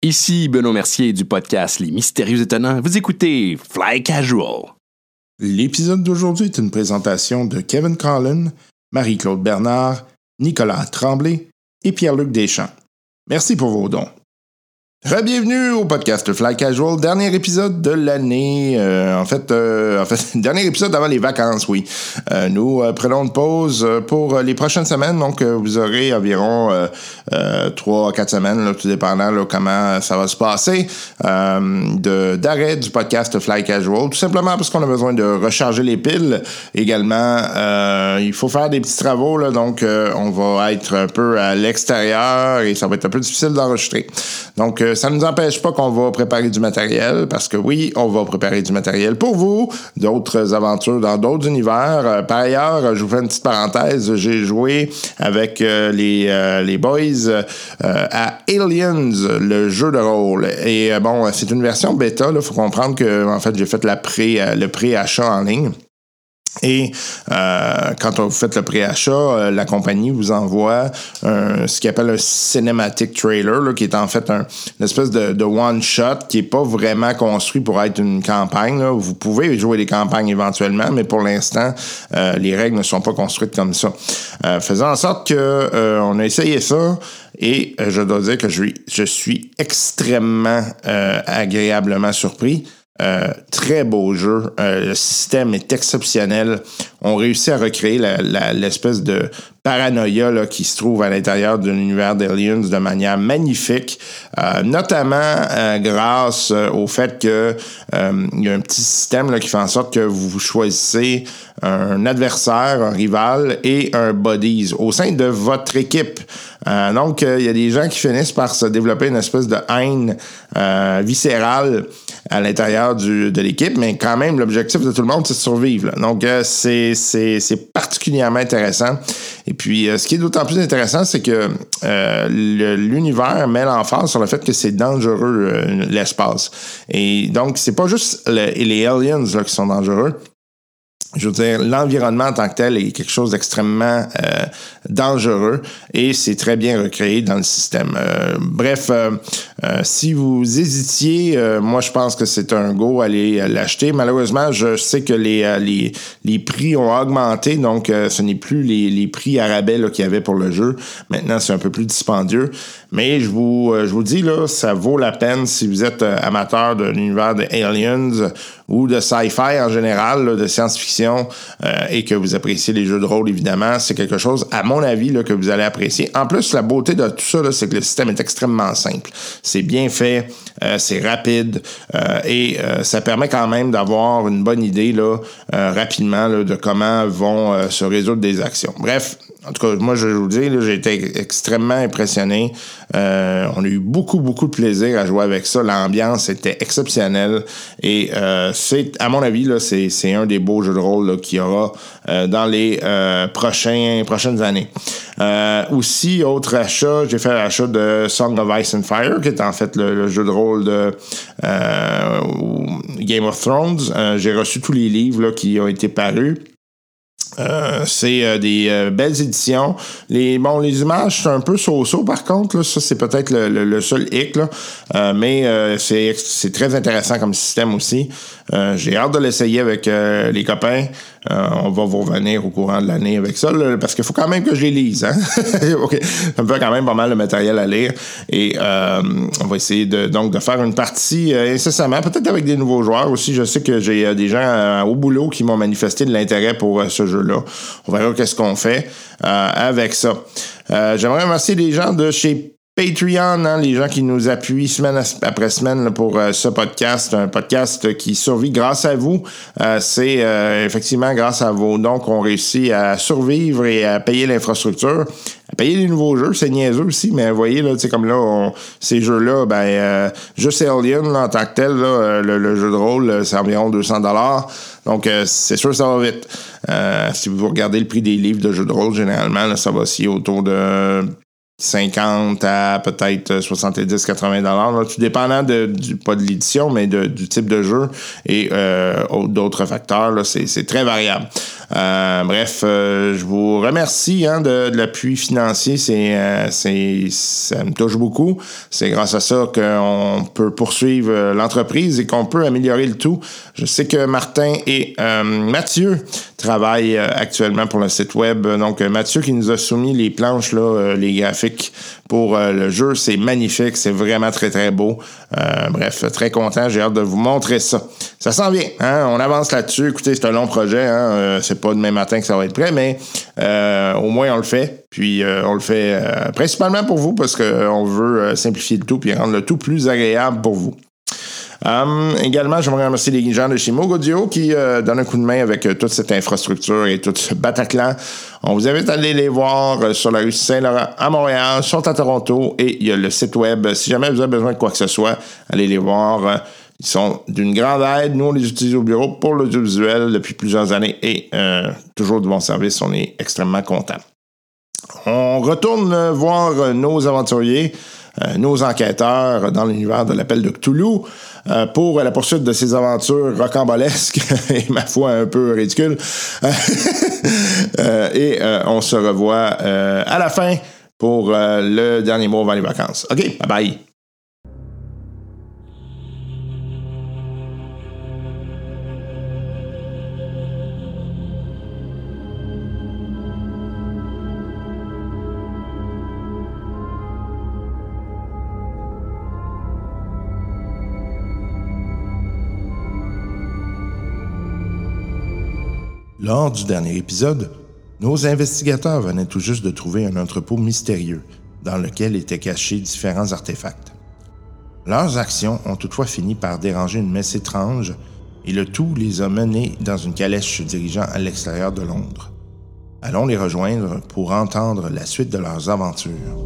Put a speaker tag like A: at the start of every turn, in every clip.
A: Ici Benoît Mercier du podcast Les Mystérieux Étonnants. Vous écoutez Fly Casual.
B: L'épisode d'aujourd'hui est une présentation de Kevin Collin, Marie-Claude Bernard, Nicolas Tremblay et Pierre-Luc Deschamps. Merci pour vos dons. Re-bienvenue au podcast Fly Casual, dernier épisode de l'année. euh, en fait, euh, en fait, dernier épisode avant les vacances, oui. Euh, nous euh, prenons une pause euh, pour euh, les prochaines semaines, donc euh, vous aurez environ euh, euh, trois à quatre semaines, là, tout dépendant là, comment ça va se passer, euh, de- d'arrêt du podcast Fly Casual, tout simplement parce qu'on a besoin de recharger les piles. Également, euh, il faut faire des petits travaux, là, donc euh, on va être un peu à l'extérieur et ça va être un peu difficile d'enregistrer. Donc, euh, ça ne nous empêche pas qu'on va préparer du matériel, parce que oui, on va préparer du matériel pour vous, d'autres aventures dans d'autres univers. Euh, par ailleurs, euh, je vous fais une petite parenthèse, j'ai joué avec euh, les, euh, les boys euh, à Aliens, le jeu de rôle. Et euh, bon, c'est une version bêta, il faut comprendre que en fait, j'ai fait la pré, euh, le pré-achat en ligne. Et euh, quand vous faites le préachat, euh, la compagnie vous envoie un- ce qu'ils appelle un cinematic trailer, là, qui est en fait un, une espèce de, de one-shot qui est pas vraiment construit pour être une campagne. là. Vous pouvez jouer des campagnes éventuellement, mais pour l'instant, euh, les règles ne sont pas construites comme ça. Euh, faisant en sorte que euh, on a essayé ça. Et euh, je dois dire que je suis, je suis extrêmement euh, agréablement surpris. Euh, très beau jeu. Euh, le système est exceptionnel. On réussit à recréer la- la- l'espèce de paranoïa là, qui se trouve à l'intérieur de l'univers d'Aliens de manière magnifique, Euh, notamment euh, grâce euh, au fait que euh, il y a un petit système là, qui fait en sorte que vous choisissez un adversaire, un rival et un buddies au sein de votre équipe. Euh, donc, euh, il y a des gens qui finissent par se développer une espèce de haine euh, viscérale à l'intérieur du- de l'équipe, mais quand même, l'objectif de tout le monde, c'est de survivre. là. Donc, euh, c'est c'est- c'est particulièrement intéressant. Et puis, euh, ce qui est d'autant plus intéressant, c'est que euh, le- l'univers met l'emphase sur le fait que c'est dangereux, euh, l'espace. Et donc, c'est pas juste le- et les aliens là, qui sont dangereux, je veux dire, l'environnement en tant que tel est quelque chose d'extrêmement euh, dangereux et c'est très bien recréé dans le système. Euh, bref, euh, euh, si vous hésitiez, euh, moi je pense que c'est un go, allez euh, l'acheter. Malheureusement, je sais que les, euh, les, les prix ont augmenté, donc euh, ce n'est plus les, les prix à rabais là, qu'il y avait pour le jeu. Maintenant, c'est un peu plus dispendieux. Mais je vous, euh, je vous dis, là, ça vaut la peine si vous êtes euh, amateur de l'univers des Aliens ou de sci-fi en général, là, de science-fiction, euh, et que vous appréciez les jeux de rôle, évidemment, c'est quelque chose, à mon avis, là, que vous allez apprécier. En plus, la beauté de tout ça, là, c'est que le système est extrêmement simple. C'est bien fait, euh, c'est rapide, euh, et euh, ça permet quand même d'avoir une bonne idée là, euh, rapidement là, de comment vont euh, se résoudre des actions. Bref, en tout cas, moi, je vous dis, là, j'ai été extrêmement impressionné. Euh, on a eu beaucoup, beaucoup de plaisir à jouer avec ça. L'ambiance était exceptionnelle. Et euh, c'est, à mon avis, là, c'est, c'est un des beaux jeux de rôle là, qu'il y aura euh, dans les euh, prochains, prochaines années. Euh, aussi, autre achat, j'ai fait l'achat de Song of Ice and Fire, qui est en fait le, le jeu de rôle de euh, Game of Thrones. Euh, j'ai reçu tous les livres là, qui ont été parus. Euh, c'est euh, des euh, belles éditions. Les bon, les images c'est un peu so-so par contre. là. ça c'est peut-être le, le- le seul hic là. Euh, mais euh, c'est ex- c'est très intéressant comme système aussi. Euh, J'ai hâte de l'essayer avec euh, les copains. Euh, on va vous revenir au courant de l'année avec ça là, parce qu'il faut quand même que je les lise. Hein? ok, ça me fait quand même pas mal de matériel à lire et euh, on va essayer de donc de faire une partie euh, incessamment, peut-être avec des nouveaux joueurs aussi. Je sais que j'ai euh, des gens euh, au boulot qui m'ont manifesté de l'intérêt pour euh, ce jeu-là. On verra qu'est-ce qu'on fait euh, avec ça. Euh, J'aimerais remercier les gens de chez Patreon, hein, les gens qui nous appuient semaine as- après semaine là, pour euh, ce podcast, un podcast qui survit grâce à vous. Euh, C'est euh, effectivement grâce à vos dons qu'on réussit à survivre et à payer l'infrastructure, à payer les nouveaux jeux. C'est niaiseux aussi, mais vous voyez, là, tu sais, comme là, on- ces jeux-là, ben, euh, juste Alien là, en tant que tel, là, euh, le, le jeu de rôle, là, c'est environ 200 dollars. Donc, euh, c'est sûr, ça va vite. Euh, si vous regardez le prix des livres de jeux de rôle, généralement, là, ça va aussi autour de 50 à peut-être 70 80 dollars là, tout dépendant de, du pas de l'édition mais de- du type de jeu et euh, au- d'autres facteurs là, c'est, c'est très variable Euh, bref, euh, je vous remercie hein, de, de l'appui financier. C'est, euh, c'est, ça me touche beaucoup. C'est grâce à ça qu'on peut poursuivre euh, l'entreprise et qu'on peut améliorer le tout. Je sais que Martin et euh, Mathieu travaillent euh, actuellement pour le site web. Donc, euh, Mathieu qui nous a soumis les planches, là, euh, les graphiques pour euh, le jeu. C'est magnifique. C'est vraiment très, très beau. Euh, bref, très content. J'ai hâte de vous montrer ça. Ça s'en vient. hein. On avance là-dessus. Écoutez, c'est un long projet. Hein? Euh, c'est pas demain matin que ça va être prêt, mais euh, au moins on le fait. Puis euh, on le fait euh, principalement pour vous parce qu'on veut euh, simplifier le tout puis rendre le tout plus agréable pour vous. Hum, également, j'aimerais remercier les gens de chez Mogodio qui euh, donnent un coup de main avec euh, toute cette infrastructure et tout ce Bataclan. On vous invite à aller les voir euh, sur la rue Saint-Laurent à Montréal, ils sont à Toronto et il y a le site web. Si jamais vous avez besoin de quoi que ce soit, allez les voir. Euh, Ils sont d'une grande aide. Nous, on les utilise au bureau pour l'audiovisuel depuis plusieurs années et euh, toujours de bon service. On est extrêmement contents. On retourne euh, voir euh, nos aventuriers, euh, nos enquêteurs euh, dans l'univers de l'appel de Cthulhu euh, pour euh, la poursuite de ces aventures rocambolesques et ma foi un peu ridicules. Euh, et euh, on se revoit euh, à la fin pour euh, le dernier mot avant les vacances. OK, bye bye. Lors du dernier épisode, nos investigateurs venaient tout juste de trouver un entrepôt mystérieux dans lequel étaient cachés différents artefacts. Leurs actions ont toutefois fini par déranger une messe étrange et le tout les a menés dans une calèche se dirigeant à l'extérieur de Londres. Allons les rejoindre pour entendre la suite de leurs aventures.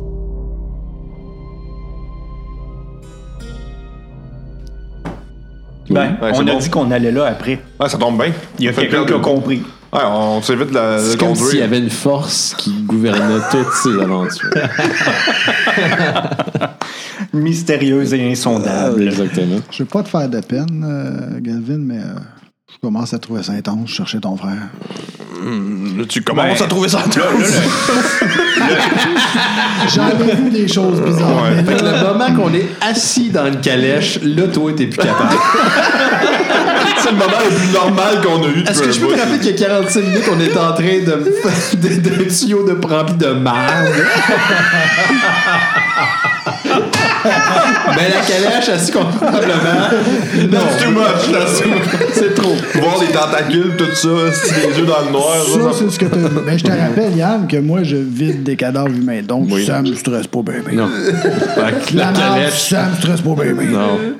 C: Ben,
D: Ouais, c'est
C: on a
D: bon.
C: dit qu'on allait là après.
D: Ouais, ça tombe bien.
C: Il y a
D: Fait
C: quelqu'un qui a
D: perdre-
C: compris.
D: Ouais, on s'évite de
E: Euh,
D: la de
A: C'est comme s'il y
D: conduire.
A: avait une force qui gouvernait toutes ces aventures.
C: Mystérieuse et
E: Ah
C: insondable.
A: Exactement.
F: Je veux pas te faire de peine, euh, Galvin, mais euh, je commence à trouver Saint-Onge, chercher ton frère.
D: Là, tu commences
C: Ben,
D: à trouver ça en
C: Là, là,
F: J'en ai vu des choses bizarres.
D: Ouais.
F: mais
A: Fait que
F: là,
A: le moment qu'on est assis dans le calèche, là, toi, t'es plus capable.
D: C'est le moment le plus normal qu'on a eu depuis
A: Est-ce que
D: un
A: je peux
D: bout.
A: te rappeler qu'il y a 45 minutes, on est en train de me faire des de tuyaux de remplis de merde? ben, la calèche, assez confortablement.
D: That's too
A: Non,
D: much, that's too much.
A: c'est trop.
D: Voir les tentacules, tout ça, c'est les yeux dans le noir.
F: Ça,
D: ça, ça-
F: c'est ce que t'as vu. Mais je te rappelle, Yann, que moi, je vide des cadavres humains. Donc, ça me stresse pas, bébé.
A: Non.
F: La calèche. ça me stresse pas, bébé.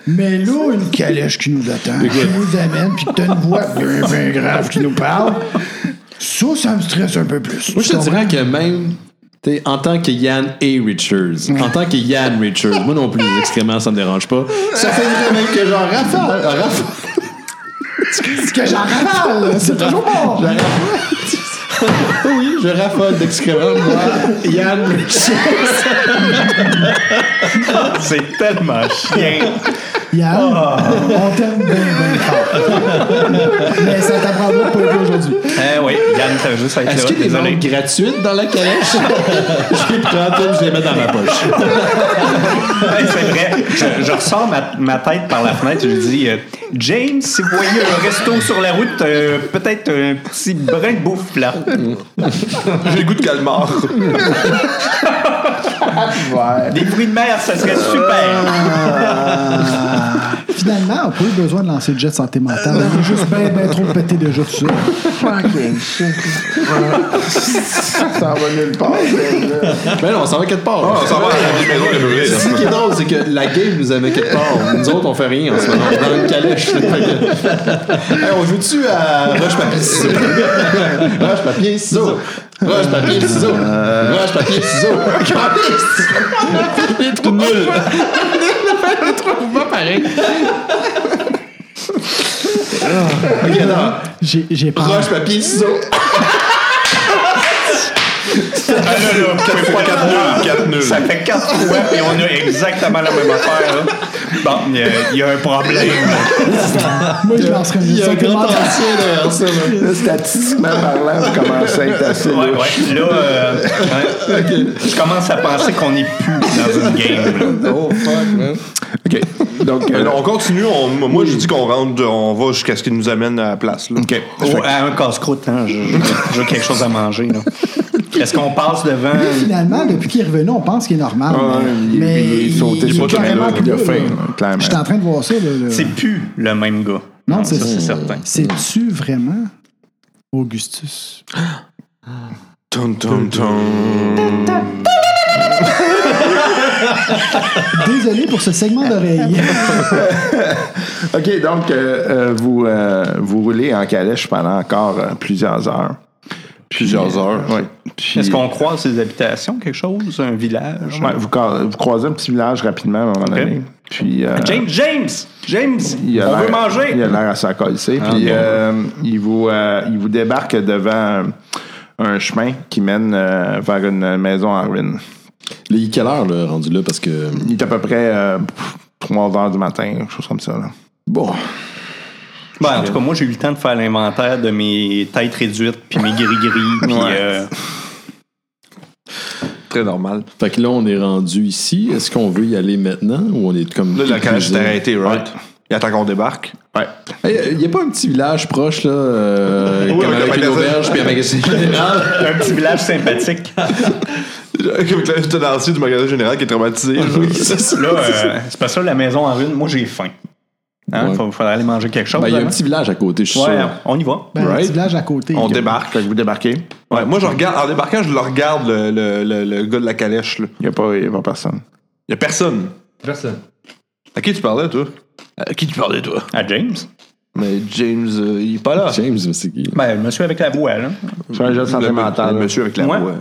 F: Mais là, une calèche qui nous attend, qui nous amène, puis que t'as une voix bien, bien grave qui nous parle, ça, ça me stresse un peu plus.
A: Moi, je te
F: Tu
A: dirais que même, t'sais, en tant que Yann et Richards, en tant que Yann Richards, moi non plus, les excréments, ça me dérange pas. Ça fait même que genre Raphaël, euh, Raphaël,
F: comprends? que j'en rafale, là, c'est toujours bon.
A: oui, je raffole d'excréments, moi, Yann Richards.
C: là, C'est tellement chien.
F: Yann,
A: Ah.
F: on t'aime bien, bien fort. Mais ça t'apprendra pas le aujourd'hui.
C: Eh oui, Yann, ça veut juste être là.
A: Est-ce qu'il y a des
C: Désolé.
A: ventes gratuites dans la calèche? je les prends toutes, je les mets dans ma poche.
C: Hey, C'est vrai. Je, je ressors ma, ma tête par la fenêtre et je dis euh, James, si vous voyez un resto sur la route, euh, peut-être un petit brin de bouffe là.
D: J'ai le goût de calmar.
C: Des bruits de mer, ça serait super.
F: Ah. Finalement, on n'a pas eu besoin de lancer le jet de santé mentale. On est juste bien, bien trop pété de jour sur.
B: Ça va nulle part.
A: Ben non, on s'en va quelque part.
D: On s'en va à la maison de brûler.
A: C'est ça qui est drôle, c'est que la game nous amène quelque part. Nous autres, on fait rien en ce moment. On est dans une calèche. Fait que- Hey, on joue-tu à roche-papier ciseaux? roche-papier ciseaux. Roche-papier ciseaux. Roche-papier ciseaux. Les trois nuls. Les trois mouvements pareils. Ok, attends.
F: J'ai j'ai peur.
A: Roche-papier ciseaux.
C: là,
D: Quatre fois quatre nuls, quatre nuls.
C: Ça fait quatre fois et on a exactement la même affaire. là. Bon, il y a- il y, a un problème.
F: Moi, je lancerais
A: Il
F: une
A: y a un grand
F: supplémentaire.
A: ancien derrière ça. là.
B: Là, statistiquement parlant, vous commencez à être assez
C: Ouais,
B: louche.
C: ouais. Là, euh, ouais. je commence à penser qu'on n'est plus dans une game. là.
A: Oh, fuck, man.
B: OK. Donc, euh,
D: Euh, on continue, on- moi je dis qu'on rentre, on va jusqu'à ce qu'il nous amène à la place. là.
B: OK.
C: Ou à un casse-croûte, hein, je- je- j'ai quelque chose à manger. là. Est-ce qu'on passe devant
F: Puis Finalement, depuis qu'il est revenu, on pense qu'il est normal.
B: Ouais, il-
F: mais
B: il est sauté
F: il
B: sur le
F: est carrément
B: canal,
F: plus
B: il a
F: là,
B: faim,
F: là.
B: là, clairement.
F: J'étais en train de voir ça. Là, là.
C: C'est plus le même gars.
F: Non, c'est
C: ça, c'est certain.
F: C'est-tu vraiment Augustus?
D: Tum, tum, tum.
F: Désolé pour ce segment d'oreille.
B: OK, donc, euh, euh, vous, euh, vous roulez en calèche pendant encore euh, plusieurs heures.
D: Plusieurs heures.
B: Oui. Puis-
C: Est-ce qu'on croise des habitations, quelque chose, un village?
B: Ouais, vous, cro- vous croisez un petit village rapidement à un moment donné. Puis, euh,
C: James, James, James,
B: il a
C: on
B: l'air-
C: veut manger.
B: Il a l'air à s'en colisser.
D: Ah,
A: Ah,
B: puis, euh, il, vous, euh, il vous débarque devant un, un chemin qui mène euh, vers une maison en ruine.
A: Il est quelle heure, là, rendu là? Parce que.
B: Il est à peu près euh, 3 heures du matin, quelque chose comme ça. là.
A: Bon.
C: Ben, en tout cas, moi, j'ai eu le temps de faire l'inventaire de mes têtes réduites, puis mes gris-gris, puis
B: Ouais.
C: euh,
D: Très normal.
A: Fait que là, on est rendu ici. Est-ce qu'on veut y aller maintenant ou on est comme.
D: Là, la calèche est
A: épuisé?
D: arrêtée, right? Il attend qu'on débarque.
B: Ouais.
A: Il n'y euh, a pas un petit village proche, là, euh,
D: Oui,
A: comme
D: un
A: avec une
D: magasin.
A: auberge puis un magasin général?
C: un petit village sympathique. Là,
D: Comme la tenancier du magasin général qui est traumatisé.
C: euh, c'est pas ça, la maison en ruine. Moi, j'ai faim. Hein,
A: Ouais.
C: faut- faudrait aller manger quelque chose.
A: Ben, Il y a un
C: hein?
A: petit village à côté, je suis
C: Ouais,
A: sûr.
C: on y va.
F: Ben, Un
A: Right.
F: petit village à côté.
D: On
F: là.
D: débarque.
B: Fait que vous débarquez.
D: Ouais, moi, je regarde, en débarquant, je le regarde, le, le- le- le gars de la calèche. Là.
B: Il n'y a, pas- il y a pas personne.
D: Il y a personne.
A: Personne.
D: À qui tu parlais, toi? À qui tu parlais, toi?
C: À James.
D: Mais James, euh, il est pas là.
A: James, c'est qui?
C: Ben, le monsieur avec la voix, là.
B: C'est un jeu de santé
D: Le-
B: mentale.
D: le monsieur avec la
C: Ouais.
D: voix.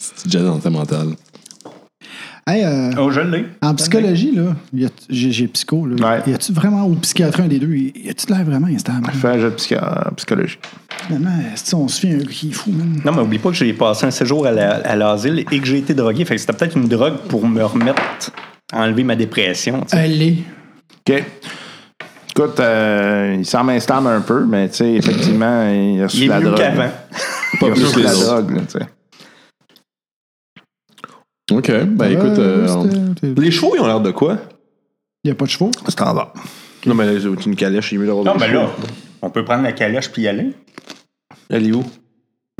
A: C'est déjà dans ta mentale.
F: Hey, euh,
C: Oh, je l'ai.
F: En psychologie, là, y a- j'ai j'ai psycho. Là,
B: Ouais.
F: Y a-tu vraiment, ou psychiatre, un des deux, y a-tu de l'air vraiment instable?
B: Fais un jeu de psycho- psychologie.
F: Finalement, est-ce qu'on se fait un gars qui est fou, man?
C: Non, mais oublie pas que j'ai passé un séjour à la- à l'asile et que j'ai été drogué. Fait que c'était peut-être une drogue pour me remettre, enlever ma dépression. tu sais.
F: Allez.
B: OK. Écoute, euh, il semble instable un peu, mais tu sais, effectivement, il a reçu
C: Il est
B: la
C: mieux
B: drogue.
C: qu'avant.
A: Pas
B: Il a
A: plus
B: reçu
A: que
B: la
A: les autres.
B: drogue, là, tu sais.
A: OK. Ben, écoute, euh, on-
F: Il
D: Les chevaux, ils ont l'air de quoi?
F: n'y a pas de chevaux?
B: Standard.
D: Non, mais là, c'est une calèche, il est mieux d'avoir
C: Non,
D: des
C: mais
D: chevaux.
C: là, on peut prendre la calèche puis y aller
D: Elle est où?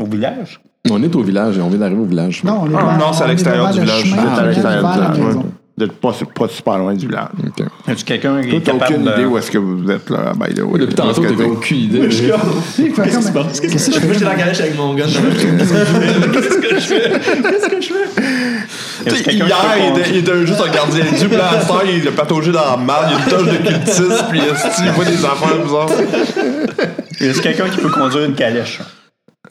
C: au village.
A: on est au village et on vient d'arriver au village.
F: Non, on est
D: Ah,
F: vers-
D: non, c'est à
F: on est
D: l'extérieur
F: vers
D: du
F: le
D: village.
F: chemin
D: C'est à
F: qui mène
B: l'extérieur du
F: vers la
B: village,
F: maison.
B: ouais. Vous n'êtes pas, pas super loin du village.
A: OK.
C: As-tu quelqu'un qui
B: Toi,
C: est
B: t'as
C: capable
B: aucune
C: de...
B: idée où est-ce que vous êtes là, by the way.
A: Depuis tantôt,
B: Parce que
A: t'avais aucune idée.
F: Tu sais, il fait comme- Qu'est-ce que je fais?
A: la calèche avec mon gars.
C: Est-ce que
D: Hier,
C: quelqu'un qui peut
D: il
C: con-
D: était, il était juste un gardien du plan à terre, il a pataugé dans la malle, il a une toche de cultiste, puis esti, il voit des affaires bizarres.
C: Est-ce quelqu'un qui peut conduire une calèche?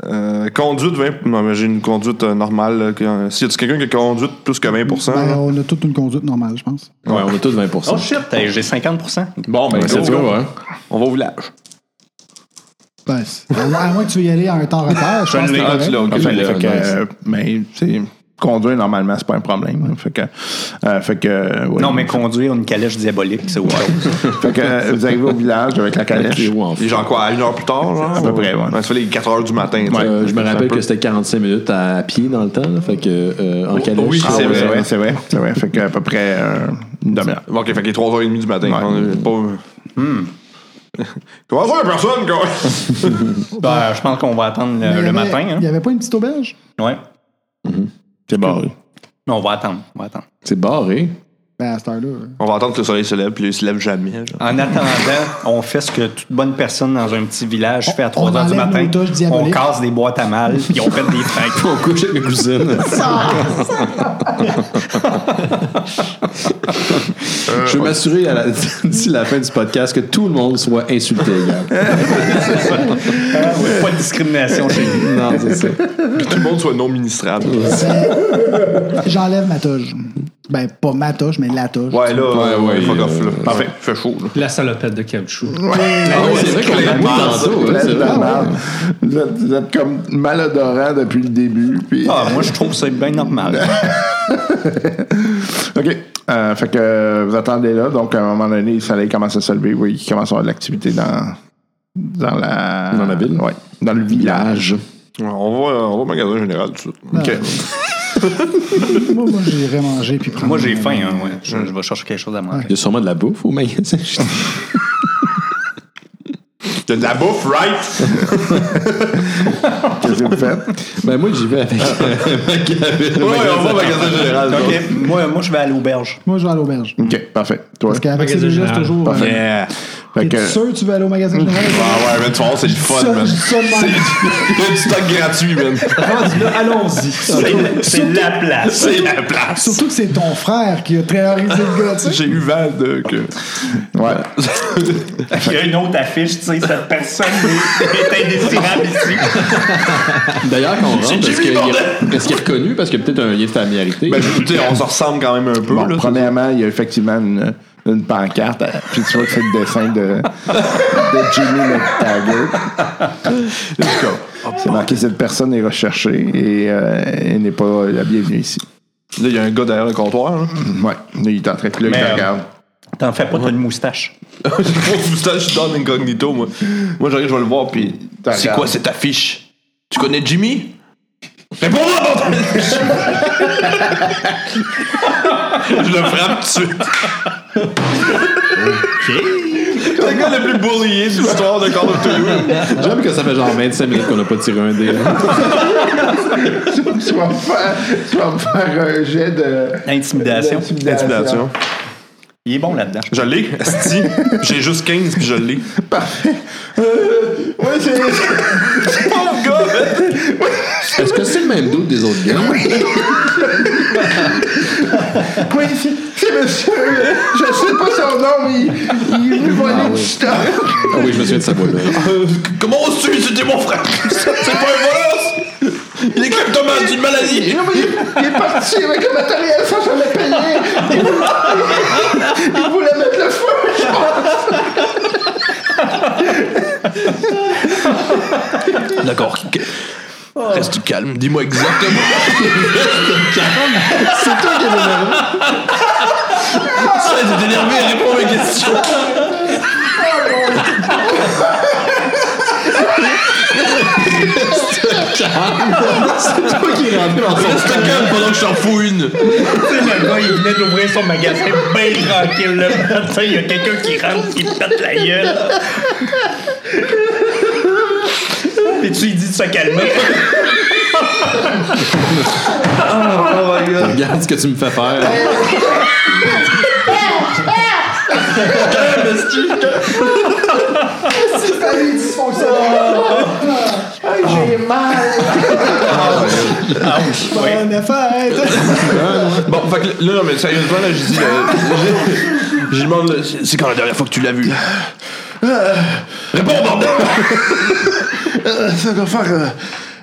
D: Euh, conduite, 20... Non, mais j'ai une conduite euh, normale. là, que- S'il y a quelqu'un qui a conduite plus que 20
F: Ben,
D: là?
F: on a toute une conduite normale, je pense.
A: Ouais, on est tous 20
C: Oh shit, hey, j'ai 50
A: Bon, ben, let's go, hein.
D: on va au village.
F: Ben, c'est- à moins- à moins que tu veuilles y aller à un temps retard, je pense que
C: l'ai.
F: c'est
D: Ah, tu
F: correct.
D: l'as, ok.
A: Enfin,
D: Mais
A: là,
B: Fait que,
A: nice.
B: euh, mais, tu sais, conduire, normalement, c'est pas un problème. hein. Fait que, euh, fait que, euh, ouais.
C: Non, mais conduire une calèche diabolique, c'est autre chose.
B: Fait que, euh, vous arrivez au village avec la calèche.
A: T'es où, en fait?
D: Il est genre quoi, à une heure plus tard, genre?
B: À peu près, ouais.
D: Ça fait les 4 heures du matin, tu sais.
A: Euh, je
D: C'est
A: me
D: un
A: rappelle
D: peu-
A: que c'était 45 minutes à pied dans le temps, là, fait que euh, en
D: Oh,
A: calèche.
D: oui,
B: Ah,
D: c'est
B: ouais,
D: vrai.
B: c'est vrai, c'est vrai. C'est vrai. Fait que, à peu près euh, une demi-heure.
D: Bon, ok, fait qu'il est 3h30 du matin.
B: Ouais. Hmm.
D: On est pas... Comment ça, y a personne, quoi?
C: Ben, je pense qu'on va attendre
F: Mais
C: le,
F: il y
C: le
F: avait-
C: matin.
F: Il n'y avait pas une petite auberge?
C: Hein? Ouais.
B: Mhm. C'est barré.
C: Non, on va attendre. On va attendre.
A: C'est barré.
F: Ben, à cette heure-là.
D: On va attendre que le soleil se lève, puis il se lève jamais. genre.
C: En attendant, on fait ce que toute bonne personne dans un petit village fait à
F: On
C: 3 h du
F: enlève
C: matin.
F: nos touches
C: On
F: diaboliques.
C: casse des boîtes à mal, puis on fait des fêtes.
A: On couche avec mes cousines. Je veux m'assurer à la- d'ici la fin du podcast que tout le monde soit insulté. gars.
C: Pas de discrimination chez nous.
A: non, c'est ça.
D: Que tout le monde soit non ministrable.
F: Ben, Euh, J'enlève ma toge. Ben, pas ma toche, mais la toche.
B: Ouais, là,
A: Ouais, ouais,
B: fuck
A: euh,
B: off, là.
A: ouais.
B: Parfait, fait chaud, là.
G: La salopette de caoutchouc.
A: Ah ouais, c'est vrai qu'on l'a mis
B: clairement,
A: tantôt. hein, c'est vrai.
H: Complètement marde. Vous êtes, vous êtes comme malodorant depuis le début. Puis...
C: Ah, moi, je trouve ça bien normal.
H: OK. Euh, fait que euh, vous attendez là. Donc, à un moment donné, il fallait commencer à se lever. Oui, il commence à avoir de l'activité dans, dans la...
A: Ah, euh, Dans la ville?
H: Oui, dans le village.
B: On va, on va au magasin général tout de suite.
H: OK.
F: Moi, moi j'irais manger puis prendre.
C: Moi, j'ai faim, hein, ouais. Je, je vais chercher quelque chose à manger.
A: Il y a sûrement de la bouffe au magasin. je dis.
B: T'as de la bouffe, right?
H: Qu'est-ce que vous faites?
A: ben moi, j'y vais avec
E: Ah,
B: Ouais, on va au magasin général. là.
C: OK, moi, moi je vais à l'auberge.
F: Moi, je vais à l'auberge.
H: OK, parfait. Toi?
F: Parce qu'avec ces
G: Magasin
F: jeux c'est
G: général.
F: toujours. euh,
C: Yeah.
H: Fait que-
F: T'es sûr que tu veux aller au magasin général?
B: Ah ouais, mais tu vois, c'est le fun,
F: Seul-
B: man.
F: seulement-
B: C'est il y a du stock gratuit, man.
C: C'est- C'est la place.
B: C'est la place.
F: Surtout que c'est ton frère qui a terrorisé le gars, tu sais.
B: J'ai eu Val de que.
H: Ouais.
C: Il y a une autre affiche, tu sais, cette personne est est indésirable ici.
A: D'ailleurs, quand on rentre,
B: J'ai
A: est-ce
B: vu
A: qu'il
B: le
A: est, est reconnu parce qu'il y a peut-être un lien de familiarité?
B: Ben, je- tu sais, on se ressemble quand même un peu,
H: Bon,
B: là.
H: premièrement, il y a effectivement une, une pancarte. euh, Puis tu vois que c'est le dessin de, de Jimmy McTaggart. En tout cas, c'est marqué cette personne est recherchée et euh, elle n'est pas la bienvenue ici.
B: Là, il y a un gars derrière le comptoir, là.
H: Ouais, Là, il est en train de là, il
C: Mais,
H: te
C: euh,
H: regarde.
C: T'en fais pas, t'as une moustache.
B: J'ai une grosse moustache, je suis dans l'incognito, moi. Moi, j'arrive, je vais le voir, puis.
H: T'as
B: C'est
H: regardé.
B: quoi cette affiche? Tu connais Jimmy? Réponds-moi, bordel! Je le frappe tout de suite. C'est le gars le plus bullyé de l'histoire de Call of Duty.
A: J'aime que ça fait genre 25 minutes qu'on n'a pas tiré un dé. là.
H: Tu vas me faire, tu vas me faire un jet de.
C: Intimidation.
B: Intimidation.
C: Il est bon là-dedans.
B: Je l'ai, esti. J'ai juste 15, puis je l'ai.
H: Ouais, c'est.
B: Oh, gars!
A: Est-ce que c'est le même doute des autres gars?
H: Oui, c'est- c'est monsieur. euh, Je sais pas son nom, mais il, il est venu voler du stock.
A: Ah oui, je me souviens de sa voix-là.
B: Euh, comment on se tue? C'était mon frère! C'est pas un voleur! Il est kleptomane d'une maladie!
H: Non, mais il, il est parti avec le matériel sans jamais payer. Il voulait, il voulait mettre le feu, je pense.
B: D'accord. Reste calme, dis-moi exactement. Reste calme.
H: C'est toi qui es énervé.
B: Ça, t'es Ah, énervé, réponds à mes questions.
A: C'est toi qui est rentré dans son
B: Reste calme pendant que je t'en fous une.
C: Tu sais, le gars, il venait d'ouvrir son magasin bien tranquille. Le matin, il y a quelqu'un qui rentre, qui te pète la gueule. Et tu lui dis de se calmer.
H: Oh,
A: Regarde ce que tu me fais faire.
F: Bonne fête!
B: Bon, fait que là, non, mais sérieusement, là, je dis. euh, je- je lui demande, là, c'est c'est quand la dernière fois que tu l'as vu? Euh, Réponds, bordel!
H: Ça doit faire euh,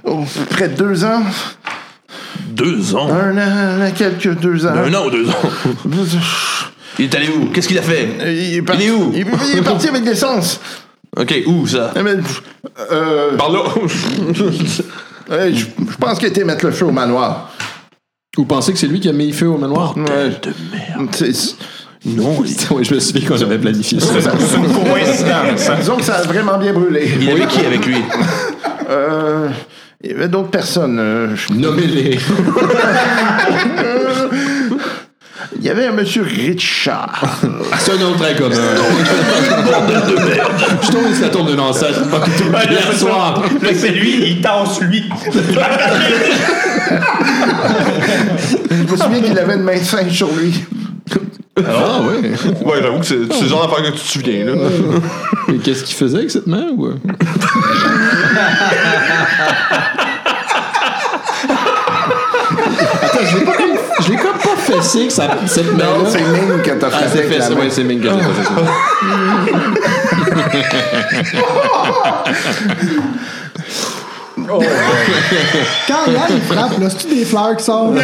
H: oh, près de deux ans.
B: Deux ans.
H: Un an, un an, quelques deux ans.
B: Un an ou deux ans. Il est allé où? Qu'est-ce qu'il a fait?
H: Il est parti,
B: Il est où?
H: il, il est parti avec l'essence.
B: Ok, où ça?
H: Eh, mais, euh,
B: Par là.
H: hey, je je pense qu'il était mettre le feu au manoir.
A: Ou pensez que c'est lui qui a mis feu au manoir?
H: Ouais. C'est-
A: Non. Oui, je me souviens qu'on avait planifié ça.
C: C'est une coïncidence. hein.
H: Disons que ça a vraiment bien brûlé.
B: Il avait qui avec lui?
H: Euh, il y avait d'autres personnes. euh, je-
A: Nommez-les.
H: il y avait un monsieur Richard.
A: C'est un nom très commun. Je tombe sur la tombe de l'ancêtre. Pas plutôt hier soir.
C: Là, c'est lui, il tasse lui.
H: je me souviens qu'il avait une main de singe sur lui.
A: Ah oui.
B: Ouais, j'avoue que c'est c'est le genre d'affaire que tu te souviens, là.
A: Et qu'est-ce qu'il faisait avec cette main? Ou... Attends, je l'ai pas comme- je l'ai comme pas fessé que ça, cette
H: Non,
A: main-là.
H: c'est Ming qui t'a
A: Ah,
H: fait
A: c'est
H: avec la
A: fessé,
H: main.
A: ouais, c'est Ming que j'ai pas fait ça.
F: Oh, Quand il y a il frappe, là, c'est-tu des fleurs qui sortent?
H: Non, non,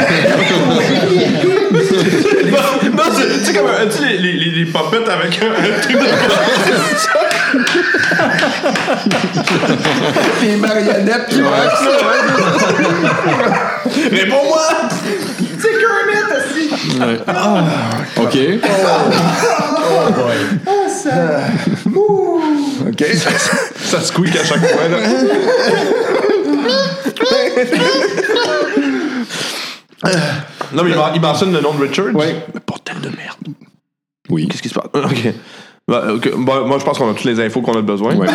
H: c'est c'est comme un- tu sais, les, les, les, les popettes avec un, un truc de
F: Les marionnettes.
H: Ouais, c'est ça, ouais. Réponds-moi!
F: C'est Kermit, aussi.
A: OK.
F: Oh. Ah, ça.
H: Oh, Ok, ça, ça squeak à chaque fois, là. Non, mais il, men- il mentionne le nom de Richards.
A: Ouais.
H: Mais bordel de merde.
A: Oui.
H: Qu'est-ce qui se passe? Ok. Bah, ok. Bah, moi, je pense qu'on a toutes les infos qu'on a besoin.
A: Ouais.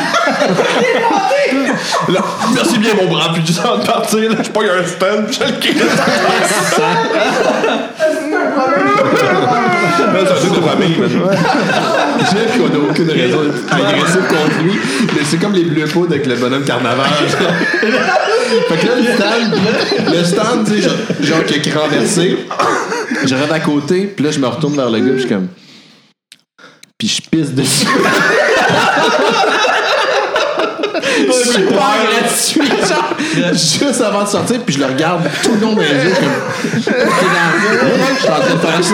H: Là, merci bien, mon bras. Puis, juste avant de partir, là, je pogne un stun, puis je le quitte. Là, ça c'est trop famille, man.
A: Jeff, on n'a aucune raison d'être agressif contre lui, mais c'est comme les bleus poudres avec le bonhomme carnaval. fait que là, le stand, le stand, tu sais, genre, genre qui est renversé, je rentre à côté, puis là, je me retourne vers le gars, puis je suis comme. Puis je pisse dessus. Super gratuit, genre, juste avant de sortir, puis je le regarde tout le long des yeux, comme. T'es dans Je suis en train de faire ça.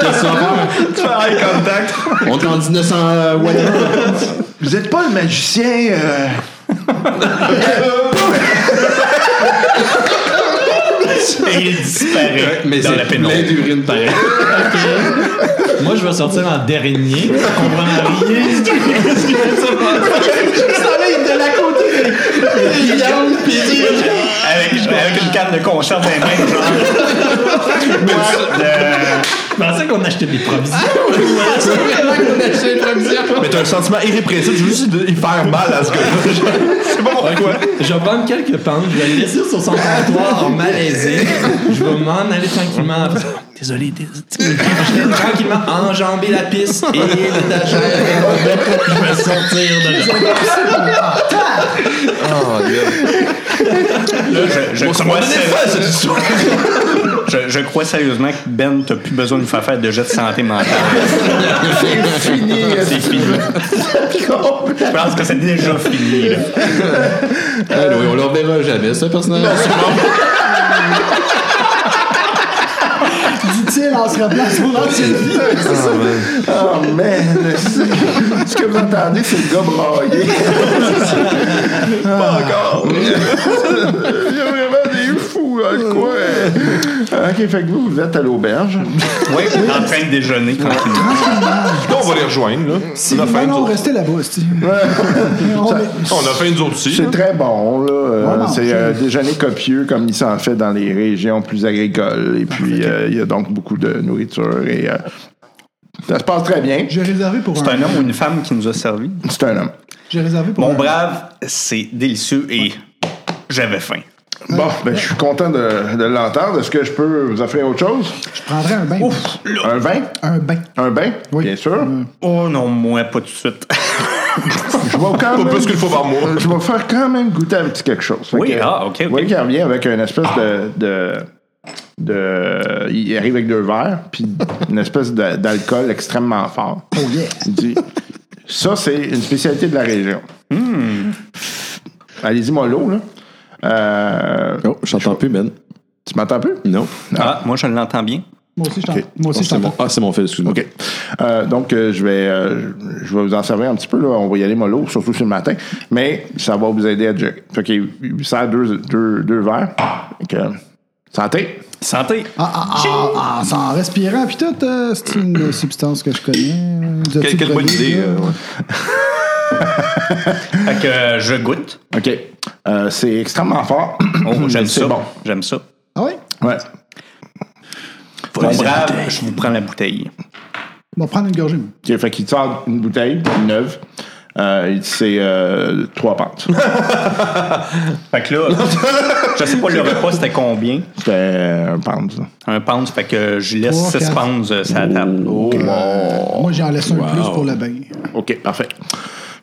A: Qu'est-ce qu'on va faire?
H: Tu fais eye contact.
A: On est en 1900. euh, whatever.
B: Vous êtes pas le magicien. euh,
C: Et il disparaît
A: Mais
C: dans
A: c'est
C: la
A: plein
C: pénombre.
A: d'urine pareil.
I: Moi, je vais sortir en dernier. Je comprends rien.
C: Avec, avec une canne de conserve dans les mains. genre. What the-
I: Je pensais qu'on achetait des provisions.
H: Mais t'as un sentiment irrépressible. Je veux juste de- y faire mal à ce gars-là. Je sais pas pourquoi.
I: Je vais prendre quelques pentes, je vais le laisser sur son comptoir en malaisé. Je vais m'en aller tranquillement. Désolé, désolé. Je vais tranquillement enjamber la piste et l'étagère. Je vais sortir de là.
C: Là, je, je,
H: Ça
C: crois
H: m'a donné
C: sé-
H: faim, cette histoire.
C: je- je crois sérieusement que Ben, t'as plus besoin de nous faire faire de jets de santé mentale. C'est fini. Je pense que c'est déjà fini. là.
A: Anyway, Ben on le reverra jamais, ça, personnellement.
F: Dit-il en se rappelant son ancienne vie.
B: Oh man, c'est- ce que vous entendez, c'est le gars brailler. Pas encore. Il y a vraiment des fous dans le coin. Ok, fait que vous, vous êtes à l'auberge.
C: Oui, en train de déjeuner tranquillement.
H: on va les rejoindre, là.
F: Si
H: on a
F: non,
H: faim, nous
F: non,
H: autres.
F: restez là-bas, c'est. On est-
H: On a faim, nous autres aussi.
B: C'est très bon, là. Euh,
F: Ouais, non,
B: c'est
F: c'est-
B: un déjeuner copieux comme il s'en fait dans les régions plus agricoles.
H: Ah,
B: Et puis, euh, il y a donc beaucoup de nourriture. Et euh, ça se passe très bien.
F: J'ai réservé pour
C: C'est
F: un.
C: un homme ou une femme qui nous a servi.
B: C'est un homme.
F: J'ai réservé pour
C: Mon
F: un.
C: brave, c'est délicieux et j'avais faim.
B: Bon, ben, je suis content de, de l'entendre. Est-ce que je peux vous offrir autre chose?
F: Je prendrais un bain.
B: Un vin?
F: Un bain.
B: Un bain? Bien sûr.
C: Oh non, moi, pas tout de suite.
B: Je vais quand
H: Pas
B: même-
H: plus qu'une fois par mois.
B: Je vais faire quand même goûter un petit quelque chose. Fait
C: Oui,
B: que,
C: ah, ok, ok.
B: Vous voyez qu'il revient avec une espèce
H: Ah.
B: de, de, de- Il arrive avec deux verres, puis une espèce de- d'alcool extrêmement fort.
F: Oh yeah.
B: Il dit Ça, c'est une spécialité de la région.
H: Hmm.
B: Allez-y, mollo, là. Euh,
A: Oh, j'entends plus, Ben.
B: tu m'entends plus?
A: Non.
C: Ah, moi, je l'entends bien.
F: Moi aussi, je t'entends. Moi aussi, je
A: C'est
F: t'entends.
A: mon- Ah, c'est mon fils, excuse-moi.
B: OK. Euh, donc, euh, je, vais, euh, je vais vous en servir un petit peu. Là. On va y aller mollo, surtout sur le matin. Mais ça va vous aider à Jack. Fait qu'il il vous sert deux, deux, deux verres. Fait que, santé.
C: Santé.
F: Ah, ah, ah, ah, c'est en respirant, puis tout, euh, c'est une substance que je connais. Vous
H: Quelle,
F: a-t-il
H: quelle bonne
F: brûlé,
H: idée.
F: là?
H: euh, ouais.
C: Fait que euh, je goûte.
B: OK. Euh, c'est extrêmement fort.
C: Oh, j'aime
B: C'est
C: ça.
B: bon.
C: J'aime ça.
F: Ah oui?
B: Ouais.
C: Mon brave, je vous prends la bouteille.
F: On va prendre une gorgée. moi.
B: OK, fait qu'il te sort une bouteille neuve. Euh, il dit, c'est euh, trois pentes.
C: Fait que là, je sais pas le repas, c'était combien.
B: C'était un pound. ça.
C: Un pound, fait que je laisse 6
F: Trois, quatre.
C: pounds euh, sur la table.
D: Mmh,
F: Moi, j'en laisse un plus pour le bain.
B: OK, parfait.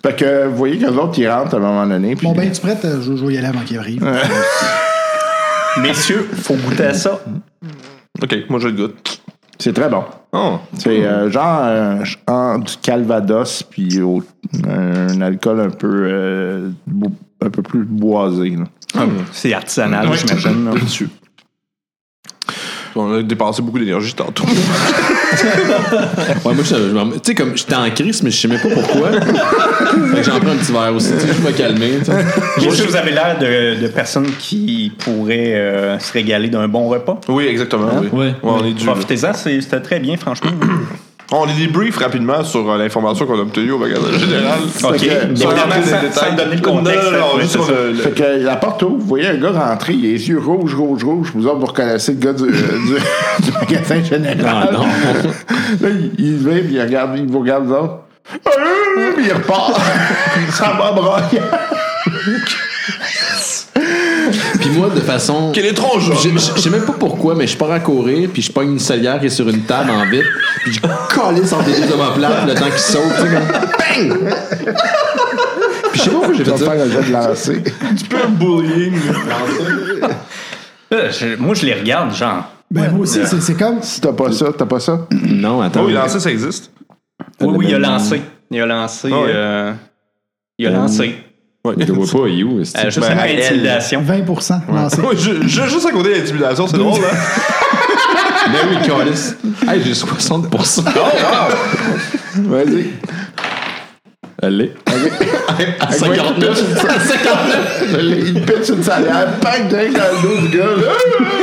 B: Fait que vous voyez que les autres, ils rentrent à un moment donné. Puis
F: Mon bain, tu prête? Euh, Je je vais y aller avant qu'il arrive.
C: Messieurs, faut goûter à ça.
H: Ok, moi je le goûte.
B: C'est très bon.
H: Oh.
B: C'est euh, genre euh, genre du Calvados, puis au- un alcool un peu euh, bou-
H: un peu plus boisé. là.
C: C'est artisanal, j'imagine. là.
D: Dessus. On a dépensé beaucoup d'énergie tantôt.
A: Ouais, moi, je, je m'en- tu sais, comme j'étais en crise, mais je sais même pas pourquoi. fait que j'en prends un petit verre aussi, tu sais, je vais me calmer. tu sais.
C: Moi, je- vous avez l'air de, de personnes qui pourraient euh, se régaler d'un bon repas.
D: Oui, exactement. oui.
J: Ouais.
D: on est dû.
C: Profitez-en, c'est- c'était très bien, franchement.
D: On les débrief rapidement sur euh, l'information qu'on a obtenue au magasin général.
H: Ah,
D: Sans
C: OK. Évidemment,
D: rentrer dans
C: sans-
D: les
C: sans
D: détails.
C: donner le contexte.
D: Non, non, non,
C: Ouais,
D: juste
C: c'est
D: sur le- le-
H: Fait que la porte ouvre, vous voyez un gars rentrer, il a les yeux rouges, rouges, rouges. Vous autres, vous reconnaissez le gars du, euh, du- du magasin général.
A: Ah, non.
H: Là, il, il se lève, il regarde, il vous regarde, vous autres. Euh, puis il repart. Ça va broyer.
A: Puis moi, de façon.
D: Quel étrange genre.
A: Je je- je sais même pas pourquoi, mais je pars à courir, puis je pogne une salière qui est sur une table en vite, puis je collé sans délire de ma plate le temps qu'il saute, tu sais, comme BANG! Puis je sais pas pourquoi j'ai
H: Je
A: fait
H: vais
A: ça.
H: faire un jeu de lancer.
C: Euh, je- moi, je les regarde, genre.
F: Ben, moi aussi, c'est- c'est comme.
H: Si t'as pas ça, t'as pas ça.
A: Non, attends.
D: Oh, il lançait, ça existe.
C: Oui, oui, il a lancé. Il a lancé.
D: Ah ouais.
C: euh, il a lancé.
A: Je vois pas, il est
C: Euh,
A: où?
C: juste
D: Ben,
C: une
D: elle.
C: intimidation.
F: 20 lancé.
D: Ouais, je- je- juste à côté de l'intimidation, c'est drôle, hein?
A: Ben oui, câlisse. Hey, j'ai 60%.
H: Vas-y.
A: Allez. À 59. À 59.
H: Il pitch une salière, pack d'un dans le dos du gars.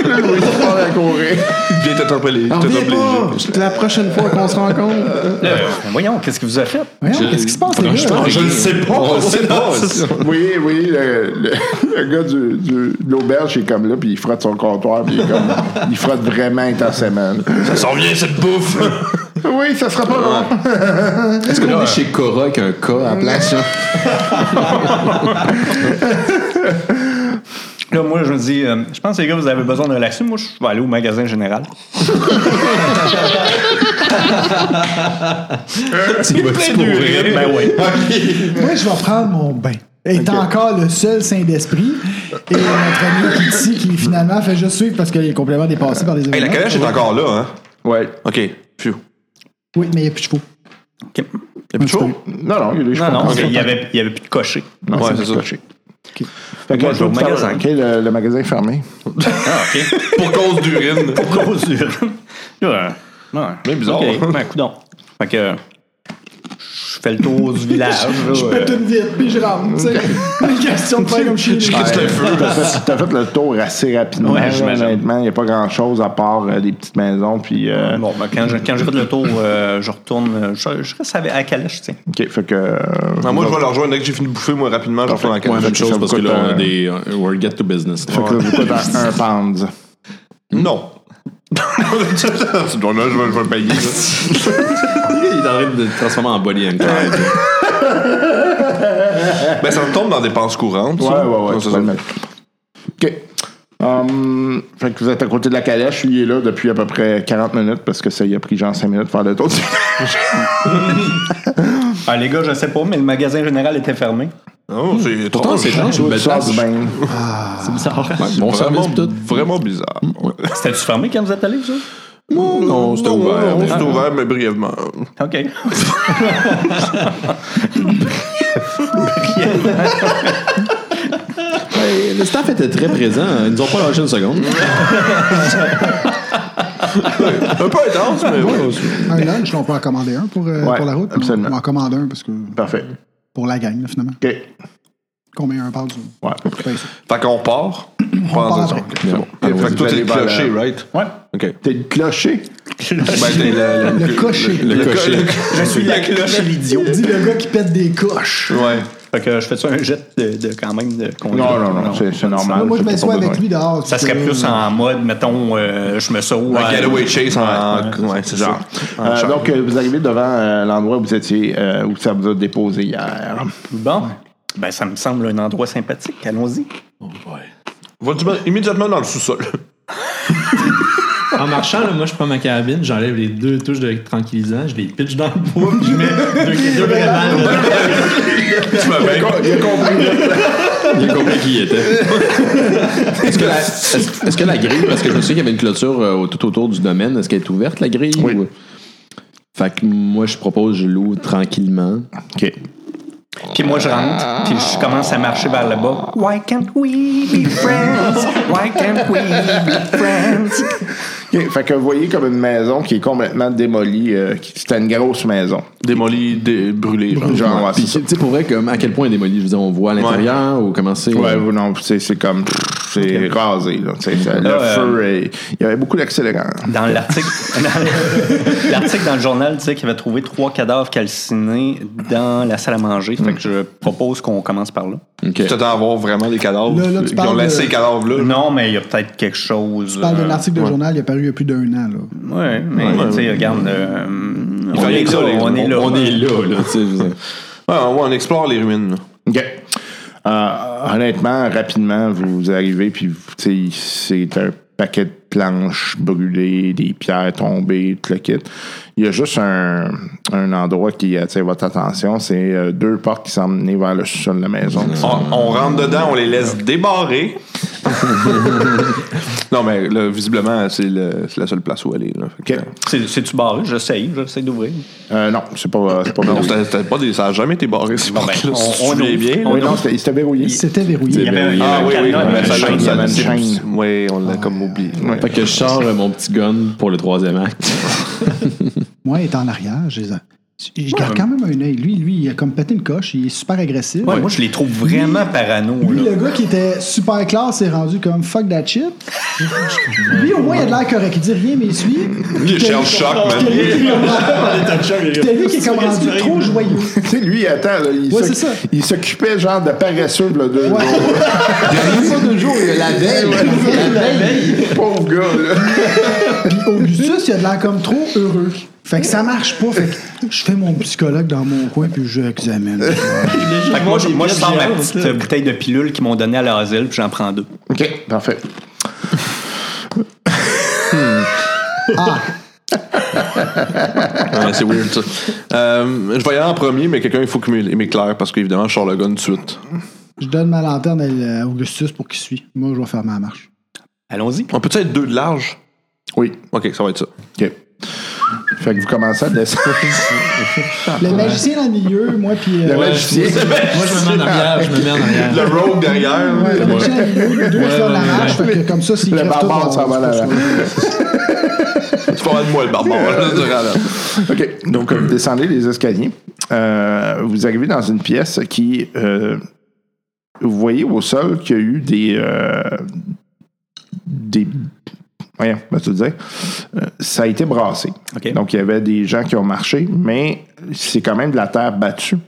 H: Là, là, il part à courir.
D: Viens t'attraper
F: On revient pas! C'est La prochaine fois qu'on se rencontre.
C: Là, Euh, ben voyons, qu'est-ce que vous avez fait?
F: Voyons, qu'est-ce qui se passe, les gars?
D: Je ne sais pas. On le sait pas.
H: Oui, oui, le, le- le gars du, du- de l'auberge, il est comme là, puis il frotte son comptoir, puis il est comme. il frotte vraiment intensément. là.
D: Ça s'en vient, cette bouffe.
H: Oui, ça sera pas long.
A: Est-ce qu'on est chez Cora avec un K à la place? là?
C: Là, moi, je me dis, euh, je pense que les gars, vous avez besoin de relaxer. Moi, je vais aller au magasin général.
A: Tu vas-tu pour vrai?
C: Ben oui.
F: Moi, je vais prendre mon bain. Et t'es encore le seul saint d'esprit. Et notre ami ici qui finalement fait juste suivre parce que les compléments dépassés par les événements.
D: Hey, la calèche est encore là, hein?
H: Ouais.
D: OK. Phew.
F: Oui, mais il n'y a plus de chevaux.
C: Ok.
D: Y'a plus de chevaux?
H: Non, non, il y a des
C: Non,
H: chevaux.
C: non,
H: encore.
C: il n'y avait, il y avait plus de cocher.
H: Non,
D: Ouais,
H: c'est
D: c'est ça.
H: coché. Fait que
C: Moi,
H: là,
C: je vais au
H: tout ça-
C: magasin.
H: OK, le, le magasin est fermé.
C: Ah, OK.
D: Pour cause d'urine.
C: Grosse urine. Là, euh, ouais.
D: Mais bizarre.
C: OK, ben, coudonc. Fait que euh, je fais le tour du village. là,
F: Je
C: euh,
F: pète une vitre, puis je rentre. tu sais. Une question de faire comme chez nous.
D: Qu'est-ce que
H: T'as fait, t'as fait le tour assez rapidement.
C: Ouais,
H: là,
C: j'imagine.
H: honnêtement, il n'y a pas grand-chose à part euh, des petites maisons, puis. euh,
C: Bon, ben, quand, je, quand je fais le tour, euh, je retourne. euh, Je, je reste avec- à la calèche, tu sais.
H: OK, fait que. euh,
D: Non, moi, je vais leur rejoindre dès que j'ai fini de bouffer, moi, rapidement. Je retourne en
A: Ouais,
D: calèche.
A: même chose, parce que là, on
H: Euh,
A: a des. euh, We're get to business.
H: Fait que là, vous coûte un- un pound.
D: Non. non, là, je vais, je vais le payer. ça.
A: Il est en train de le transformer en body and Clyde.
D: ben, ça me tombe dans dépenses courantes.
H: Ouais,
D: ça.
H: ouais, ouais.
D: Non,
H: tu
D: c'est
H: peux
D: ça.
H: le mettre. OK. Hum, fait que vous êtes à côté de la calèche. Lui, il est là depuis à peu près 40 minutes parce que ça y a pris genre 5 minutes de faire le tour. du-
C: Ah, les gars, je sais pas, mais le magasin général était fermé.
D: Non, c'est
A: Pourtant, c'est étrange, une
H: Tu
A: belle
H: sors du
A: place.
H: bain.
A: Ouais, Bon
D: Vraiment,
A: service, pis tout.
D: vraiment bizarre.
B: Mm.
C: C'était-tu fermé quand vous êtes allés, vous autres?
D: Non, non, c'était ouvert.
H: non,
D: C'était ouvert, mais brièvement.
C: OK.
A: Ouais, Ben, Le staff était très présent. hein. Ils nous ont pas lâché une seconde.
D: Un peu intense, mais ouais.
F: Un lunch, on peut en commander un pour, euh,
H: Ouais,
F: pour la route.
H: absolument.
F: On en commande un parce que
H: Parfait.
F: pour la gang, là, finalement.
H: OK.
F: Combien un par du.
H: Ouais.
F: Ben, ça.
D: Fait qu'on part. On
F: part
D: part.
F: après.
D: C'est bon. Fait que toi, t'es le clocher, right?
C: Ouais.
D: OK.
H: T'es le clocher.
D: Ben, t'es le- le-
F: Le cocher.
A: Le cocher.
C: Je suis la cloche et l'idiot.
F: Dis le gars qui pète des coches.
D: Ouais.
C: Fait que je fais-tu un jet de, de- quand même de conduite?
H: Non, non, non, c'est c'est normal.
F: Moi, je
H: c'est pas
F: m'assois
H: besoin.
F: avec lui dehors.
C: Ça
F: parce
C: serait
F: que-
C: plus en mode, mettons, euh, je me sauve.
D: Un
C: à-
D: getaway chase en. Ouais, c'est ça.
H: Euh, donc, euh, vous arrivez devant euh, l'endroit où vous étiez, euh, où ça vous a déposé hier.
C: Bon. Ben, ça me semble un endroit sympathique. Allons-y.
D: Va du- immédiatement dans le sous-sol.
J: En marchant, là, moi, je prends ma carabine, j'enlève les deux touches de tranquillisant, je les pitch dans le bois, puis je mets deux, deux vraies balles, là.
D: Tu vas bien.
A: Il a compris qui il était. Est-ce que, la, est-ce- est-ce que la grille, parce que je me souviens qu'il y avait une clôture euh, au- tout autour du domaine, est-ce qu'elle est ouverte, la grille?
H: Oui.
A: Fait que moi, je propose, je loue tranquillement.
H: OK.
C: Puis moi, je rentre, puis je commence à marcher vers le bas. Why can't we be friends? Why can't we be friends?
B: OK, Fait que vous voyez comme une maison qui est complètement démolie. euh, qui- C'était une grosse maison.
A: Démoli, dé- brûlé. genre.
B: Genre, ouais,
E: Puis,
B: c'est
E: tu sais, pour vrai, comme, à quel point elle est démolie? Je veux dire, on voit à l'intérieur ou comment c'est? euh,
B: Ouais, vous, non, c'est c'est comme. C'est rasé, là. tu sais,
F: Ah
B: ça- le
C: euh,
B: feu, est- il y avait beaucoup d'accélérants.
C: Dans l'article, dans l'article dans le journal disait qu'il avait trouvé trois cadavres calcinés dans la salle à manger. Fait que je propose qu'on commence par là.
E: Ok.
A: Tu t'attends à avoir vraiment des cadavres.
F: Là, là, tu
A: Ils ont
F: parles
A: laissé
F: de-
A: les cadavres là.
C: Non, mais il y a peut-être quelque chose.
F: Tu parles de
C: euh,
F: l'article de journal, il est paru il y a plus d'un an. Là.
C: Ouais, mais tu sais, regarde, euh, on,
A: fallait
C: est
A: que ça,
C: là,
A: les-
C: on est là.
E: On est là, là, tu sais. je veux dire.
A: Ouais, on, on explore les ruines. là.
B: OK. Euh, honnêtement, rapidement, vous, vous arrivez, puis vous- tu sais, c'est un paquet de planches brûlées, des pierres tombées, tout le kit. Il y a juste un, un endroit qui attire votre attention, c'est euh, deux portes qui semblent mener vers le sol de la maison.
A: On, on rentre dedans, on les laisse débarrer. non, mais là, visiblement, c'est le- c'est la seule place où elle est. Là. Fait que,
B: OK.
C: C'est- C'est-tu barré? J'essaye, j'essaye d'ouvrir.
B: Euh, non, c'est pas, c'est pas
A: Non,
B: verrouillé.
A: c'était- c'était pas des- ça n'a jamais été barré. ces portes-là,
C: on-
A: si tu
C: on
A: te souviens
C: ouvre.
A: bien. là.
B: Oui, non, c'était- il s'était verrouillé.
F: C'était verrouillé.
C: Il y avait- il y avait
A: Ah
C: un
A: oui, oui,
C: cadenas,
A: mais
C: une
A: ça
C: chaîne.
B: il y avait une chaîne.
A: Oui, on l'a comme oublié. Ouais.
E: Fait que je sors euh, mon petit gun pour le troisième acte.
F: Moi, il est en arrière. Je, les ai- je garde quand même un œil. Lui, lui, il a comme pété une coche. Il est super agressif.
C: Ouais, Moi, je les trouve vraiment parano.
F: Lui,
C: là.
F: le gars qui était super classe s'est rendu comme fuck that shit. Lui, au moins, il a de l'air correct. Il dit rien, mais il suit.
A: Il cherche choc, man.
F: C'était lui qui est comme rendu trop joyeux.
B: Tu sais, lui, attends, là, il
F: Ouais,
B: s'oc-
F: c'est ça.
B: il s'occupait genre de paresseux le deux
F: Ouais.
B: jours.
K: deux jours, il y a la veille.
B: Pauvre gars, là.
F: Puis Augustus, il a de l'air comme trop heureux. Fait que ça marche pas. Fait que je fais mon psychologue dans mon coin puis je l'examine.
C: Fait que moi, je, moi, je sors ma petite euh, bouteille de pilule qu'ils m'ont donnée à l'asile, puis j'en prends deux.
B: OK, parfait.
A: Ouais, c'est weird, ça. Euh, je vais y aller en premier, mais quelqu'un, il faut qu'il m'é- m'éclaire parce qu'évidemment, je sors le gun tout de suite.
F: Je donne ma lanterne à à Augustus pour qu'il suit. Moi, je vais faire ma marche.
C: Allons-y.
A: On peut-tu être deux de large?
B: Oui,
A: Ok, ça va être ça.
B: OK. Fait que vous commencez à descendre.
C: Ah.
F: Le magicien dans le milieu, moi, puis. euh,
B: Le magicien.
H: Moi, je me mets en arrière, je me mets en arrière.
A: Le rogue derrière.
F: ouais, le magicien dans le milieu, les deux font la marche, fait que comme ça, s'il
B: Le
F: crève tout,
B: barbare
F: on-
B: s'en va là. là.
A: Tu vas de moi, le barbare. là, durant la-
B: OK. Donc, euh, vous descendez les escaliers. Euh, vous arrivez dans une pièce qui. euh, vous voyez au sol qu'il y a eu des. euh, des. Voyons, comment tu dire? Euh, ça a été brassé.
C: OK.
B: Donc, il y avait des gens qui ont marché, mais c'est quand même de la terre battue.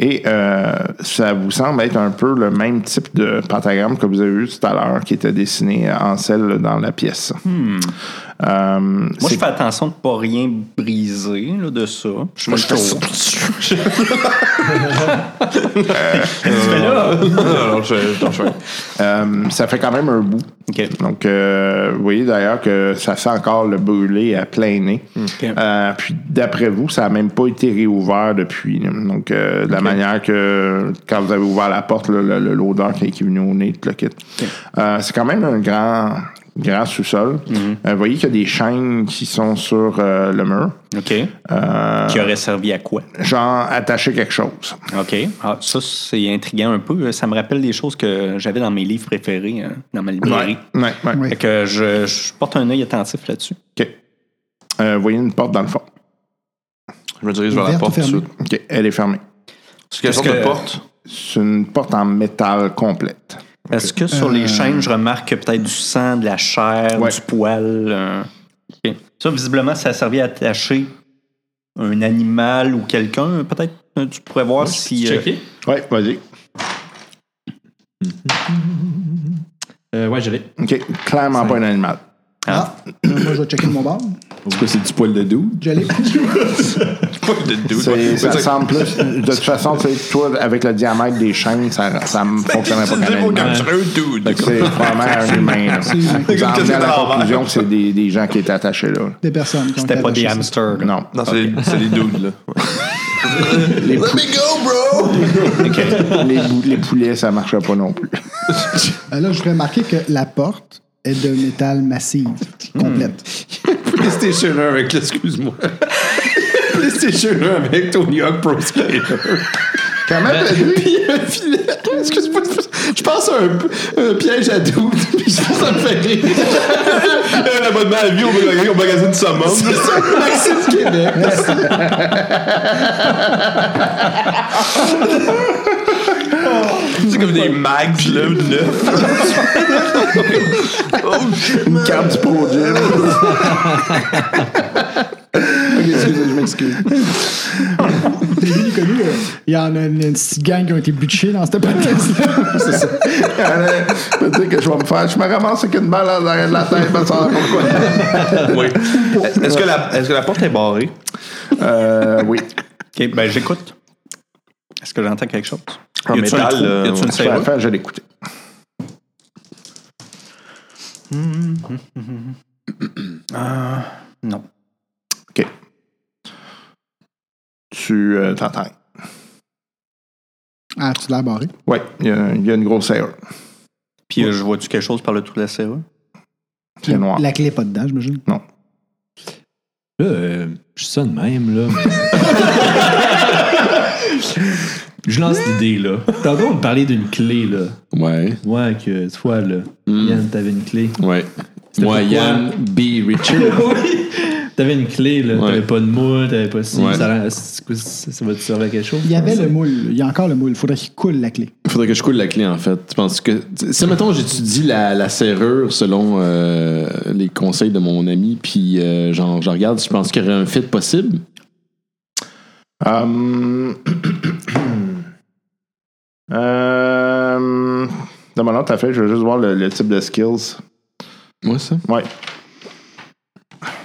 B: Et euh, ça vous semble être un peu le même type de pentagramme que vous avez vu tout à l'heure, qui était dessiné en selle dans la pièce. Euh,
C: Moi,
B: c'est-
C: je fais attention de ne pas rien briser là, de ça. Je fais le tour.
A: Non, non, je fais- non, je fais-
B: Euh, ça fait quand même un bout.
C: OK.
B: Donc, euh, vous voyez d'ailleurs que ça sent encore le brûlé à plein nez. Euh, puis, d'après vous, ça n'a même pas été réouvert depuis. là. Donc, euh, de la manière que quand vous avez ouvert la porte, là, le- le- l'odeur qui est qui est venue au nez, tout le kit. Euh, c'est quand même un grand, grand sous-sol. Euh, vous voyez qu'il y a des chaînes qui sont sur euh, le mur,
C: OK. Qui aurait servi à quoi?
B: genre attacher quelque chose.
C: OK. Ah, ça, c'est intriguant un peu. Ça me rappelle des choses que j'avais dans mes livres préférés, hein, dans ma librairie.
B: Ouais, ouais.
F: Ouais.
C: Fait que je, je porte un œil attentif là-dessus.
B: OK. Euh, vous voyez une porte dans le fond.
A: Je me dirige vers la
F: Ouverte ou
A: porte tout de
F: fermée?
A: suite.
B: OK. Elle est fermée.
A: C'est quelle sorte
C: Parce
A: de
C: que-
A: porte?
B: C'est une porte en métal complète.
C: Est-ce que sur les chaînes, je remarque que peut-être du sang, de la chair,
B: Ouais.
C: du poil? euh, ok. Ça, visiblement, ça a servi à attacher un animal ou quelqu'un. Peut-être euh, tu pourrais voir si. euh,
H: Checker.
B: Oui, vas-y.
H: Euh, ouais, je l'ai.
B: OK. Clairement pas un animal.
F: Ah, moi, je vais checker de mon bar.
E: Est-ce que c'est du poil de doux?
F: J'allais.
B: C'est- Ça semble plus. De toute façon, tu sais, toi, avec le diamètre des chaînes, ça ne fonctionnait pas quand
A: C'est
B: même. C'est vraiment un humain. là. Vous en venez à la conclusion que c'est des, des gens qui étaient attachés là.
F: Des personnes. qui ont
C: C'était pas des
F: attaché ça.
C: hamsters. là.
B: Non.
A: Non, c'est c'est des dudes, là.
B: Les, bou- les poulets, ça ne marchait pas non plus.
F: Euh, Là, je voudrais marquer que la porte est de métal massive, complète.
E: PlayStation 1 avec, excuse-moi. PlayStation 1 avec Tony Hawk Pro Skater.
H: Comment t'as dit?
A: Puis un filet. Excuse-moi. Je pense à un, un piège à doute. Puis je pense à me faire rire.
D: Un abonnement à vie au magasin- au magasin de Saumon.
A: C'est ça, Maxime Québec.
D: C'est comme des mags, pis là, neuf.
H: Une carte pro gym.
F: T'as vu, les connus, euh, il y en a une, une petite gang qui ont été butchés dans cette podcast-là.
H: Peut-être que je vais me faire. Je me ramasse avec une balle à l'arrière de la tête, ben, ça va pourquoi.
D: Oui. Est-ce que, la, est-ce que la porte est barrée?
H: Euh, oui.
C: OK, ben j'écoute. Est-ce que j'entends quelque chose?
D: En
C: y a-tu un
D: métal,
C: trou?
D: euh,
C: Y a-tu une
H: Je vais la
C: serrure?
H: faire, je vais l'écouter.
C: Non.
H: OK. Tu euh, t'entends.
F: Ah, tu l'as barré.
H: Oui, il y, a- il y a une grosse serrure.
C: Puis euh, je vois-tu quelque chose par le trou de la serrure?
H: C'est noir.
F: La clé est pas dedans, j'imagine.
J: Là, euh, je sonne même, là. je lance l'idée, là. Tantôt, on me parlait d'une clé, là.
A: Ouais,
J: Ouais, que toi, là, Yann, t'avais une clé.
A: ouais. Moi,
J: fait quoi?
A: Yann B. Richard.
J: oui! T'avais une clé, là.
A: Ouais.
J: T'avais pas de moule, t'avais pas ci.
A: Ouais.
J: Ça, rend- c'est quoi, ça, ça va te servir à quelque chose?
F: Il y avait le moule. Il y a encore le moule. Il faudrait qu'il coule la clé.
A: Il faudrait que je coule la clé, en fait. Tu penses que. Si, mettons, j'étudie la, la serrure selon euh, les conseils de mon ami, puis euh, genre, je regarde, tu penses qu'il y aurait un fit possible?
H: Hum. Hum. Dans mon autre affaire, je veux juste voir le, le type de skills.
A: Moi, ça?
H: Ouais.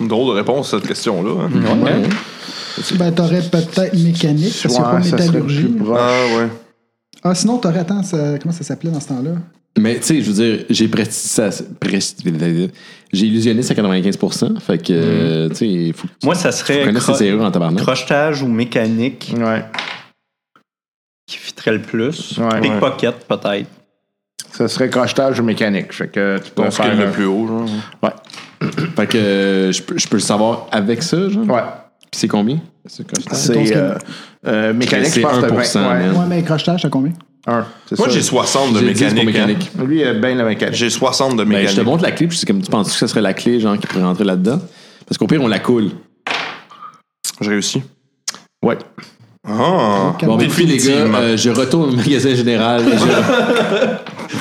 D: Une drôle de réponse à cette question-là. hein.
A: Ouais.
F: Ben, t'aurais peut-être mécanique, parce qu'il n'y a pas
H: Ouais, ça serait le
F: métallurgie.
H: plus proche.
D: Ah, ouais.
F: Ah, sinon, t'aurais, attends, ça- comment ça s'appelait dans ce temps-là?
A: Mais tu sais, je veux dire, j'ai presti- ça- presti- j'ai illusionniste à 95%. Fait que, euh,
H: Mm.
A: tu sais, il faut que tu
C: Moi, ça
H: Eh,
C: serait
A: connaisses
C: cro-
A: tes serrures en tabarnak.
C: crochetage ou mécanique
H: Ouais.
C: qui fitterait le plus.
H: Ouais.
C: Pickpocket, peut-être.
H: Ça serait crochetage ou mécanique. Fait que tu peux
D: Ton skill
H: faire
D: le
H: un-
D: plus haut, genre.
H: Ouais.
A: Fait que euh, je peux, je peux le savoir avec ça, genre.
H: Ouais.
A: Puis c'est combien? C'est comme ça.
F: ton
H: C'est
F: skill.
H: euh, euh, mécanique, je
A: C'est
H: pense que
A: 1%,
H: t'as vingt-
A: man.
H: ouais.
F: Ouais, mais crochetage, t'as combien?
H: Un, c'est
D: Moi,
H: ça.
D: j'ai 60 de
A: J'ai dit, c'est pour
D: mécanique. hein.
A: mécanique.
H: Lui, il a bien la mécanique.
D: J'ai 60 de
A: Ben,
D: mécanique.
A: je te montre la clé, puis c'est comme tu penses que ça serait la clé, genre, qui pourrait rentrer là-dedans. Parce qu'au pire, on la coule.
D: Je réussis.
H: Ouais.
D: Ah!
A: Bon, ben, puis les
D: Définitivement.
A: gars, euh, je retourne au magasin général. et je-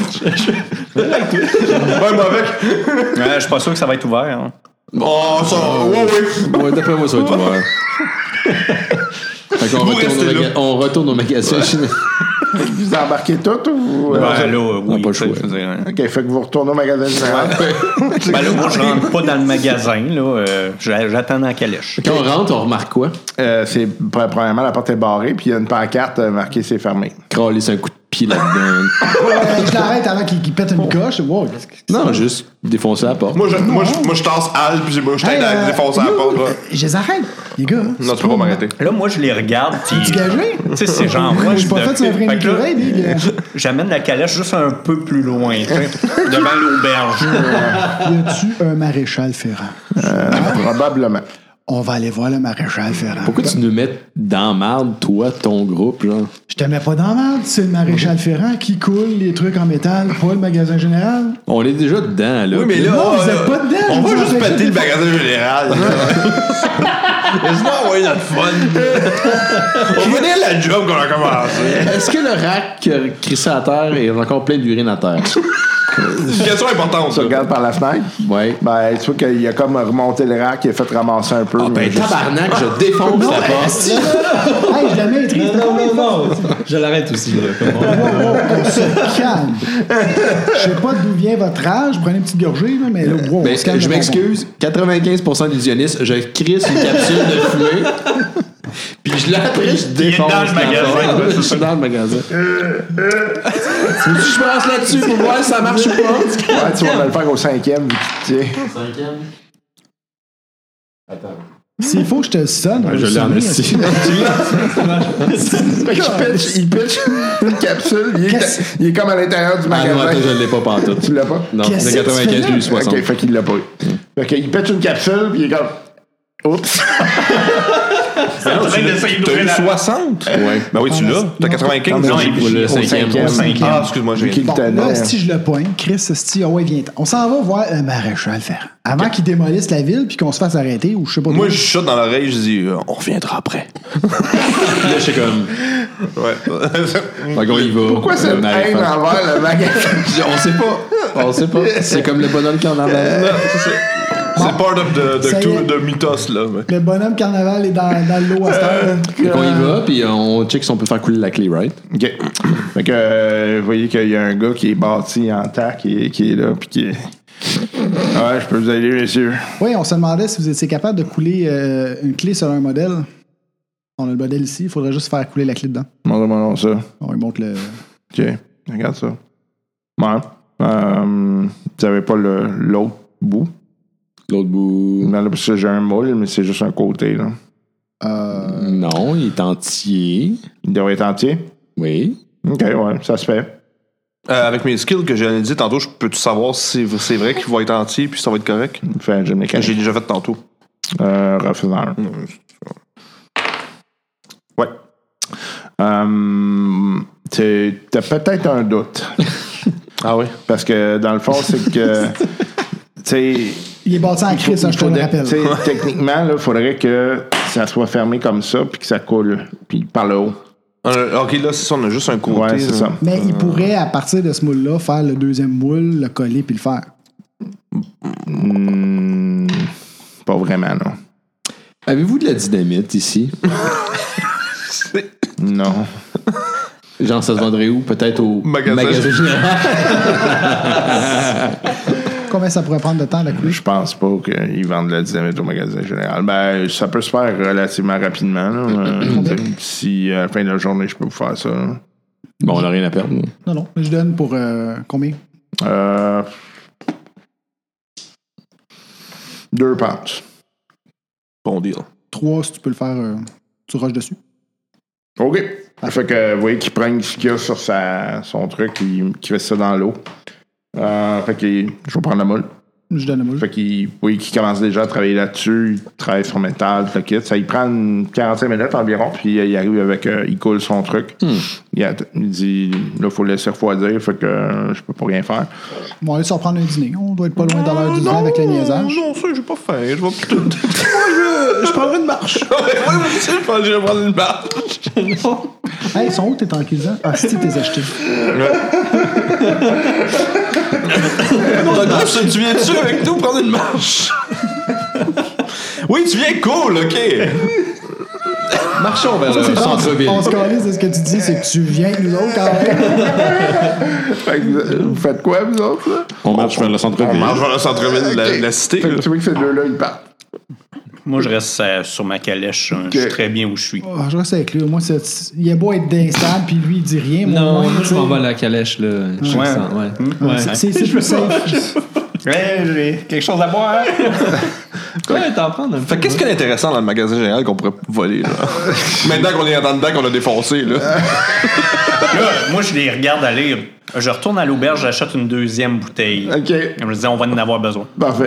D: Ouais, mauvais.
C: Ouais, je suis pas sûr que ça va être ouvert. hein.
D: Oh, ça. Ouais, ouais.
A: Ouais, D'après moi, ça va être ouvert. Fait qu'on
D: Vous
A: retourne, au
D: restez
A: maga-
D: là.
A: on retourne au magasin général.
H: Vous embarquez tout ou.
C: Ouais, là,
H: euh,
C: euh, oui,
A: pas le
C: tu sais,
A: choix.
C: je veux dire, hein.
H: Ok, fait que vous retournez au magasin général.
C: Ben là, moi, je rentre pas dans le magasin. Là, euh, j'a- j'attends dans la calèche.
A: Quand on rentre, on remarque quoi?
H: Euh, c'est pr- premièrement la porte est barrée, puis il y a une pancarte euh, marquée c'est fermé.
A: Crawler, c'est un coup de pied là-dedans.
F: Euh, je l'arrête avant qu'il qu'il pète une coche. Wow, qu'est-ce que-
A: Non, juste défoncer la porte.
D: Moi, je, moi, je, moi, je tasse Al, puis je moi, je t'aide
F: Hey,
D: à
F: euh,
D: défoncer la
F: you,
D: porte. là.
F: Je les arrête, les gars.
D: Non, tu peux pas m'arrêter.
C: Là, moi, je les regarde.
F: Tu
C: puis- euh,
F: gagé?
C: Tu sais, c'est genre.
F: Je
C: moi,
F: suis pas
C: de-
F: fait sur un vrai
C: Fait que là,
F: écureuil, les gars.
C: J'amène la calèche juste un peu plus loin, tu sais, devant l'auberge.
F: Y a-tu un maréchal Ferrand?
H: Euh, probablement.
F: On va aller voir le maréchal Ferrand.
A: Pourquoi tu nous mets dans marde, toi, ton groupe, genre?
F: Je te mets pas dans la merde, c'est le maréchal Ferrand qui coule les trucs en métal, pas le magasin général.
A: On est déjà dedans, là.
D: Oui, mais là,
F: Non,
D: on-
F: vous êtes pas dedans,
D: on
F: je vous
D: va
F: en
D: juste
F: fais
D: péter
F: ça.
D: le magasin général. Laisse-moi envoyer notre fun. on venait à la job qu'on a commencé.
A: Est-ce que le rack qui a crissé à terre est encore plein d'urine à terre?
D: C'est une question importante.
H: Tu
D: ça.
H: regardes par la fenêtre.
A: Ouais.
H: Ben, tu vois qu'il a comme remonté le rack, il a fait ramasser un peu.
A: Ah,
H: mais
A: ben,
H: juste-
A: tabarnak, je défonce la porte.
F: Hey, je la maîtrise. t'as combien de fois
J: Je l'arrête aussi, là. comme on-
F: Wow, wow, on se calme. Je sais pas d'où vient votre âge. Prenez une petite gorgée, là, mais là, wow, on
A: Ben,
F: se calme.
A: je
F: le
A: m'excuse, 95% d'illusionniste, je crisse une capsule de fumée. Puis je l'après, je
C: est
A: défonce.
C: dans le
A: la
C: magasin,
A: porte.
C: ouais, c'est
A: Je suis dans le magasin. Faut que je passe là-dessus pour voir si ça marche ou pas.
H: Ouais, tu vas me le faire au cinquième, vu que tu tiens.
F: bonbon. S'il faut que je te le sonne, on va
A: Je
F: le
A: l'ai en
F: sonner.
A: esti.
H: Fait qu'il pitch- il pitch une capsule, il est,
F: Qu'est-ce-
H: il est comme à l'intérieur du
A: Ah non, attends,
H: magasin.
A: je l'ai pas pantoute.
H: Tu l'as pas?
A: Non,
F: Qu'est-ce
A: c'est
F: que tu fais
A: 95,
F: là?
A: j'ai eu 60.
H: Ok, fait qu'il l'a pas eu. Fait qu'il pitch une capsule, puis il est comme. Oups!
C: en train d'essayer
H: T'as
C: d'ouvrir
H: eu
C: la
H: 60?
B: Ouais.
H: Ben oui, tu
D: Ah,
H: l'as. T'as 95?
B: Non, mais
H: il-
B: au
H: il- au
B: cinquième.
H: cinquième.
B: Au cinquième.
H: Ah, excuse-moi, j'ai...
B: Vu qu'il
F: Bon,
B: tenait.
F: là, si je le poigne, Chris, si, ah ouais, viens On s'en va voir un maréchal Ferrand. Avant qu'il démolisse la ville puis qu'on se fasse arrêter ou je sais pas
H: Moi,
F: trop.
H: je chute dans l'oreille, je dis, euh, on reviendra après.
A: Là, je suis comme.
H: Ouais.
A: Fait qu'on y va.
B: Pourquoi
A: ça
B: cette haine envers le magasin?
A: On sait pas. On sait pas. C'est comme le bonhomme qui en avait.
H: Non, c'est- c'est c'est part of the,
F: Ça y
H: the tour-
F: est.
H: the mythos, là. mais-
F: Le bonhomme carnaval est dans, dans l'eau à cette heure.
A: Fait qu'on y va, puis on check si on peut faire couler la clé, right?
B: OK. Fait que, euh, vous voyez qu'il y a un gars qui est bâti en tac et qui est là, puis qui est... Ouais, je peux vous aider, messieurs.
F: Oui, on se demandait si vous étiez capable de couler euh, une clé sur un modèle. On a le modèle ici, il faudrait juste faire couler la clé dedans.
B: Montre-moi donc ça.
F: On lui montre le.
B: OK. Regarde ça. Ouais. Euh, vous avez pas le- l'autre bout?
A: L'autre bout.
B: Non, là, parce que j'ai un moule, mais c'est juste un côté, là.
F: Euh,
A: Non, il est entier.
B: Il devrait être entier?
A: Oui.
B: OK, ouais, ça se fait.
H: Euh, avec mes skills que j'ai analysés tantôt, je peux-tu savoir si c'est- c'est vrai qu'il va être entier puis ça va être correct?
B: Fait, j'ai
H: J'ai
B: mécanique.
H: déjà fait tantôt.
B: Euh, refaisant. Ouais. Euh, t'es- T'as peut-être un doute.
H: Ah oui?
B: Parce que dans le fond, c'est que. tu sais,
F: il est bâti en Chris, hein, je te le
B: faudrait-
F: rappelle.
B: tu sais, techniquement, il faudrait que ça soit fermé comme ça, puis que ça coule, puis par le haut.
H: Euh, ok, là, c'est ça, on a juste un côté.
B: Ouais, c'est
H: là.
B: ça.
F: Mais
H: Euh.
F: il pourrait, à partir de ce moule-là, faire le deuxième moule, le coller puis le faire.
B: Hmm, pas vraiment, non.
A: Avez-vous de la dynamite ici?
B: Non.
A: Genre, ça se vendrait où? Peut-être au
H: Magasin.
A: magasin général.
F: Combien ça pourrait prendre de temps la couler?
B: Je pense pas qu'ils vendent de la dynamite au magasin général. Ben, ça peut se faire relativement rapidement. là. Euh, tu sais, si à la fin de la journée, je peux vous faire ça. là.
A: Bon, on n'a rien à perdre.
F: Non, non, mais je donne pour euh, combien?
B: Euh, deux pintes.
H: Bon deal.
F: Trois, si tu peux le faire, euh, tu rushes dessus.
B: OK. Ça fait que vous voyez qu'il prend ce qu'il y a sur sa, son truc, il crisse ça dans l'eau. Euh, fait que je vais prendre la moule.
F: Je donne le moule.
B: Fait qu'il oui, qu'il commence déjà à travailler là-dessus, il travaille son métal, tout le kit. Ça il prend une 45 minutes environ, puis euh, il arrive avec euh, il coule son truc. Il, att- il dit là, faut le laisser refroidir, fait que euh, je peux pas rien faire.
F: Bon, on va se reprendre un dîner. On doit être pas loin dans l'heure du dîner avec le niaisage.
H: Non, ça, j'ai pas faim. Je vais plutôt. je, je prendrai une marche. Oui, moi aussi, je pense que je vais prendre une marche.
F: Hey, ils sont où tes enquisants? Ah, si t'es acheté.
H: Rodolphe, tu viens-tu avec nous prendre une marche? oui, tu viens cool, ok.
A: Marchons vers
B: Euh,
A: le centre-ville.
F: On se calise de ce que tu dis, c'est que tu viens avec nous autres quand même.
B: Fait que vous, vous faites quoi, vous autres? là?
A: On marche vers le
H: On
A: centre-ville.
H: marche vers le centre-ville de la, de la cité.
B: Fait
H: là.
B: que tu vois que ces deux-là, ils partent.
C: Moi, je reste euh, sur ma calèche. hein. Je suis très bien où je suis.
F: Ah, je reste avec lui. Au moins, c'est- il a beau être d'instable, puis lui, il dit rien. mais au
L: Non,
F: moins,
L: moi,
F: tu
L: je
F: sais,
L: m'en vais à la calèche, là. Je
C: Ouais.
L: sens, ouais.
F: c'est- C'est c'est plus safe.
C: Hey, j'ai quelque chose à boire.
L: Ouais, t'en prends un
H: Fait que qu'est-ce qui est intéressant dans le magasin général qu'on pourrait voler, là? Maintenant qu'on est en dedans, qu'on a défoncé, là.
C: Là, moi, je les regarde aller. Je retourne à l'auberge, j'achète une deuxième bouteille.
B: OK,
C: Je me dis, on va en avoir besoin.
B: parfait.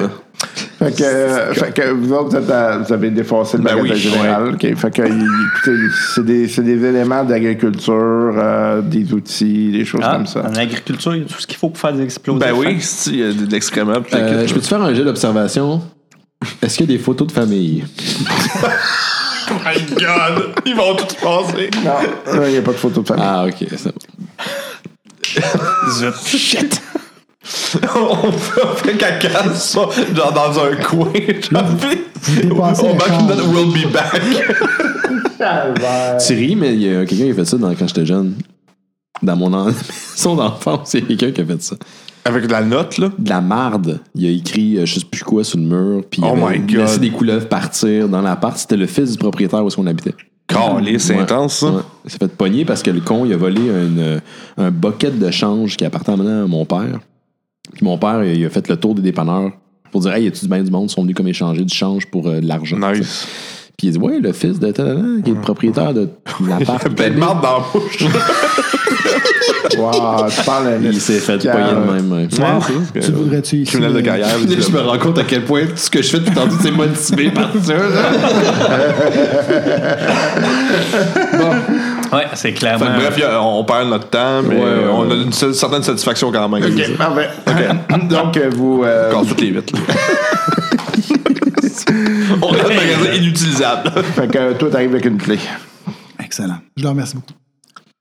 B: Fait que, euh, fait que vous autres, vous, êtes à- vous avez défoncé le
H: Ben
B: magasin
H: oui,
B: général. OK, fait que, écoutez, c'est des, c'est des éléments d'agriculture, euh, des outils, des choses
C: Ah,
B: comme ça.
C: En agriculture, il y a tout ce qu'il faut pour faire des explosions.
H: Ben oui, il y a de l'excrément. puis
A: Euh,
H: t'inquiète,
A: je peux te faire un jet d'observation? Est-ce qu'il y a des photos de famille?
H: My God! Ils vont tout passer.
B: Non, il n'y a pas de photo de famille.
A: Ah, ok. c'est bon.
C: Shit.
H: on fait on fait caca, ça, genre dans un coin. genre, puis
F: dépassez
H: on
F: la
H: back
F: charge.
H: that will be back.
A: Tu ris, mais il y a quelqu'un qui a fait ça dans- quand j'étais jeune. Dans mon en- son enfance, il y a quelqu'un qui a fait ça.
H: Avec de la note, là.
A: De la marde. Il a écrit euh, je sais plus quoi sur le mur, puis il
H: Oh
A: avait
H: my God.
A: laissé des couleuvres partir dans l'appart. C'était le fils du propriétaire où est-ce qu'on habitait.
H: Calé, c'est
A: Ouais.
H: intense, ça.
A: Ouais. Il s'est fait pogner parce que le con, il a volé une- un bucket de change qui appartenait à mon père. Puis mon père, il a fait le tour des dépanneurs pour dire Hey, y a-tu du bien du monde Ils sont venus comme échanger du change pour euh, de l'argent.
H: Nice.
A: Puis il dit Ouais, le fils de Tadana, qui est le propriétaire de l'appart.
E: euh,
B: Ben, marde dans la bouche.
H: Wow, tu parles de-
A: il s'est fait poigner de même. ouais.
F: Tu voudrais-tu ici?
B: euh, Criminel de carrière.
M: Ah, Je me rends compte à quel point tout ce que je fais depuis tantôt, c'est motivé par ça. là.
C: Ouais, c'est clairement.
B: Fait que bref, y a- euh, on perd notre temps, mais on a une seule- certaine satisfaction quand même.
H: Ok, parfait. Ok. Donc, euh, vous. euh,
B: Encore toutes les huit. on reste un magasin inutilisable.
H: fait que euh, toi, t'arrives avec une clé.
F: Excellent. Je leur remercie beaucoup.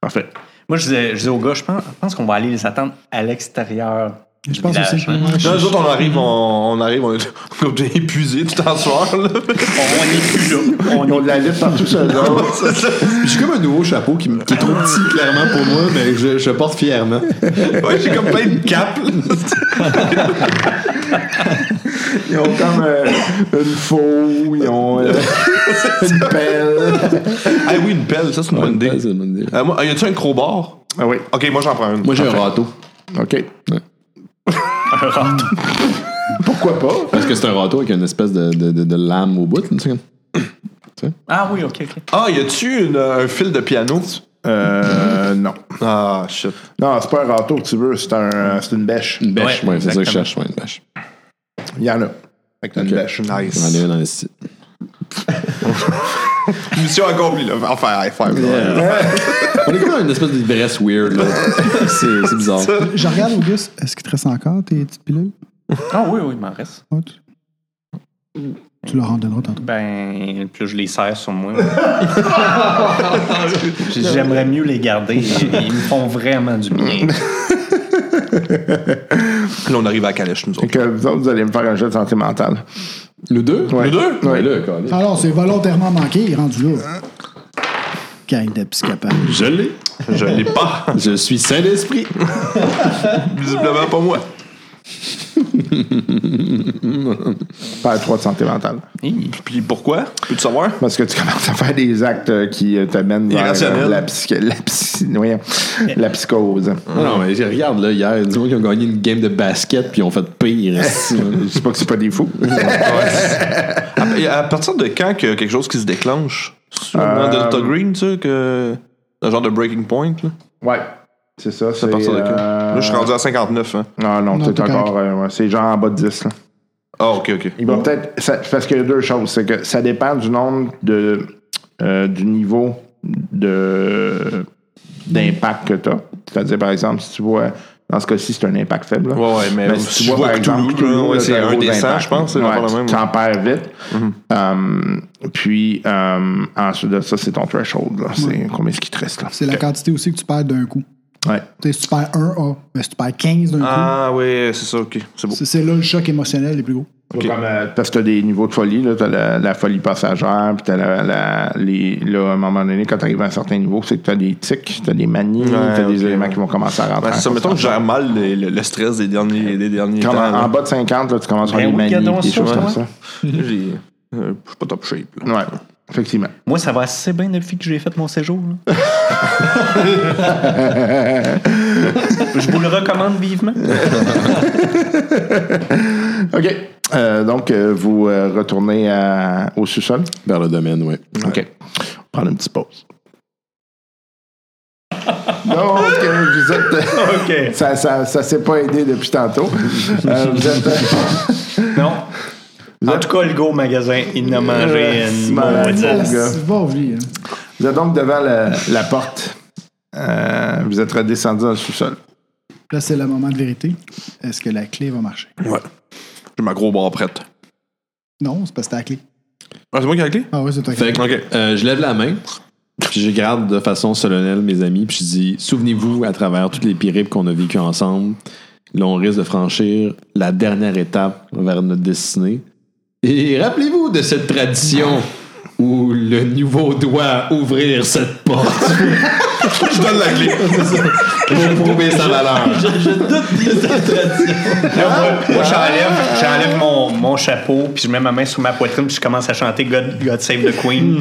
H: Parfait.
C: Moi, je disais, je disais au gars, je pense, je pense qu'on va aller les attendre à l'extérieur.
F: Je pense
C: village,
F: aussi.
C: hein.
F: Ouais, je-
B: Là, nous autres, on arrive, on, on arrive, on est comme des épuisés tout en soir. Là.
C: On n'est plus là.
H: Ils ont de la lutte partout sur eux autres.
M: J'ai comme un nouveau chapeau qui, me- qui est trop petit, clairement, pour moi, mais je, je porte fièrement.
B: Ouais, j'ai comme plein de capes.
H: Ils ont comme euh, une faux, ils ont euh, une pelle.
B: Ah oui, une pelle, ça c'est une bonne idée.
A: Ouais, c'est une bonne idée.
B: Euh, moi, y a-tu un crowbar?
H: Ah oui,
B: Ok, moi j'en prends une.
A: Moi, j'ai un râteau.
H: ok. Pourquoi pas?
A: Parce que c'est un râteau avec une espèce de, de, de- de lame au bout. là, tu sais, comme-
C: Ah oui, ok, ok.
B: Ah, y a-tu une- un fil de piano?
H: Euh, non.
B: Ah, shit.
H: Non, c'est pas un râteau que tu veux, c'est un, euh, c'est une bêche.
A: Une bêche,
C: Ouais,
A: ouais, c'est ça que je
C: exactement.
A: cherche. ouais, une bêche.
H: Il y en a. Fait que t'as une
A: Ok.
H: bêche.
A: On en a une dans le site.
B: Mission accomplie, là. Enfin, ouais, faire.
A: On est comme dans une espèce d'ivresse weird. là. C'est c'est bizarre.
F: Je regarde, Auguste, est-ce qu'il te reste encore tes petites pilules?
C: Ah oui, oui, il m'en reste.
F: Ouais, tu- Tu leur en donneras tantôt.
C: Ben, puis je les serre sur moi. J'aimerais mieux les garder. Ils me font vraiment du bien.
B: Là, on arrive à la calèche, nous
H: Fait
B: autres.
H: que vous autres, vous allez me faire un jeu de santé mentale.
A: Nous deux?
H: Ouais.
B: Nous deux?
A: Ouais,
H: Ouais.
A: là, câlisse.
F: Alors, Ah c'est volontairement manqué, il est rendu
B: Hein?
F: là. Gang de psychopathe.
A: Je l'ai.
B: Je l'ai pas.
A: Je suis sain d'esprit.
B: Visiblement pas moi.
H: Faire trois de santé mentale.
B: Puis pourquoi? Peux-tu savoir?
H: Parce que tu commences à faire des actes euh, qui euh, t'amènent vers
B: Irrationnel.
H: euh, la, psy- la, psy- voyons, la psychose.
A: Non, non, mais regarde, là, hier, dis-moi qu'ils ont gagné une game de basket puis ils ont fait pire.
H: Je sais pas que c'est pas des fous.
B: À, et à partir de quand qu'il y a quelque chose qui se déclenche? C'est le moment
H: Euh,
B: Delta Green, tu sais, que. Un genre de breaking point, là.
H: ouais. C'est ça.
B: À
H: C'est
B: partir de quand?
H: euh,
B: Là, je suis rendu à 59, hein.
H: Non, non,
F: Non,
H: c'est
F: t'es
H: encore. euh, ouais, c'est genre en bas de 10. là.
B: Ah, ok, ok.
H: Il va peut-être. ça- Parce qu'il y a deux choses. C'est que ça dépend du nombre de. euh, du niveau de d'impact que tu as. C'est-à-dire, par exemple, si tu vois. Dans ce cas-ci, c'est un impact faible. là.
B: Ouais, ouais, mais si je vois Cthulhu, là, ouais,
H: là,
B: c'est
H: t'as
B: un
H: gros
B: des cent,
H: impact.
B: je pense, c'est
H: Ouais,
B: pas le même. Mm-hmm.
H: Tu t'en perds vite. Um, puis, um, ensuite de ça, c'est ton threshold. Là. C'est combien est-ce qui te reste là?
F: C'est la quantité aussi que tu perds d'un coup.
H: Ouais.
F: Tu sais, si tu perds un, ah, mais si tu perds 15 d'un coup,
B: Ah, ouais, c'est ça, ok. C'est beau.
F: c'est- c'est là le choc émotionnel le plus gros.
B: Ok.
H: Comme, euh, parce que t'as des niveaux de folie, là, t'as la, la folie passagère, puis t'as la, la- les, là, à un moment donné, quand t'arrives à un certain niveau, c'est que t'as des tics, t'as des manies, t'as
B: ok,
H: des éléments
B: ouais.
H: qui vont commencer à rentrer.
B: Ben, c'est ça, mettons que je gère mal le, le- le stress des derniers, des derniers temps.
H: Comme en, en
B: là.
H: bas de 50, là, tu commences à
C: Ben
H: avoir des
C: oui,
H: manies,
C: gardons
H: pis des
C: ça,
H: choses comme ça.
C: justement.
B: J'ai- euh, Je suis pas top shape. là.
H: Ouais, effectivement.
C: Moi, ça va assez bien depuis que j'ai fait mon séjour. là. je vous le recommande vivement.
H: OK. Euh, donc, euh, vous euh, retournez à- au sous-sol.
A: Vers le domaine, ouais.
H: OK. Prendre une petite pause.
B: Ah.
H: Donc, euh, vous êtes. euh,
C: OK.
H: Ça, ça, ça s'est pas aidé depuis tantôt. Euh, vous êtes.
C: Non. En tout cas, le go au magasin, il n'a mangé une maudite.
H: gars.
F: C'est bon, lui. hein.
H: Vous êtes donc devant la, la porte. Euh, vous êtes redescendu dans le sous-sol.
F: Là, c'est le moment de vérité. Est-ce que la clé va marcher?
B: J'ai ma gros bras prête.
F: Non, c'est parce que t'as la clé.
B: Ah, c'est moi qui ai la clé?
F: Ah oui, c'est ta clé.
A: Fait que,
B: Ok.
A: euh, je lève la main, puis je garde de façon solennelle mes amis, puis je dis souvenez-vous à travers toutes les périples qu'on a vécues ensemble, là on risque de franchir la dernière étape vers notre destinée. Et rappelez-vous de cette tradition où le nouveau doit ouvrir cette porte
B: Je donne la clé.
A: pour prouver sa valeur.
C: Là, moi, moi, j'enlève, j'enlève mon, mon chapeau, puis je mets ma main sur ma poitrine, puis je commence à chanter God, God Save the Queen.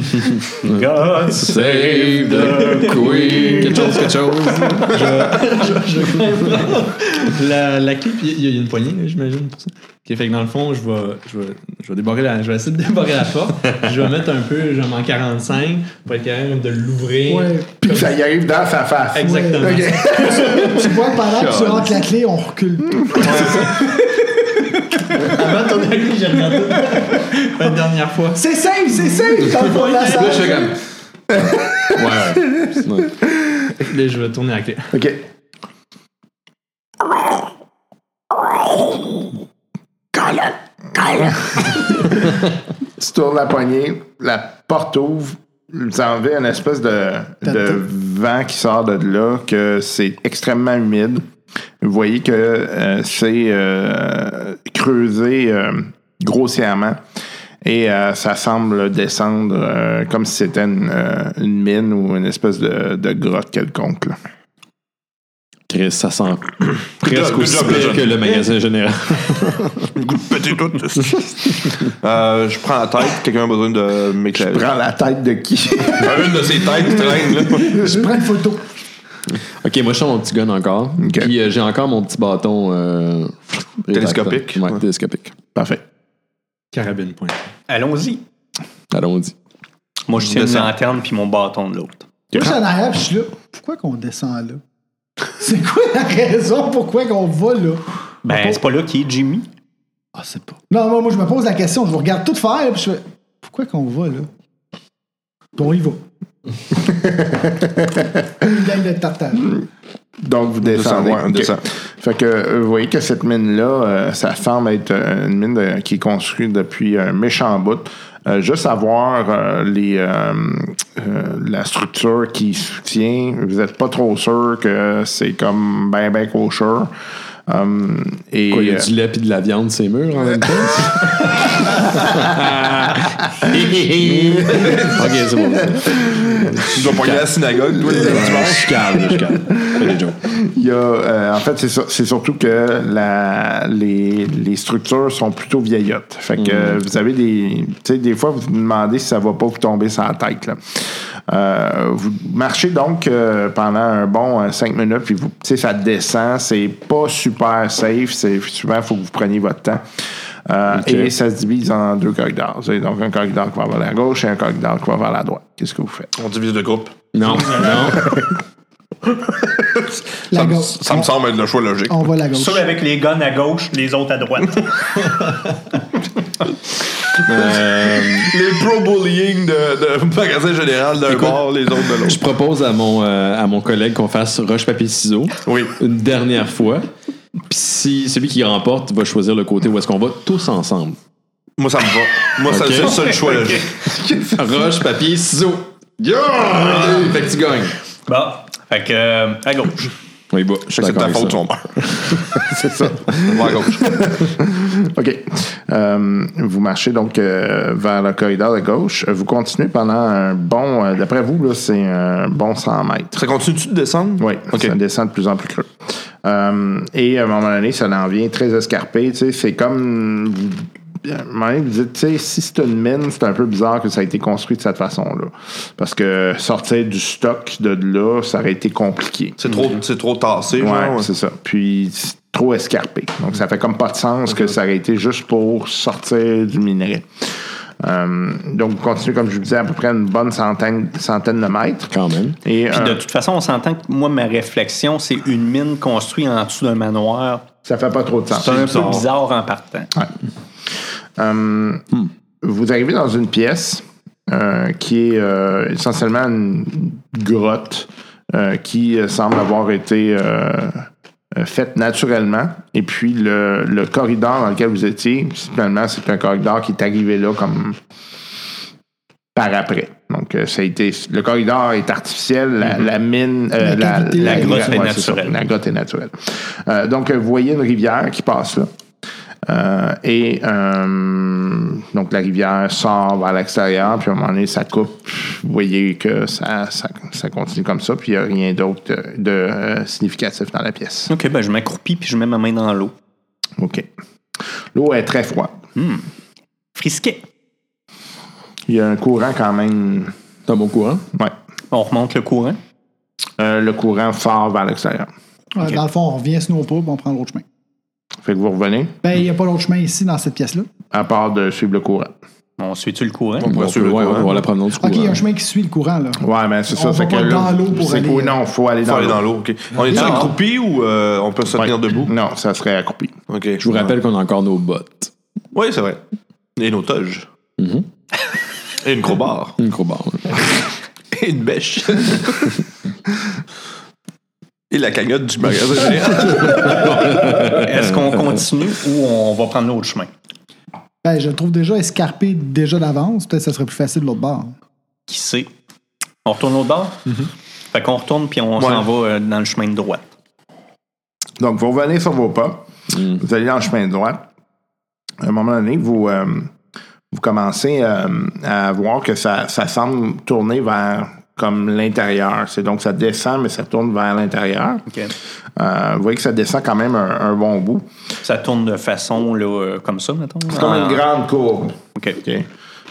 C: God
A: Save the
D: couille, quelque chose, quelque chose.
J: je vais prendre la, la clé, puis il y, a- il y a une poignée, là, j'imagine, pour ça. Ok, fait que dans le fond, je vais, je vais, je vais, débarrer la, je vais essayer de débarrer la porte. je vais mettre un peu, je vais en 45 pour être capable de l'ouvrir.
H: Puis ça y arrive dans sa face.
J: Exactement.
H: Ok.
F: Tu vois, pendant que tu rentres la clé, on recule.
J: Avant ton avis, j'ai regardé la dernière fois.
F: C'est safe, c'est safe! Dans le fond de la
D: Là, je
F: salle.
D: fais comme. Ouais, ouais.
J: Là, je vais tourner la clé.
H: OK. Colin, Colin. tu tournes la poignée, la porte ouvre, vous avez une espèce de,
B: Euh,
D: euh,
H: de vent qui sort de là, que Euh, c'est extrêmement humide. Vous voyez que euh, c'est euh, creusé euh, grossièrement. Et euh, ça semble descendre euh, comme si c'était une, euh, une mine ou une espèce de, de grotte quelconque. là.
E: Chris, ça sent presque
D: job,
E: aussi
D: good job,
E: pire
D: good job.
E: que le magasin général.
D: Petit doute. Euh, je prends la tête, quelqu'un a besoin de m'éclairer.
H: Prends la tête de qui?
D: Ah, Une de ces têtes qui traîne, là.
F: Je prends une photo.
E: Ok, moi je suis mon petit gun encore.
H: Ok.
E: Puis euh, j'ai encore mon petit bâton. euh,
D: Télescopique.
E: Ouais,
D: Ouais.
E: télescopique.
H: Parfait.
J: Carabine pointe.
C: Allons-y.
E: Allons-y.
C: Moi, je tiens une
D: Descends.
C: lanterne puis mon bâton de l'autre.
F: Moi, je suis en arrière, puis je suis là. Pourquoi qu'on descend là? C'est quoi la raison pourquoi qu'on va là?
C: Ben, c'est pas là qui est Jimmy.
F: Ah, c'est pas. Non, moi, moi, je me pose la question. Je vous regarde tout faire, puis je fais. Pourquoi qu'on va là? Bon, il va. Une gang de tartare.
H: Donc, vous descendez.
D: Descends, ouais,
H: Ok.
D: descends.
H: Fait que euh, vous voyez que cette mine-là, euh, ça semble être euh, une mine de- qui est construite depuis un méchant bout. Euh, juste à voir euh, les, euh, euh, la structure qui soutient, vous n'êtes pas trop sûr que c'est comme ben ben kosher. Euh, et
E: Quoi, il y a
H: euh,
E: du lait puis de la viande, c'est mûr en même temps? ok, c'est bon.
D: Tu dois pas aller à la synagogue, toi, le dimanche.
E: Je calme, je calme. Fais des jokes.
H: Il y a, euh, en fait, c'est sur- c'est surtout que la, les, les structures sont plutôt vieillottes. Fait que euh, vous avez des. Tu sais, des fois, vous vous demandez si ça va pas vous tomber sur la tête. là. Euh, vous marchez donc euh, pendant un bon 5 minutes, puis vous, tu sais, ça descend. C'est pas super safe. C'est souvent, il faut que vous preniez votre temps. Euh, Et ça se divise en deux corridors. Vous avez donc un corridor qui va vers la gauche et un corridor qui va vers la droite. Qu'est-ce que vous faites?
D: On divise le groupe.
E: Non, non.
F: La
D: Ça, me-
F: gauche.
D: ça me semble être le choix logique.
F: On va à la gauche.
C: Ceux avec les guns à gauche, les autres à droite.
D: Euh, Les pro-bullying de, de magasin général d'un
E: Écoute.
D: bord, les autres de l'autre.
E: Je propose à mon, euh, à mon collègue qu'on fasse roche-papier-ciseaux
D: Oui.
E: une dernière fois. Puis si celui qui remporte va choisir le côté où est-ce qu'on va tous ensemble.
D: Moi, ça me va. Moi, ça
E: Ok.
D: c'est le seul choix logique.
E: Roche-papier-ciseaux. Yeah! Fait que tu gagnes.
C: Bon, fait que euh, à gauche.
E: Oui, bah, je suis
D: Fait que c'est de
E: d'accord
D: ta
E: avec
D: faute, son
E: ça.
D: père. c'est ça. Va à gauche.
H: OK. Euh, vous marchez donc euh, vers le corridor de gauche. Euh, Vous continuez pendant un bon, euh, d'après vous, là, c'est un bon 100 mètres.
D: Ça continue-tu de descendre?
H: Oui,
D: OK.
H: ça descend de plus en plus creux. Euh, et à un moment donné, ça en vient très escarpé. Tu sais, c'est comme. À un moment donné, vous dites, tu sais, si c'est une mine, c'est un peu bizarre que ça a été construit de cette façon-là. Parce que sortir du stock de là, ça aurait été compliqué.
D: C'est trop,
E: Mhm.
D: c'est trop tassé,
H: Ouais,
D: genre.
H: c'est ça. Puis c'est trop escarpé. Donc ça fait comme pas de sens
C: Mhm.
H: que ça aurait été juste pour sortir du minerai. Euh, donc, vous continuez, comme je vous disais, à peu près une bonne centaine, centaine de mètres.
E: Quand même.
H: Et,
C: Puis
H: euh,
C: de toute façon, on s'entend que moi, ma réflexion, c'est une mine construite en dessous d'un manoir.
H: ça fait pas trop de sens.
C: C'est un peu bizarre en partant.
H: Euh,
C: Hmm.
H: Vous arrivez dans une pièce euh, qui est euh, essentiellement une grotte euh, qui euh, semble avoir été euh, euh, faite naturellement. Et puis le, le corridor dans lequel vous étiez, finalement, c'est un corridor qui est arrivé là comme par après. Donc, euh, ça a été. Le corridor est artificiel, la,
C: Mm-hmm.
H: la mine.
F: La
H: euh, la,
F: cavité,
H: la-
F: la
C: grotte est
H: ouais, c'est ça,
C: naturelle.
H: La grotte est naturelle. Euh, donc, euh, vous voyez une rivière qui passe là. Euh, et euh, donc la rivière sort vers l'extérieur, puis à un moment donné, ça coupe. Vous voyez que ça, ça, ça continue comme ça, puis il n'y a rien d'autre de, de, euh, significatif dans la pièce.
C: OK, ben je m'accroupis puis je mets ma main dans l'eau.
H: OK. L'eau est très froide.
C: Frisquet.
H: Il y a un courant quand même.
E: T'as mon courant?
H: Ouais.
C: On remonte le courant.
H: euh, le courant fort vers l'extérieur.
F: Euh, Dans le fond, on revient à Snowpub, on prend l'autre chemin.
H: Fait que vous revenez,
F: Ben, il n'y a pas l'autre chemin ici, dans cette pièce-là.
H: à part de suivre le courant.
C: On suit-tu le courant?
E: On pourrait suivre le courant. On va la promenade du
F: OK, il y a
E: courant.
F: un chemin qui suit le courant, là.
H: Ouais, mais c'est
F: On
H: ça.
F: va
H: C'est que
F: pas dans
H: là,
F: l'eau pour
H: c'est
F: aller-
H: qu'au- non, faut aller euh,
D: Faut
H: dans
D: aller
H: l'eau.
D: dans l'eau. ok. On est-tu
C: Non.
D: accroupi ou euh, on peut se tenir debout?
H: Non, ça serait accroupi.
D: Ok.
E: Je vous rappelle qu'on a encore nos bottes.
D: Oui, c'est vrai. Et nos toges.
E: Mhm.
D: Et une crowbar.
E: Une gros barre.
D: Et une bêche. Et la cagnotte du magasin général.
C: Est-ce qu'on continue ou on va prendre l'autre chemin?
F: Ben, je le trouve déjà escarpé déjà d'avance. Peut-être que ça serait plus facile de l'autre bord.
C: Qui sait? On retourne l'autre bord? Fait qu'on retourne puis on s'en va euh, dans le chemin de droite.
H: Donc, vous revenez sur vos pas.
D: Hmm.
H: Vous allez dans le chemin de droite. À un moment donné, vous, euh, vous commencez euh, à voir que ça, ça semble tourner vers comme l'intérieur. C'est donc ça descend, mais ça tourne vers l'intérieur.
C: OK.
H: Euh, vous voyez que ça descend quand même un, un bon bout.
C: Ça tourne de façon là, euh, comme ça, mettons?
H: C'est comme
C: Ah,
H: une grande courbe.
C: OK.
H: OK.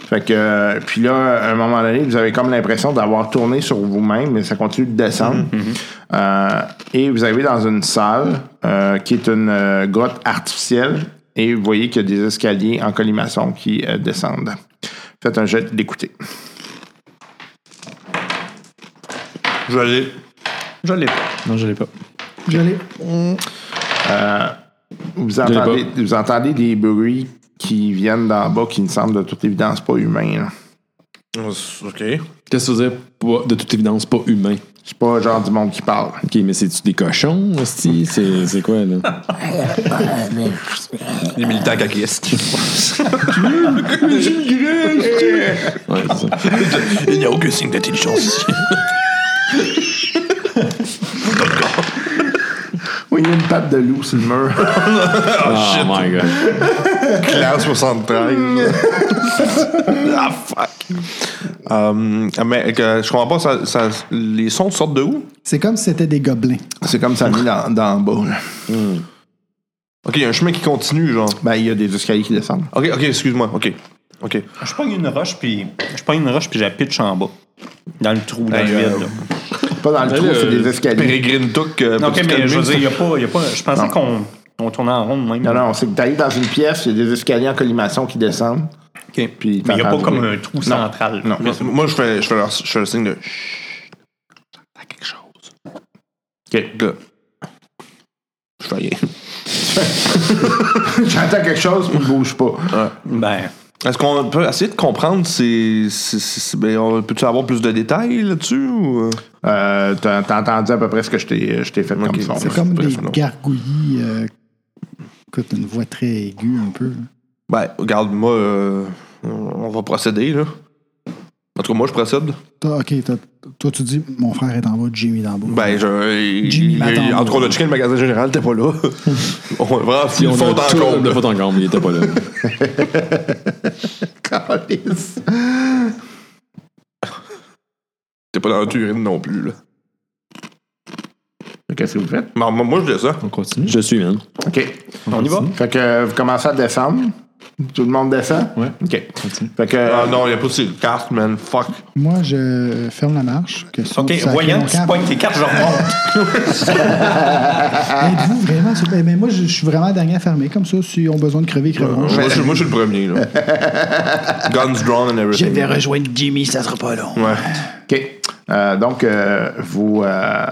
H: Fait que, euh, puis là, à un moment donné, vous avez comme l'impression d'avoir tourné sur vous-même, mais ça continue de descendre.
C: Mhm,
H: Euh, et vous arrivez dans une salle euh, qui est une euh, grotte artificielle et vous voyez qu'il y a des escaliers en colimaçon qui euh, descendent. Faites un jet d'écouter.
D: Je vais aller.
C: Je l'ai pas.
E: Non, je l'ai pas.
F: J'allais.
H: Vous entendez, vous entendez des bruits qui viennent d'en bas qui ne semblent de toute évidence pas humains. là.
D: Ok.
E: Qu'est-ce que ça veut dire? Pas- de toute évidence, pas humain.
H: C'est pas le genre du monde qui parle.
E: OK, mais c'est-tu des cochons, hostie? C'est c'est quoi, là?
D: Les militants caquistes.
E: Ouais, c'est ça.
D: Il n'y a aucun signe d'intelligence ici.
H: Oui, il y a une patte de loup sur le mur.
E: Oh, my God.
D: Claire 73. ah, fuck. Hum, mais que, je comprends pas, ça, ça- les sons sortent de où?
F: C'est comme si c'était des gobelins.
H: C'est comme ça mis d'en d'en bas. là.
D: Ok, il y a un chemin qui continue, genre.
H: Ben, il y a des escaliers qui descendent.
D: Ok, ok, excuse-moi. Ok. Ok.
C: Je prends une roche puis je prends une roche puis je la pitche en bas. Dans le trou, dans le
D: euh,
C: vide. là.
H: Pas
E: Ben
H: dans le trou, c'est des escaliers.
D: Pérégrine Took. euh,
C: OK,
D: peux-tu te
C: mais je veux
D: calmer?
C: dire, il a pas, y a pas. Je pensais qu'on on tournait en rond même.
H: Non, non, c'est que t'arrives dans une pièce, il y a des escaliers en collimation qui descendent.
C: OK.
H: Puis
C: mais il n'y a pas
H: t'entends
C: comme
H: du
C: un
H: bruit.
C: trou central.
H: Non.
D: Mais Moi, je fais, je fais, leur- je fais le signe de. Chut. T'as quelque chose. Ok, là. Je fais rien.
H: J'entends quelque chose, puis il bouge pas.
C: Ben,
D: Est-ce qu'on peut essayer de comprendre ces. ces- ces- ces- ben, on- Peux-tu avoir plus de détails là-dessus ou. euh?
H: Euh, T'as t'as entendu à peu près ce que je t'ai je t'ai fait comme son.
F: C'est
H: là.
F: comme
D: c'est
F: des
D: pas grave.
F: gargouillis. euh, Écoute, une voix très aiguë un peu.
D: Ben, regarde, moi, euh, on va procéder, là. En tout cas, moi, je procède.
F: Toi, OK, t'as- toi, tu dis, mon frère est en bas, Jimmy est en bas.
D: Ben, je.
F: Jimmy
D: il-
F: m'attend.
D: en tout cas, on a checké le magasin général, t'es pas là. on va vraiment
E: Si on
D: foutre
E: a
D: en
E: tout
D: comble.
E: de faute en comble, il était pas là.
H: Calice.
D: T'es pas dans la turine non plus, là.
H: Qu'est-ce que vous faites?
D: Ben, moi, moi, je descends.
E: On continue? Je suis, man.
H: OK.
C: on y va.
H: Fait que vous commencez à descendre. Tout le monde descend?
E: Ouais.
H: OK. Fait que.
D: Ah non, il a pas de carte, man. Fuck.
F: Moi, je ferme la marche. Que sauf
C: OK,
F: que ça crée
C: voyant
F: mon
C: que tu
F: camp.
C: pognes tes cartes, je remonte.
F: Êtes-vous vraiment sur- Mais moi, je je suis vraiment dernier à fermer. Comme ça, si on a besoin de crever, ils creveront.
D: Moi, je, suis- moi, je suis le premier, là. Guns drawn and everything.
F: rejoindre Jimmy, ça sera pas long.
D: Ouais.
H: OK. Euh, donc, euh, vous, euh,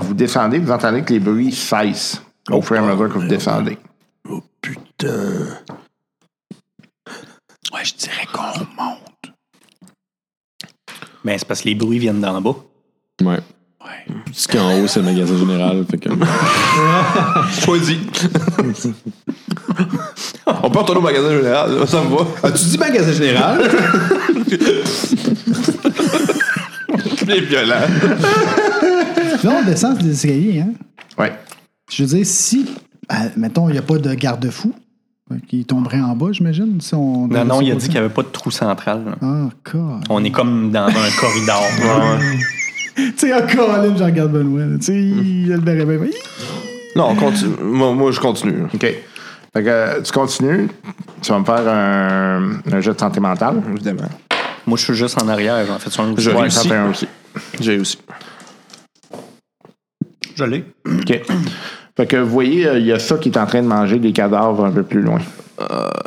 H: vous descendez, vous entendez que les bruits cessent au
C: Oh.
H: fur et à mesure que vous descendez.
F: Ouais, je dirais qu'on remonte.
C: Ben, c'est parce que les bruits viennent d'en bas.
E: Ouais. Ce qui est en haut, c'est le magasin général. Fait que...
D: Choisis. On peut retourner au magasin général, là, ça me va.
A: As-tu dit magasin général?
D: C'est violent.
F: Là, on descend des escaliers, hein?
H: Oui.
F: Je veux dire, si, ah, mettons, il n'y a pas de garde-fou, qui tomberait en bas, j'imagine, si on...
C: Non, non, il a dit qu'il n'y avait pas de trou central. là.
F: Ah, encore.
C: On est comme dans un corridor.
F: Tu sais, encore, là, je regarde Benoît, là. tu sais,
C: Mm.
F: il le verrait bien.
D: Non, on continue. Moi, moi, je continue.
H: OK. Fait que euh, tu continues. Tu vas me faire un, un jeu de santé mentale.
D: Évidemment.
C: Moi, je suis juste en arrière. En fait, sur un
D: Je
H: Ouais,
D: réussis.
H: santé un aussi.
D: J'ai aussi.
C: Je l'ai.
H: OK. Fait que vous voyez, euh, il y a ça qui est en train de manger des cadavres un peu plus loin.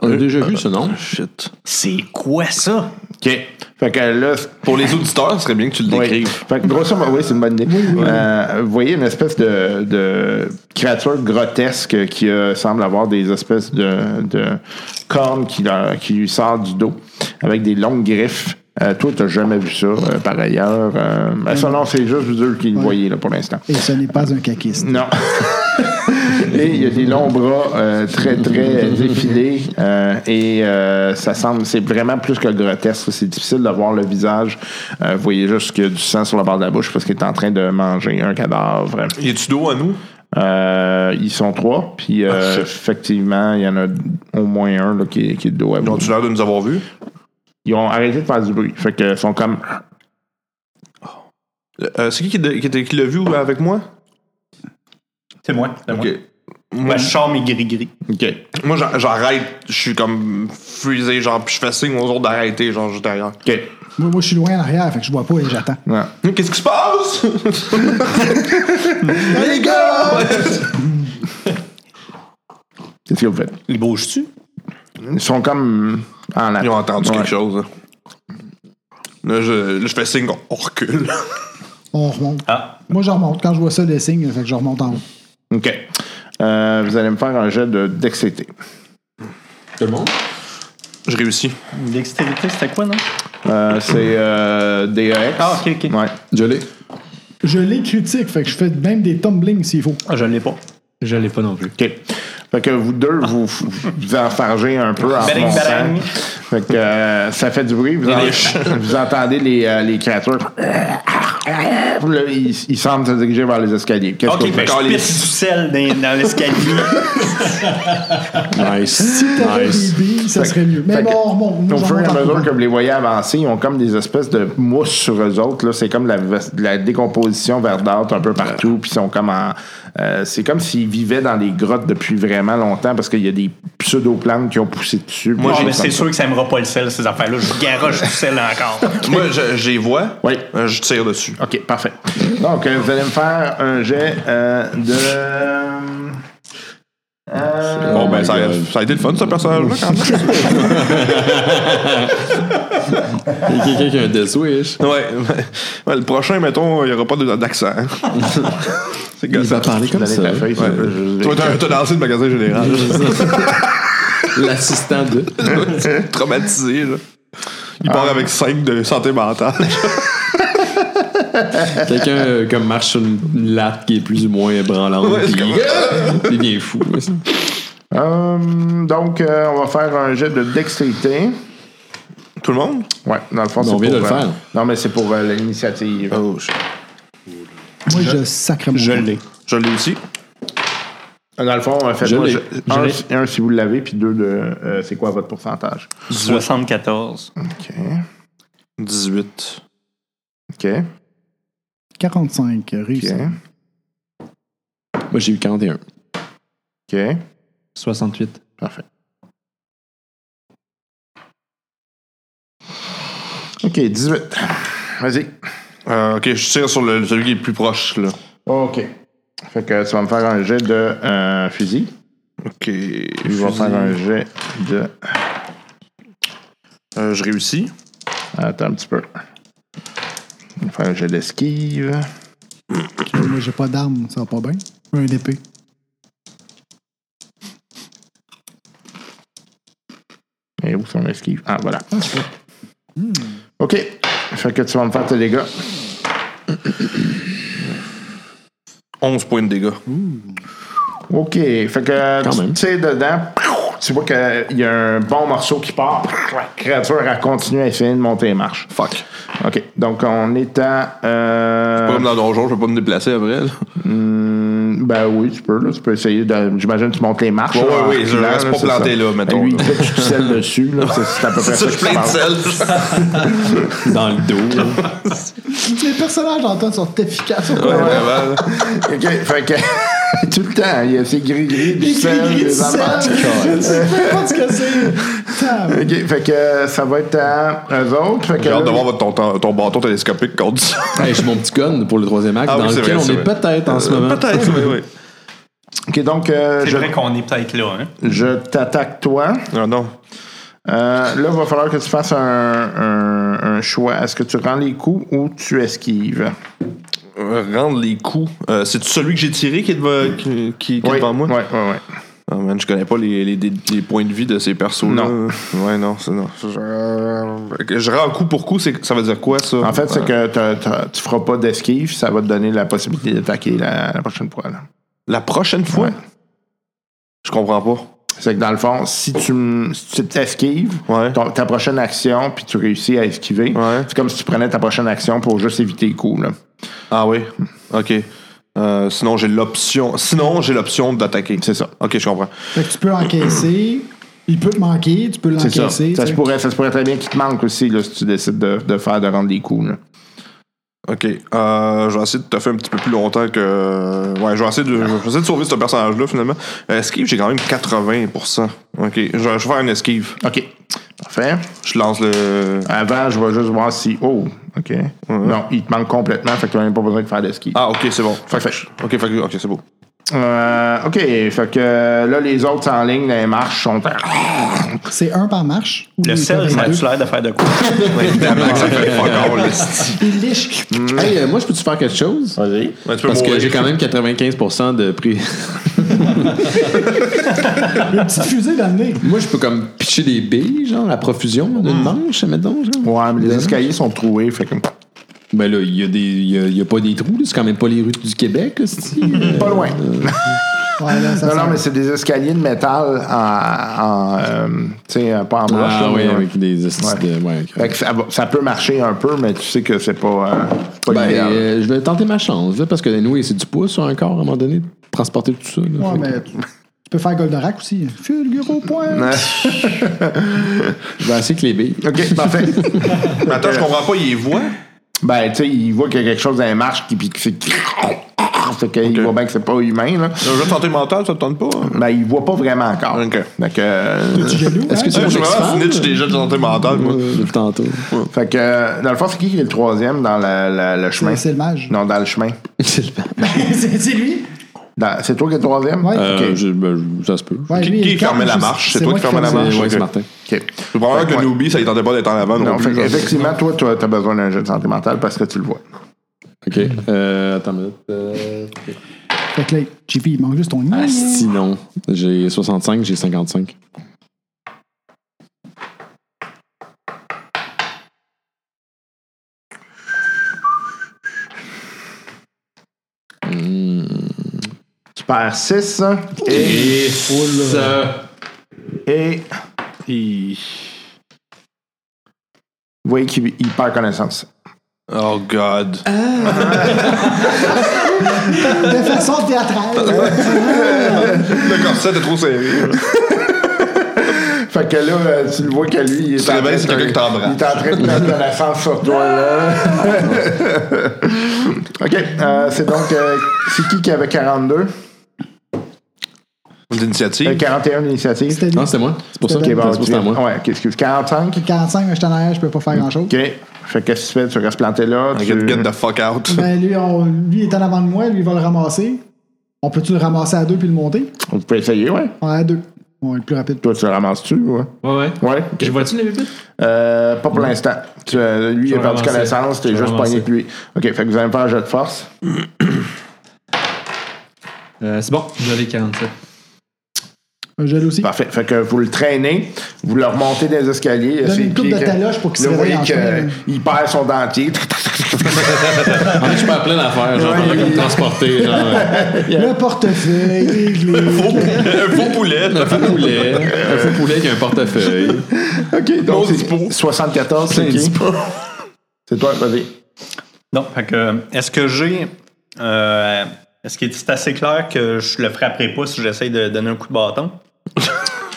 A: On a déjà vu ce nom.
B: Shit.
C: C'est quoi ça?
H: OK. Fait que là, c'est-
B: Pour les auditeurs, ce serait bien que tu le
H: oui.
B: décrives.
H: Fait que grosso modo, oui, c'est une bonne idée. Euh, vous voyez une espèce de, de créature grotesque qui euh, semble avoir des espèces de, de cornes qui, leur- qui lui sortent du dos avec des longues griffes. Euh, toi, t'as jamais vu ça, euh, par ailleurs. Euh, ben, ça, non, c'est juste vous deux qui le voyez, là, pour l'instant.
F: Et ce n'est pas un caquiste.
H: Non. et il y a des longs bras euh, très, très effilés. euh, et euh, ça semble, c'est vraiment plus que grotesque. C'est difficile de voir le visage. Euh, vous voyez juste qu'il y a du sang sur le bord de la bouche parce qu'il est en train de manger un cadavre.
B: Y a-tu d'eau à nous?
H: Euh, ils sont trois. Puis, euh,
B: Ah, shit.
H: effectivement, il y en a au moins un là, qui, qui est de dos à
B: Ils
H: bout.
B: ont-tu l'air de nous avoir vus?
H: Ils ont arrêté de faire du bruit. Fait qu'ils sont comme.
B: Oh. Euh, c'est qui qui, qui, qui, l'a vu avec moi?
C: C'est moi. c'est moi.
B: Ok. Moi,
C: Moi, je sors mes gris-gris.
H: OK.
B: Moi, j'en- j'arrête, je suis comme freezé, genre, puis je fais signe aux autres d'arrêter, genre, juste derrière.
H: OK.
F: Moi, moi, je suis loin en arrière, fait que je vois pas et j'attends.
H: Non.
B: Hum, Qu'est-ce qui se passe?
H: Les gars! Qu'est-ce que vous faites?
C: Ils bougent-tu?
H: Ils sont comme en la-
B: Ils ont entendu
H: Ouais.
B: quelque chose. hein. Là, je, là, je fais signe qu'on on recule.
F: On remonte.
C: Ah.
F: Moi, je remonte. Quand je vois ça, le signe, fait que je remonte en haut.
H: OK. Euh, vous allez me faire un jet de dextérité.
A: Tout le monde?
B: Je réussis.
C: Dextérité, c'était quoi, non?
H: Euh, c'est euh, DEX.
C: Ah, OK, OK.
H: Ouais.
A: Je l'ai.
F: Je les critique, fait que je fais même des tumblings s'il faut.
C: Ah, je l'ai pas.
N: Je l'ai pas non plus.
H: OK. Fait que vous deux, vous vous enfargez un peu en
C: Bading,
H: montant.
C: bading.
H: Fait que euh, ça fait du bruit. Vous, en- vous entendez les, euh, les créatures. Là, ils, ils semblent se diriger vers les escaliers. Qu'est-ce que
C: Ok,
H: vous
C: ben,
H: faites?
C: je pisse du sel dans, dans l'escalier.
A: Nice.
F: Si t'avais
A: nice.
F: des billes, ça serait mieux. Mais
H: fait que-
F: bon, on remonte. Nous,
H: Au
F: je
H: fur et
F: remonte
H: à
F: en
H: mesure
F: courant.
H: que vous les voyez avancer, ils ont comme des espèces de mousse sur eux autres. là. C'est comme la, ves- la décomposition verdâtre un peu partout. Puis ils sont comme en- euh, c'est comme s'ils vivaient dans les grottes depuis vraiment longtemps parce qu'il y a des pseudo-plantes qui ont poussé dessus.
C: Moi,
H: Puis
C: mais
H: ils sont
C: c'est
H: comme-
C: sûr que ça aimera pas le sel, ces affaires-là. Je garoche du sel encore.
B: Moi, je, je les vois.
H: Oui.
B: Euh, Je tire dessus.
H: OK, parfait. Donc, euh, vous allez me faire un jet euh, de. Euh,
B: Bon, ben,
A: my
B: ça, a-
A: God.
B: ça a été le fun, ce personnage-là, quand même.
A: Il y a quelqu'un qui a un death wish.
B: ouais, ouais. Ouais, Le prochain, mettons, il n'y aura pas de- d'accent. hein. c'est
A: Il
B: gosse.
A: va parler comme
H: Donnez
A: ça.
H: ta feuille, s'il
B: euh,
H: vous plaît, je-
B: Toi, t'as t'as dansé le magasin général.
A: L'assistant de.
B: Traumatisé, là. Ah. Il part avec 5 de santé mentale.
A: Quelqu'un euh, comme marche sur une latte qui est plus ou moins ébranlante.
B: Ouais, c'est
A: puis- il devient fou. ouais, ça.
H: Euh, donc, euh, on va faire un jet de dextérité.
B: Tout le monde?
H: Ouais, dans le fond,
A: Mais
H: c'est
A: on
H: pour.
A: vient de le
H: euh,
A: faire. Oh.
H: Non, mais c'est pour euh, l'initiative.
F: Moi, je sacrement.
C: Je l'ai.
B: Je l'ai aussi.
H: Dans le fond, euh, faites-moi
A: l'ai.
H: je- un, un si vous l'avez, puis deux de. euh, c'est quoi votre pourcentage?
C: 74.
H: OK.
B: 18.
H: OK.
F: 45,
H: OK.
F: réussi.
A: Moi, j'ai eu 41.
H: OK.
N: 68.
H: Parfait. OK, 18. Vas-y.
B: Euh, ok, je tire sur le, celui qui est le plus proche, là.
H: OK. Fait que tu vas me faire un jet de euh, fusil.
B: Ok.
H: Puis je vais faire un jet de.
B: Euh, je réussis.
H: Attends un petit peu. Je vais faire un jet d'esquive.
F: Moi, j'ai pas d'arme, ça va pas bien. Un d'épée.
H: Et où sont mes esquives? Ah, voilà. OK. Fait que tu vas me faire tes dégâts.
B: 11 points de dégâts.
H: OK. Fait que
A: Quand
H: tu
A: même.
H: tires dedans. Tu vois qu'il y a un bon morceau qui part. La créature, elle continue à essayer de monter les marches.
B: Fuck.
H: OK. Donc, on est à.
B: Pas
H: Euh,
B: comme dans le donjon, je peux pas me déplacer après. là.
H: hmm, ben oui, tu peux. Là, tu peux essayer. de- J'imagine que tu montes les marches.
B: Ouais,
H: là,
B: ouais,
H: en
B: oui, je
H: reculant,
B: reste pas
H: c'est
B: planté, là, mettons,
H: Lui,
B: là.
H: il fait du sel dessus. là, C'est c'est à peu près ça.
B: Ça, je
H: qui se
B: plein de
H: passe.
B: sel.
A: Dans le dos. là.
F: Les personnages, j'entends, sont efficaces.
B: Ouais, vraiment, là.
H: OK, fait que. Tout le temps, il y a ces gris-gris du sel, des affaires. OK, fait que euh, ça va être à eux autres. Fait que
B: J'ai hâte de
H: là,
B: voir votre- ton, ton- ton bâton télescopique contre ça.
A: Hey, J'ai mon petit gun pour le troisième acte
B: Ah oui,
A: dans
B: c'est
A: lequel
B: vrai,
A: on
B: c'est
A: est
B: vrai.
A: peut-être en ce moment.
B: Peut-être, oui, oui.
H: OK, donc euh,
C: C'est
H: je,
C: vrai qu'on est peut-être là. Hein?
H: je t'attaque toi.
B: Ah non.
H: Euh, là, il va falloir que tu fasses un, un- un choix. Est-ce que tu rends les coups ou tu esquives?
B: Euh, Rendre les coups. Euh, C'est-tu celui que j'ai tiré qui est devant, qui, qui- qui est
H: oui,
B: devant moi?
H: Oui, oui, oui.
B: Ah man, je connais pas les, les- les- les points de vie de ces persos-là.
H: Non.
B: Ouais, non, c'est non. Je, euh, je rends coup pour coup, c'est- ça veut dire quoi, ça?
H: En fait, c'est que t'as- t'as- tu feras pas d'esquive, ça va te donner la possibilité d'attaquer la, la prochaine fois. là.
B: La prochaine fois?
H: Ouais.
B: Je comprends pas.
H: C'est que dans le fond, si tu, m- si tu t'esquives,
B: Ouais.
H: ton- ta prochaine action, puis tu réussis à esquiver,
B: Ouais.
H: c'est comme si tu prenais ta prochaine action pour juste éviter le coup. Là.
B: Ah oui? OK. Euh, sinon, j'ai l'option... Sinon, j'ai l'option d'attaquer.
H: C'est ça.
B: OK, je comprends.
F: Fait que tu peux encaisser. Il peut te manquer, tu peux
H: C'est ça.
F: l'encaisser.
H: Ça
F: tu
H: se,
F: sais.
H: pourrait, ça se pourrait très bien qu'il te manque aussi là, si tu décides de, de faire, de rendre les coups. là.
B: OK. Euh, je vais essayer de te faire un petit peu plus longtemps que... Ouais, je vais essayer de, je vais essayer de sauver ce personnage-là, finalement. Euh, esquive, j'ai quand même 80 OK. Je vais, je vais faire une esquive.
H: OK. Parfait.
B: Je lance le...
H: Avant, je vais juste voir si. Oh, OK. Non, il te manque complètement, fait que tu n'as même pas besoin de faire d'esquive.
B: Ah, OK, c'est bon. Fait que-
H: Parfait.
B: OK, fait que- OK, c'est beau.
H: Euh, OK, fait que euh, là, les autres sont en ligne, les marches sont.
F: C'est un par marche. ou
C: Le
F: il peut
C: sel,
F: faire
C: ça a
F: deux?
C: tu l'air de faire de quoi?
B: Évidemment que ça fait fuck all, esti.
F: Il liche.
A: Hey, euh, moi, je peux-tu faire quelque chose?
H: Vas-y.
B: Ouais, tu peux
A: Parce que
B: mourir.
A: j'ai quand même 95% de prix.
F: Une petite fusée dans le nez.
A: Moi, je peux comme pitcher des billes, genre, à profusion, d'une
D: Mm.
A: manche, mettons. Genre.
H: Ouais, mais les escaliers sont troués, fait que.
A: Ben là, il y a des. Il y a- il y a pas des trous, là. c'est quand même pas les rues du Québec, là, c'est-tu? Euh,
H: Pas loin.
F: Ouais, là, ça
H: Non, non,
F: sent-
H: mais c'est des escaliers de métal en. en, euh, tu sais, euh, pas en broche.
A: Ah
H: là,
A: oui,
H: mais,
A: avec des hosties
H: Ouais.
A: de- ouais, ok.
H: Fait que ça, va- ça peut marcher un peu, mais tu sais que c'est pas, euh, pas
A: Ben,
H: l'idéal.
A: euh, je vais tenter ma chance, là, parce que nous, c'est du poids sur un corps à un moment donné, de transporter tout ça. là.
F: Ouais,
A: Fait que-
F: mais tu peux faire Goldorak aussi. Fulgure au point.
A: Je vais essayer Ben, que les billes.
H: OK, parfait.
B: Mais attends, je comprends pas, il les voit?
H: ben, tu sais, il voit qu'il y a quelque chose dans les marches qui. puis que c'est- Fait qu'il voit bien que c'est pas humain, là.
B: Je vais tenter mental, ça te tente pas? hein?
H: Ben, il voit pas vraiment encore.
B: OK.
H: Fait que, euh,
F: Tu jaloux,
A: Est-ce
F: hein?
B: Je
A: que c'est mon
B: suis vraiment
A: ex-femme?
B: fini, je suis déjà de santé mentale, moi.
A: Euh, depuis tantôt.
H: fait que, euh, dans le fond, c'est qui qui est le troisième dans la- la- le chemin?
F: C'est- C'est le mage.
H: Non, dans le chemin.
F: c'est c'est lui?
H: Dans- C'est toi qui es le troisième?
F: Ouais.
A: Euh,
F: Ok.
A: je- ben, je- ça se peut.
F: Ouais,
B: Qui-
F: lui,
B: qui
F: il calme,
B: fermait la
F: je-
B: marche? C'est
F: c'est
B: toi
F: moi
B: qui fermais la
F: ferme
B: marche?
A: C'est- ouais,
B: ok.
A: c'est Martin.
H: OK.
B: C'est probablement que
H: Ouais.
B: le newbie, ça lui tentait pas d'être en avant non,
H: Non,
B: plus.
H: fait que,
B: genre.
H: effectivement, toi, tu as besoin d'un jeu de santé mentale parce que tu le vois.
A: OK. Euh, attends une minute. Euh,
F: Fait que là, JP, il manque juste ton
A: Ah,
F: nez. hein.
A: si, non. J'ai 65, j'ai 55.
H: Tu perds 6 et,
A: Et euh, ça...
H: et
B: Hi.
H: vous voyez qu'il il perd connaissance.
B: Oh God.
H: Ah,
F: De façon théâtrale.
B: Le corset est trop serré.
H: Fait que là, euh, tu le vois que lui, il est,
B: Tu te
H: en,
B: réveilles,
H: train
B: c'est
H: de-
B: quelqu'un qui t'embrasse.
H: il est en train de perdre connaissance sur toi, là. OK, euh, c'est donc... euh, c'est qui qui avait 42? Euh,
B: L'initiative.
H: 41 d'initiative?
F: C'était lui.
A: Non, c'est moi. C'est pour ça
F: C'est
A: que
H: Ok, bon,
A: c'est pour
H: tu
A: ça,
H: viens-
A: moi.
H: Ouais, ok, excuse. 45?
F: 45, mais je suis en arrière, je peux pas faire grand-chose.
H: OK. Fait que qu'est-ce que tu fais? Tu restes planté là? Tu...
B: Get, get the fuck out.
F: Ben, lui, on- lui, il est en avant de moi, lui, il va le ramasser. On peut-tu le ramasser à deux puis le monter?
H: On peut essayer, ouais.
F: Ouais, à deux. On va être plus rapide.
H: Toi, tu le ramasses-tu, ouais?
J: Ouais, ouais.
H: Ouais.
J: Je vois-tu les bébites?
H: Euh,
F: Mm.
H: pas pour l'instant. Tu, euh, lui, il
J: Je
H: a
J: vais
H: perdu
J: ramasser.
H: connaissance, t'es
J: Je vais
H: juste
J: ramasser.
H: pogné de lui. OK, fait que vous allez me faire un jeu de force.
J: Euh, c'est bon, j'avais 47.
F: Un gel aussi.
H: Parfait. Fait que vous le traînez, vous le remontez des escaliers.
F: Donne
H: essayez
F: une coupe
H: pied
F: de
H: que-
F: taloche pour qu'il
H: Là,
F: se
H: vous voyez
F: réveille en chemin, là.
B: euh,
H: qu'il perd son dentier.
A: En fait, je perds plein d'affaires. Genre, pendant comme transporter, genre, euh,
F: Le portefeuille, les-
B: Un faux poulet.
A: un faux poulet. Un faux poulet qui a un portefeuille.
H: OK, donc c'est 74, c'est qui? C'est toi, vas-y.
C: Non, fait que, est-ce que j'ai. euh, est-ce que c'est assez clair que je le frapperai pas si j'essaye de donner un coup de bâton?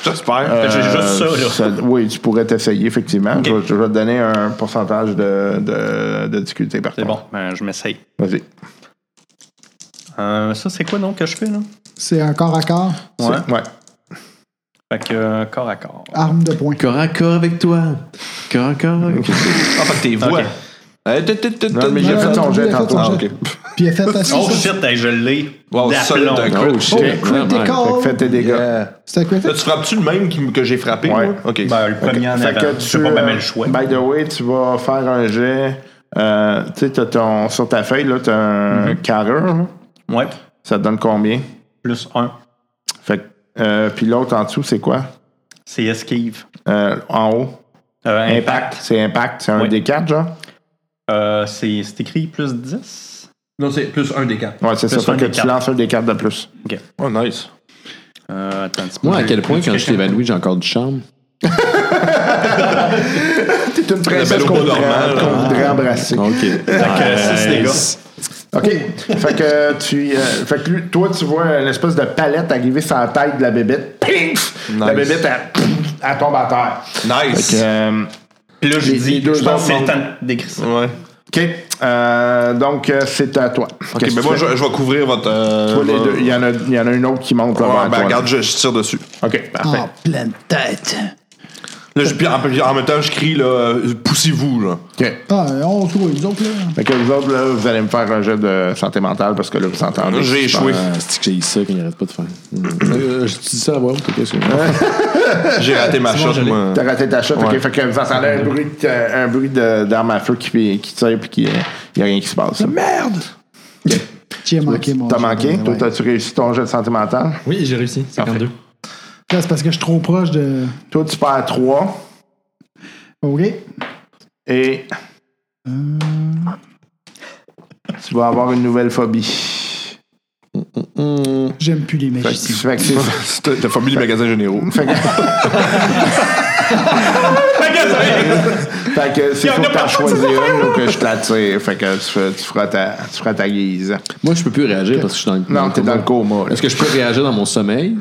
B: J'espère.
C: Fait que j'ai juste ça, là.
H: Euh, Ça- oui, tu pourrais t'essayer, effectivement. Je,
C: Ok.
H: vais- je vais te donner un pourcentage de, de, de difficulté par
C: C'est
H: contre.
C: bon, ben, je m'essaye.
H: Vas-y.
C: Euh, ça, c'est quoi, non, que je fais, là?
F: C'est un corps à corps,
C: Ouais.
H: Ouais.
C: Fait que euh, corps à corps.
F: arme de poing.
E: Corps à corps avec toi. Corps à corps avec toi.
C: Ah, fait que tes voix.
H: Euh, Non, mais j'ai
F: Non,
H: fait
F: non,
H: ton
F: il a
H: jet
F: fait
H: tantôt.
F: son
H: Ah,
F: jet.
H: ok.
F: Puis il a fait assez.
C: Oh shit, hey, je l'ai.
D: Wow, solide,
A: Ah,
C: D'aplomb.
D: un
E: Oh shit.
H: Fait que fais
F: critical.
H: tes dégâts.
F: C'était
D: Là,
F: critical.
D: tu frappes-tu le même qui- que j'ai frappé?
H: Ouais.
D: moi? OK.
C: Ben, le premier en
H: Fait
C: avant.
H: que
C: J'ai
H: tu.
C: pas bien
H: euh,
C: le choix.
H: By the way, tu vas faire un jet. euh, tu sais, t'as ton- sur ta feuille, là, t'as un
B: Mm-hmm.
H: carreur. là.
C: Ouais.
H: Ça te donne combien?
C: Plus un.
H: Fait que, euh, puis l'autre en dessous, c'est quoi?
C: C'est esquive.
H: Euh, en haut.
C: Euh,
H: Impact.
C: impact.
H: C'est impact. C'est un
C: Oui.
H: des quatre, genre?
C: Euh, c'est c'est écrit plus 10.
J: Non, c'est plus un des quatre.
H: Ouais, c'est ça.
C: Plus
H: Fait
C: un
H: que
C: des
H: tu
C: quatre.
H: lances un des quatre de plus.
D: Oh, nice.
C: Euh, attends un petit peu.
E: Moi, à quel point, quand je t'évalue, j'ai encore du charme?
H: C'est une
D: belle
H: princesse
D: au
H: qu'on
D: pot
H: voudrait,
D: dormant,
H: qu'on voudrait embrasser.
E: OK.
C: Fait que 6
H: OK. fait que tu. euh, fait que lui- toi, tu vois une espèce de palette arriver sur la tête de la bébête. Pif! La
D: Nice.
H: bébête, elle, elle tombe à terre.
D: Nice.
H: Fait que, euh,
C: dégâts. Là, je
H: Les- les
C: dis,
H: deux
C: je pense que c'est
H: autres
C: le temps d'écrire ça.
D: Ouais.
H: OK. Euh, donc, euh, c'est à toi.
D: OK,
H: Qu'est-ce
D: mais
H: que
D: moi,
H: tu fais?
D: je, je vais couvrir votre... euh,
H: Toi, les
D: votre-
H: deux. Il y, en a- il y en a une autre qui monte là
D: Ouais,
H: vers
D: ben,
H: toi.
D: regarde, je, je tire dessus.
H: OK, parfait.
F: En pleine tête.
D: Là, je, puis en, puis en même temps, je crie, là, euh, poussez-vous, là.
H: OK.
F: Ah, on se voit, les autres, là.
H: Fait que vous autres, là, vous allez me faire un jet de santé mentale parce que là, vous entendez.
D: J'ai échoué.
E: Ah,
H: euh,
E: c'est que j'ai eu ça qu'il n'arrête pas de faire. Euh, je dis ça à voix haute, ok, c'est bon.
D: J'ai raté ma shot, moi.
H: T'as raté ta shot, ok. Fait que vous entendez un bruit, de- un bruit de- d'arme à feu qui, qui tire puis qu'il n'y a rien qui se passe. Merde!
F: J'ai manqué mon.
H: T'as
F: jet.
H: manqué?
F: Ouais.
H: Toi, t'as-tu réussi ton jet de santé mentale?
J: Oui, j'ai réussi. 52.
F: Là, c'est parce que je suis trop proche de.
H: Toi, tu perds 3
F: OK.
H: et.
F: Euh.
H: Tu vas avoir une nouvelle phobie.
F: J'aime plus les
H: Fait que,
F: magiciens.
H: fait que c'est ça.
D: C'était la famille des magasins généraux.
H: Fait que. fait que c'est faut que t'en choisis une ou que je t'attire. Fait que tu, fais- tu feras ta, tu feras ta guise.
E: Moi, je peux plus réagir parce que je suis dans le
H: Non, t'es dans le coma. là.
E: Est-ce que je peux réagir dans mon sommeil?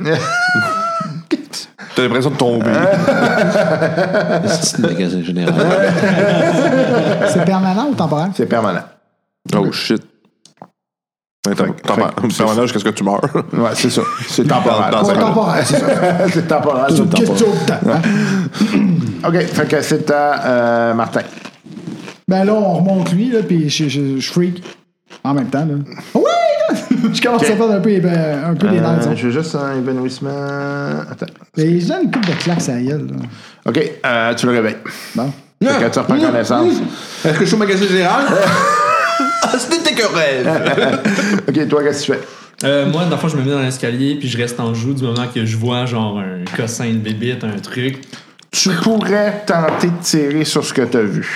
D: T'as l'impression de tomber.
H: Euh,
E: C'est une magasin général.
F: C'est permanent ou temporaire?
H: C'est permanent.
D: Oh, shit. Ouais, T'en t'en
H: fait-
D: t'en- t'en manges jusqu'à ce que tu meurs.
H: Ouais, c'est ça. Ah, C'est temporaire.
D: Dans- dans
F: Ouais,
D: un-
F: temporaire, c'est ça.
H: c'est temporaire.
F: C'est une question de temps. hein.
H: OK, fait que c'est à euh, Martin.
F: Ben là, on remonte lui, là, puis je, je, je freak en même temps, là. Ah Oui! je commence à faire un peu, les- ben, un peu des nerfs,
H: Euh,
F: disons.
H: je veux juste un évanouissement. Attends.
F: Mais je donne une coupe de claques à la gueule, là.
H: OK, euh, tu le réveilles.
F: Bon.
H: Fait que tu reprends connaissance.
A: Est-ce que je suis au magasin général?
H: OK, toi, qu'est-ce que tu fais?
J: Euh, moi, dans le fond, je me mets dans l'escalier puis je reste en joue du moment que je vois genre un cossin, une bébite, un truc.
H: Tu pourrais tenter de tirer sur ce que tu as vu.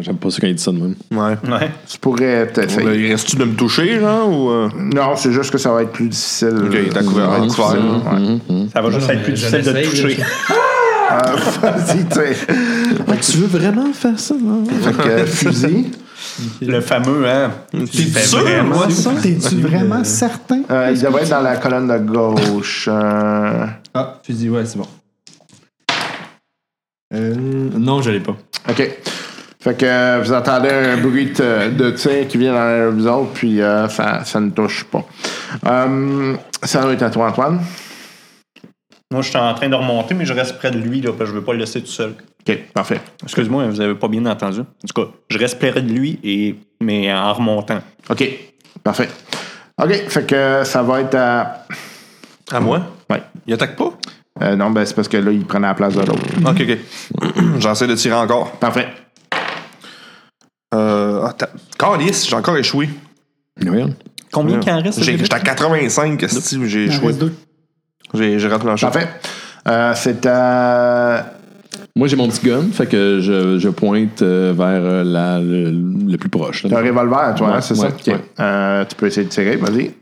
E: J'aime pas ça quand il dit ça de même.
D: Ouais.
C: Ouais.
H: Tu pourrais t'essayer.
D: Il reste-tu de me toucher, genre, ou... euh?
H: Non, c'est juste que ça va être plus difficile. Ah,
D: OK, il est à
A: Euh,
D: couvert.
H: Ouais,
D: Il est couvert.
H: ouais.
C: Ça va juste
J: Non,
C: être plus
J: mais je
C: difficile de te
J: l'essaye,
C: toucher.
H: Euh, Vas-y, tu sais.
E: tu veux vraiment faire ça?
H: Fait que euh, fusil.
C: Le fameux, hein. T'es
D: sûr, moi?
F: T'es-tu vraiment certain?
H: Euh, il devrait être dans la colonne de gauche. Euh,
J: Ah, fusil, ouais, c'est bon. Euh, non, je l'ai pas.
H: OK. Fait que euh, vous entendez un bruit de, de tir qui vient dans l'air de vous autres, puis euh, ça, ça ne touche pas. Euh, ça va être à toi, Antoine.
C: Moi, je suis en train de remonter, mais je reste près de lui, là, parce que je veux pas le laisser tout seul.
H: OK, parfait.
C: Excuse-moi, vous avez pas bien entendu. En tout cas, je reste près de lui, et... mais en remontant.
H: OK, parfait. OK, fait que ça va être à...
D: À moi?
H: Ouais.
D: Il attaque pas?
H: Euh, non, ben c'est parce que là, il prenait la place de l'autre.
B: Mhm.
D: OK, OK. J'essaie de tirer encore.
H: Parfait.
B: ah,
D: Euh, attends. Calice, j'ai encore échoué.
C: Combien qu'il en reste?
D: J'ai- J'étais à 85, esti, j'ai
F: Il en
D: échoué.
F: reste deux.
D: J'ai j'ai raté ma chance.
H: Parfait. Euh, c'est euh, à...
E: Moi, j'ai mon petit gun, fait que je, je pointe euh, vers euh, la, le, le plus proche. là.
H: T'as un revolver, toi,
E: Ouais,
H: hein, c'est
E: ouais,
H: ça? OK.
E: ouais.
H: Euh, tu peux essayer de tirer, vas-y.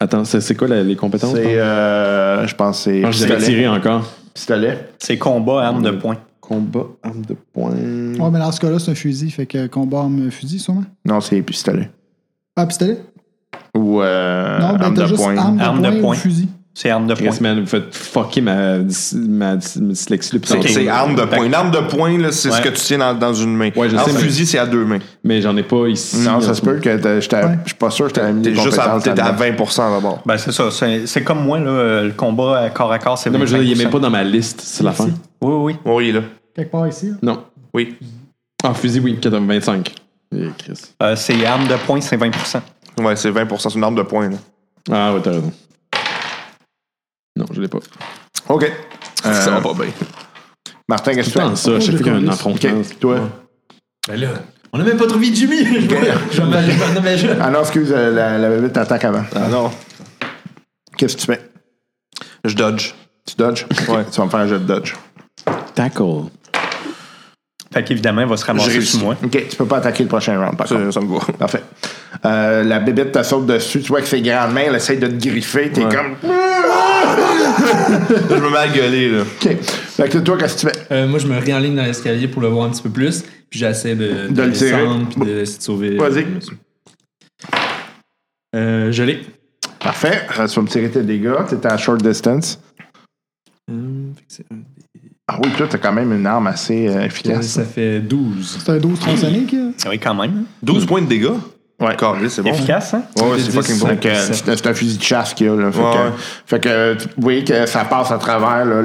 E: Attends, c'est c'est quoi la- les compétences?
H: C'est, euh, je pense, que c'est
E: Ah, je devais
H: pistolet.
E: tirer encore.
H: Pistolet.
C: C'est combat, arme de poing.
E: Combat, arme de poing.
F: Ouais, mais dans ce cas-là, c'est un fusil, fait que combat arme fusil, sûrement.
H: Non, c'est pistolet.
F: Ah, pistolet?
H: Ou euh,
F: non, ben
H: arme
F: t'as
H: Euh, de
F: ben, juste
H: poing.
F: arme de
C: Arme de
F: poing ou
C: poing.
F: fusil.
C: C'est arme de poing.
A: Chris, man, vous faites fucker ma, dys- ma, dys- ma dyslexie depuis
B: C'est
A: tantôt.
B: c'est arme de poing. Une arme de poing, là, c'est
C: Ouais.
B: ce que tu tiens dans, dans une main.
A: Ouais, je
B: Un
A: sais, mais-
B: fusil, c'est à deux mains.
A: Mais j'en ai pas ici.
H: Non,
A: là.
H: ça se peut que t'as- je t'ai- je suis pas sûr que t'avais mis des
B: T'es juste à,
H: compétences
B: t'es à
H: là-dedans.
B: 20% d'abord.
C: Ben, c'est ça. C'est c'est comme moi, là, euh, le combat à corps à corps, c'est
A: Non, mais je veux dire, il est même
C: 25%.
A: pas dans ma liste, c'est la fin.
C: Oui, oui.
B: Oui, là.
F: Quelque part ici. là.
A: Non.
B: Oui.
A: Ah, fusil, oui, 25. Eh, Chris.
C: Euh, c'est arme de poing, c'est 20%.
B: Ouais, c'est 20%. C'est une arme de poing, là.
A: Ah, ouais, t'as raison. Non, je l'ai pas.
H: OK.
B: Ça
A: Euh,
B: va pas bien.
H: Martin, qu'est-ce que tu
A: Putain,
H: fais?
A: ça, je sais plus qu'il y a un affrontement.
H: OK, toi.
J: Ben là, on a même pas trouvé Jimmy. Je vois- je vois- je vois- non, mais je-
H: Ah non, excuse, euh, la, la bébé t'attaque avant.
B: Ah non.
H: Qu'est-ce que tu fais?
B: Je dodge.
H: Tu dodges? Ouais. tu vas me faire un jeu de dodge.
A: Tackle.
C: Fait qu'évidemment, il va se
B: J'ai
C: ramasser
B: réussi.
C: sur moi.
H: OK, tu peux pas attaquer le prochain round, par contre.
B: Ça, ça me va.
H: Parfait. Euh, la bébête te saute dessus. Tu vois que ses grandes mains, elle essaie de te griffer. T'es comme.
B: Je me mets à gueuler, là.
H: OK. Fait que toi, qu'est-ce que tu fais?
J: Euh, moi, je me réaligne dans l'escalier pour le voir un petit peu plus. Puis j'essaie de,
H: De le tirer.
J: descendre puis de essayer de sauver.
H: Vas-y.
J: Euh, je l'ai.
H: Parfait. Euh, tu vas me tirer tes dégâts. T'es à short distance.
J: Euh,
H: Ah oui, toi, t'as quand même une arme assez euh, efficace.
J: Ça fait 12.
F: C'est un 12 tronçonnique. là.
C: Oui, quand même.
A: Hmm.
B: 12 points de dégâts? Ouais. Carré, c'est bon.
C: Efficace, hein?
B: Ouais, ouais, c'est fucking bon.
H: Fait que, euh, C'est c'est un fusil de chasse qu'il y a. Là. Fait,
B: Ouais,
H: que,
B: ouais.
H: fait que tu- vous voyez que ça passe à travers là,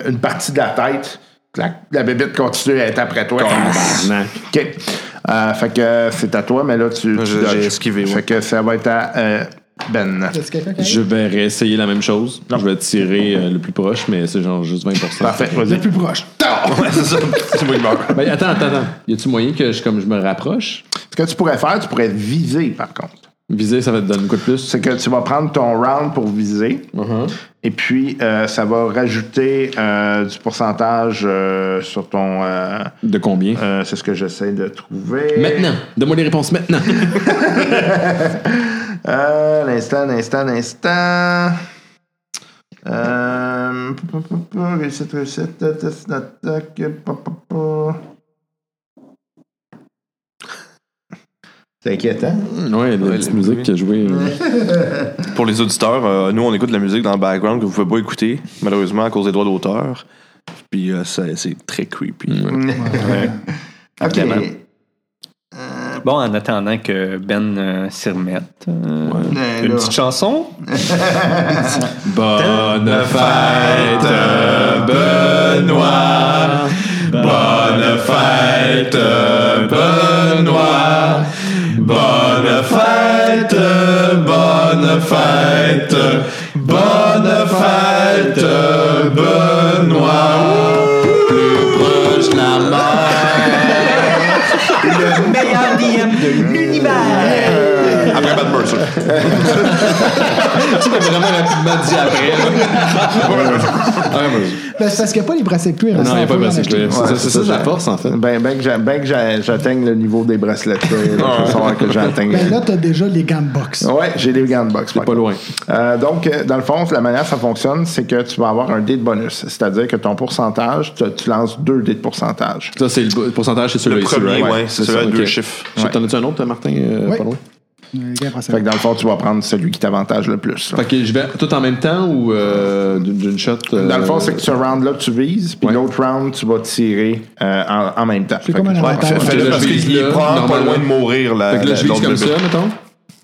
H: le- une partie de la tête. La, la bébête continue à être après toi.
A: Tabarnak.
H: OK. Euh, fait que c'est à toi, mais là, tu. tu
B: Je-
H: dodges.
B: j'ai esquivé, ouais.
H: Fait que ça va être à euh, Ben.
F: Est-ce que quelqu'un qui
A: Je
F: arrive?
A: vais réessayer la même chose. Je vais tirer euh, le plus proche, mais c'est genre juste 20%.
H: Parfait, vas-y.
F: Le plus proche.
B: Ouais, c'est ça. C'est moi qui meurs.
A: Ben, attends, attends, attends. Y a-tu moyen que je, comme je me rapproche?
H: Ce que tu pourrais faire, tu pourrais viser, par contre.
A: Viser, ça va te donner quoi de plus?
H: C'est que tu vas prendre ton round pour viser,
A: Uh-huh.
H: et puis euh, ça va rajouter euh, du pourcentage euh, sur ton. euh,
A: De combien?
H: euh, c'est ce que j'essaie de trouver.
A: Maintenant. Donne-moi les réponses maintenant.
H: Euh, l'instant, l'instant, l'instant. Euh, pou, pou, pou, pou, réussite, réussite, test d'attaque, pou, pou, pou. C'est inquiétant.
A: ouais, la petite musique qui a joué. euh,
B: Pour les auditeurs, euh, nous, on écoute de la musique dans le background que vous pouvez pas écouter, malheureusement, à cause des droits d'auteur. Puis euh, c'est c'est très creepy.
A: Mm.
H: Ok.
B: Évidemment.
C: Bon, en attendant que Ben euh, s'y remette, euh,
H: Ben,
C: une
H: là.
C: petite chanson.
J: Euh,
A: Bonne fête, Benoît. Bonne fête, Benoît. Bonne fête, bonne fête, bonne fête, Benoît. Plus proche la
C: meilleur DM de l'univers.
H: euh,
B: Après Bad Mercer.
A: Tu l'as vraiment rapidement dit après.
F: Ben, c'est parce qu'il n'y a pas les bracelets de cuir.
A: non, il n'y a pas de bracelet.
F: cuir.
A: clair. C'est ça, c'est ça, la force, en fait.
H: Ben, ben que j'a- ben que j'a- j'atteigne le niveau des bracelets. de cuir, là, faut savoir que j'atteigne.
F: Ben là, t'as déjà les gants de boxe.
H: Ouais, j'ai des gants de boxe.
A: Pas loin.
H: Euh, donc, euh, dans le fond, la manière que ça fonctionne, c'est que tu vas avoir un dé de bonus. C'est-à-dire que ton pourcentage, tu, tu lances deux dés de pourcentage.
A: Ça, c'est le bo- pourcentage, c'est celui-là
B: Le
A: ici,
B: premier,
A: right?
B: ouais, c'est celui-là à
A: ça,
B: deux
A: ok.
B: chiffres.
A: Tu- T'en as-tu un autre, Martin, euh,
F: Oui.
A: pas loin?
F: Les gants bracelets.
H: Fait que dans le fond, tu vas prendre celui qui t'avantage le plus. là.
A: Fait que je vais tout en même temps ou euh, d'une d'une shot? euh,
H: Dans le fond, c'est que ce round-là, tu vises, puis
A: Ouais.
H: l'autre round, tu vas tirer euh, en, en même temps. Fait
F: comme
H: que-
F: un
H: Ouais,
F: avantage.
H: fait- fait-
A: Là,
B: Fais-le
A: je
B: parce
A: vise
B: qu'il
A: là,
B: est probablement pas
A: normalement.
B: loin de mourir. La,
A: Fait que là,
B: la-
A: je vise
B: l'autre
A: comme
B: bébé.
A: ça, mettons.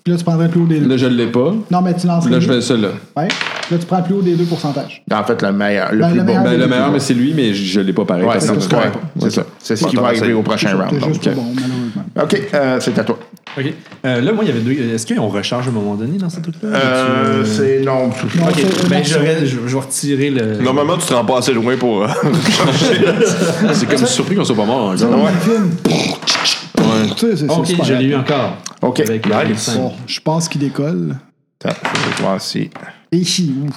F: Puis là, tu prendrais le plus haut des deux.
A: Là, je l'ai pas.
F: Non, mais tu lances
A: Là,
F: les
A: je
F: deux.
A: fais ça, là.
F: Ouais. Là, tu prends le plus haut des deux pourcentages.
H: En fait, le meilleur, le
F: Ben,
H: plus
F: le
H: bon.
F: meilleur.
A: Ben,
F: oui,
A: le
F: oui,
A: meilleur,
F: oui.
A: mais c'est lui, mais je je l'ai pas pareil.
H: Ouais,
A: parce que
H: non,
A: ça
H: c'est
A: me
H: correct.
A: parle pas.
H: C'est ça. C'est ce
B: Bon,
H: qui va
B: t'as
H: arriver
B: essayé.
H: au prochain round.
F: T'es juste
H: donc.
F: trop bon, malheureusement.
H: OK, euh, c'est à toi.
J: OK. Euh, là, moi, il y avait deux. Est-ce qu'on recharge à un moment donné dans ce truc-là?
H: Euh,
J: Ou tu-
H: c'est
F: Non,
H: non.
J: OK.
F: c'est-
J: Ben, j'aurais- je, je vais retirer le.
B: Normalement, tu te rends pas assez loin pour. euh,
A: C'est comme surpris qu'on soit pas mort encore.
F: Dans le film. Tu sais, c'est- c'est
J: OK,
F: super.
J: je l'ai eu encore.
H: OK.
J: Avec le
B: Nice.
J: cinq.
F: Bon, je pense qu'il décolle.
H: Attends, je vais voir si-
F: Et chi, ouh.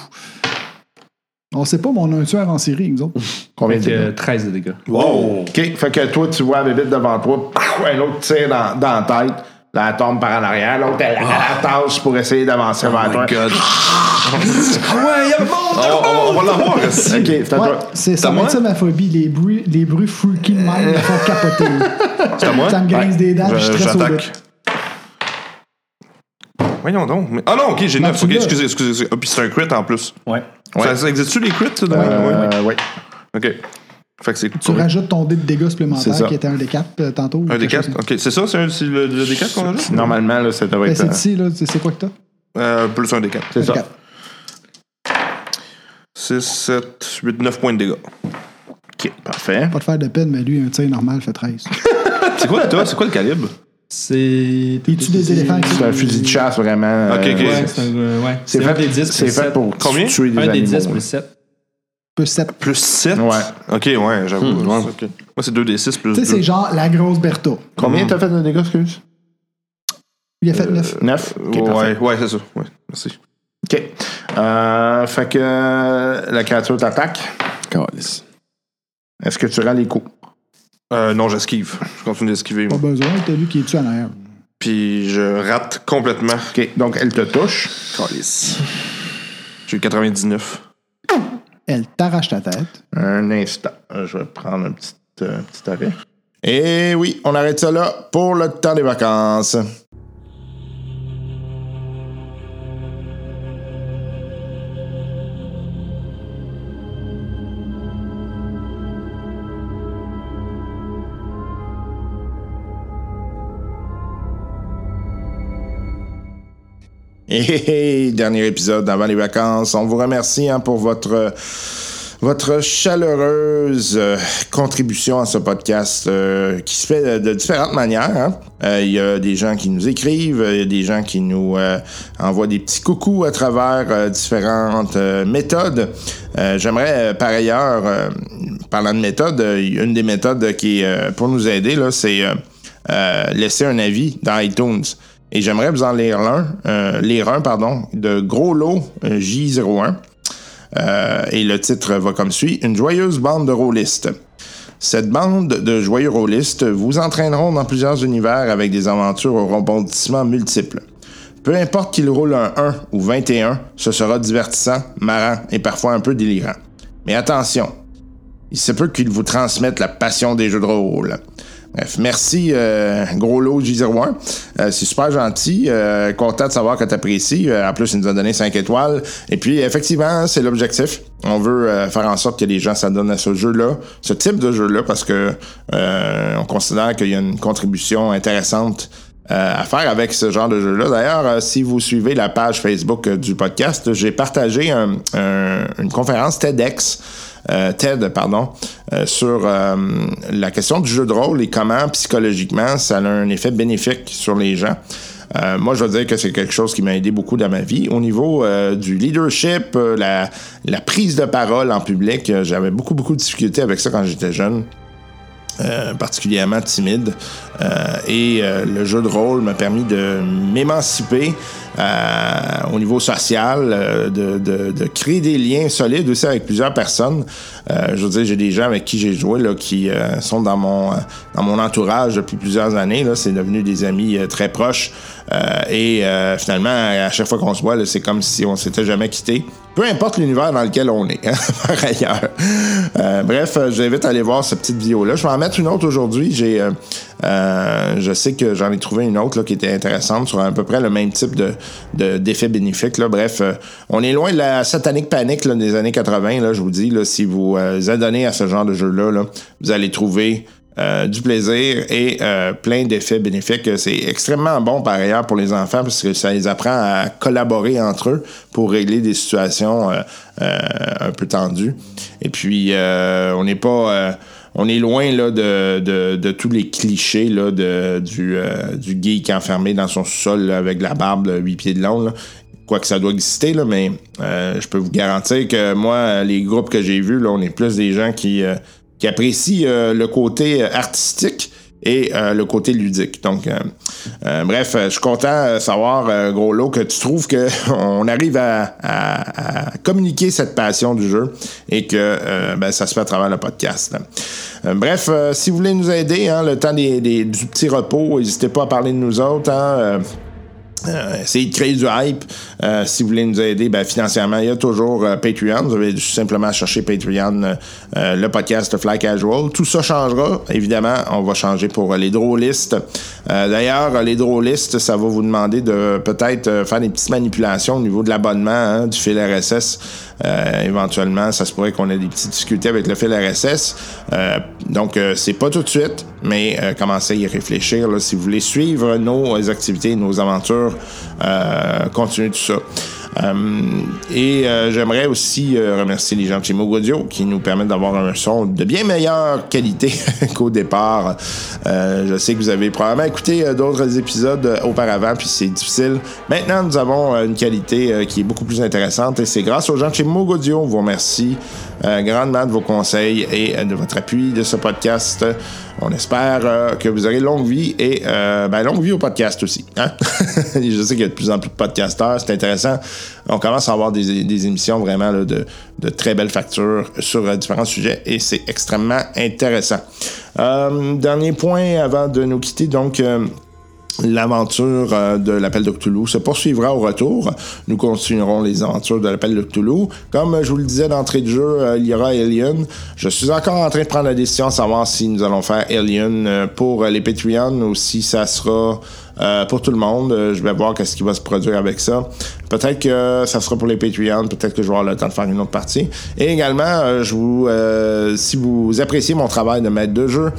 F: On sait pas, mais on a un tueur en série, nous autres.
H: Combien
J: Avec,
H: de
J: euh, 13 de dégâts.
B: Wow!
H: OK, fait que toi, tu vois la bébite devant toi, pow, un autre tire dans, dans la tête, là, elle tombe par en arrière, l'autre, elle, elle tâche pour essayer d'avancer vers toi.
B: Ah.
H: Ah
B: God. Oh, on, on va l'avoir ici.
H: OK, c'est à
F: Ouais,
H: toi.
F: c'est ça,
B: T'as
F: va être
B: moi?
F: ça ma phobie. Les bruits, les bruits freaky de même me font capoter.
B: C'est à moi?
F: Ça me grince des dents,
B: Je-
F: puis je suis très
B: J'attaque.
D: voyons donc. Mais- Ah non, ok, j'ai 9. Ok, excusez, excusez. excusez. Ah, puis c'est un crit en plus.
C: Ouais.
D: Ça, ça existe-tu les crits, ça, de même?
H: Euh, oui.
D: Ouais. Ok. Fait que c'est
O: Tu rajoutes ton dé de dégâts
H: C'est ça.
O: supplémentaire qui était un des 4 tantôt. ou
D: Un
O: quelque chose
D: D4? Ok, c'est ça, c'est un- c'est le, le D4 qu'on a là?
A: Mm.
H: Normalement, là, ça
O: comme- Ben,
H: devrait être.
O: c'est
H: euh,
O: ici, là. C'est c'est quoi que t'as?
D: Euh, plus un D4.
H: C'est ça.
O: Quatre.
D: 6, 7, 8, 9 points de dégâts.
H: Ok, parfait.
O: Pas de faire de peine, mais lui, un tir normal fait 13.
D: C'est quoi, toi? C'est quoi le calibre?
J: C'est.
O: Il tue des éléphants.
H: C'est un fusil de chasse, vraiment.
D: Ok, ok.
H: euh,
J: Ouais, c'est un, euh, ouais.
H: C'est
J: C'est un
H: fait,
J: des 10
H: c'est
J: plus
H: fait
J: 7.
H: pour
D: Combien?
H: tuer des
J: Un des 10
H: animaux.
J: plus 7.
O: Peu 7.
D: Plus 7?
H: Ouais.
D: Ok, ouais, j'avoue.
E: Hmm, ouais.
D: Ok. Moi, c'est 2D6 plus
O: Tu sais,
D: 2.
O: c'est genre la grosse Bertha.
H: Combien t'as fait de dégâts, excuse?
O: Il a fait 9.
H: Neuf. Ok,
D: ouais,
H: parfait.
D: ouais, c'est ça. Ouais, merci.
H: OK. Euh, fait que euh, la créature t'attaque.
A: euh,
E: Calice.
H: Est-ce que tu rends les coups?
D: Euh, non, j'esquive. Je continue d'esquiver.
O: Pas
D: moi.
O: besoin, t'as vu qu'il est tué en arrière.
D: Puis je rate complètement.
H: OK. Donc, elle te touche.
D: Calice. J'ai eu 99.
O: Elle t'arrache ta tête.
H: Un instant. Euh, Je vais prendre un petit, euh, petit arrêt.
B: Et Eh oui, on arrête ça là pour le temps des vacances. Et dernier épisode avant les vacances. On vous remercie hein, pour votre euh, votre chaleureuse euh, contribution à ce podcast euh, qui se fait de, de différentes manières. hein. Euh, Il y a des gens qui nous écrivent, euh, il y a des gens qui nous euh, envoient des petits coucous à travers euh, différentes euh, méthodes. Euh, J'aimerais euh, par ailleurs, euh, parlant de méthode, euh, une des méthodes qui est euh, pour nous aider, là, c'est euh, euh, laisser un avis dans iTunes. Et j'aimerais vous en lire un, euh, lire un, pardon, de Gros Lot euh, J01. Euh, et le titre va comme suit Une joyeuse bande de rôlistes. Cette bande de joyeux rôlistes vous entraîneront dans plusieurs univers avec des aventures aux rebondissements multiples. Peu importe qu'il roule un 1 ou 21, ce sera divertissant, marrant et parfois un peu délirant. Mais attention, il se peut qu'il vous transmette la passion des jeux de rôle. Bref, merci, euh, gros lot J01. Euh, c'est super gentil. euh, content de savoir que tu apprécies. en plus, il nous a donné 5 étoiles. Et puis, effectivement, c'est l'objectif. On veut euh, faire en sorte que les gens s'adonnent à ce jeu-là, ce type de jeu-là, parce que euh, on considère qu'il y a une contribution intéressante euh, à faire avec ce genre de jeu-là. D'ailleurs, euh, si vous suivez la page Facebook euh, du podcast, j'ai partagé un- un- une conférence TEDx. euh, TED, pardon, euh, sur euh, la question du jeu de rôle et comment psychologiquement ça a un effet bénéfique sur les gens. Euh, moi, je veux dire que c'est quelque chose qui m'a aidé beaucoup dans ma vie. Au niveau euh, du leadership, euh, la, la prise de parole en public, euh, j'avais beaucoup, beaucoup de difficultés avec ça quand j'étais jeune euh, particulièrement timide. Euh, et euh, le jeu de rôle m'a permis de m'émanciper euh, au niveau social, euh, de, de- de créer des liens solides aussi avec plusieurs personnes. Euh, je veux dire, j'ai des gens avec qui j'ai joué là, qui euh, sont dans mon, euh, dans mon entourage depuis plusieurs années. Là. C'est devenu des amis euh, très proches. Euh, et euh, finalement, à chaque fois qu'on se voit, là, c'est comme si on s'était jamais quitté. Peu importe l'univers dans lequel on est, hein, par ailleurs. Euh, bref, euh, je vous invite à aller voir cette petite vidéo-là. Je vais en mettre une autre aujourd'hui. J'ai, euh, euh, je sais que j'en ai trouvé une autre là, qui était intéressante sur à peu près le même type de, de- d'effet bénéfique. là. Bref, euh, on est loin de la satanique panique là, des années 80. Là, je vous dis, là, si vous euh, vous adonnez à ce genre de jeu-là, là, vous allez trouver euh, du plaisir et euh, plein d'effets bénéfiques. C'est extrêmement bon par ailleurs pour les enfants parce que ça les apprend à collaborer entre eux pour régler des situations euh, euh, un peu tendues. Et puis euh, on n'est pas euh, on est loin là, de, de- de tous les clichés là, de, du, euh, du geek enfermé dans son sous-sol là, avec la barbe de 8 pieds de long. là quoique ça doit exister, là, mais euh, je peux vous garantir que moi, les groupes que j'ai vus, là, on est plus des gens qui, euh, qui apprécient euh, le côté euh, artistique et euh, le côté ludique. Donc, euh, euh, bref, euh, je suis content de savoir, euh, gros lot, que tu trouves que on arrive à, à- à communiquer cette passion du jeu et que euh, ben, ça se fait à travers le podcast. là. Euh, bref, euh, si vous voulez nous aider, hein, le temps des, des- du petit repos, n'hésitez pas à parler de nous autres. hein, euh, euh, essayer de créer du hype. Euh, si vous voulez nous aider ben, financièrement, il y a toujours euh, Patreon. Vous avez juste simplement chercher Patreon, euh, euh, le podcast Fly Casual. Tout ça changera. Évidemment, on va changer pour euh, les drôlistes. Euh, D'ailleurs, euh, les drôlistes, ça va vous demander de peut-être euh, faire des petites manipulations au niveau de l'abonnement hein, du fil RSS. Euh, éventuellement, ça se pourrait qu'on ait des petites difficultés avec le fil RSS. Euh, donc, euh, c'est pas tout de suite, mais euh, commencez à y réfléchir. là, si vous voulez suivre nos euh, activités, nos aventures, euh, continuez tout ça. Euh, et euh, j'aimerais aussi euh, remercier les gens de chez Moog Audio qui nous permettent d'avoir un son de bien meilleure qualité qu'au départ. Euh, je sais que vous avez probablement écouté euh, d'autres épisodes euh, auparavant, puis c'est difficile. Maintenant, nous avons euh, une qualité euh, qui est beaucoup plus intéressante et c'est grâce aux gens de chez Moog Audio. On vous remercie euh, grandement de vos conseils et euh, de votre appui de ce podcast. On espère euh, que vous aurez longue vie et euh, ben, longue vie au podcast aussi. hein? Je sais qu'il y a de plus en plus de podcasteurs, c'est intéressant. On commence à avoir des, des émissions vraiment là, de, de très belles factures sur euh, différents sujets et c'est extrêmement intéressant. Euh, dernier point avant de nous quitter, donc. euh, L'aventure euh, de l'appel de Cthulhu se poursuivra au retour. Nous continuerons les aventures de l'appel de Cthulhu. Comme euh, je vous le disais d'entrée de jeu, euh, il y aura Alien. Je suis encore en train de prendre la décision de savoir si nous allons faire Alien euh, pour euh, les Patreons ou si ça sera euh, pour tout le monde. Euh, je vais voir qu'est-ce qui va se produire avec ça. Peut-être que ça sera pour les Patreons. Peut-être que je vais avoir le temps de faire une autre partie. Et également, euh, je vous, euh, si vous appréciez mon travail de maître de jeu,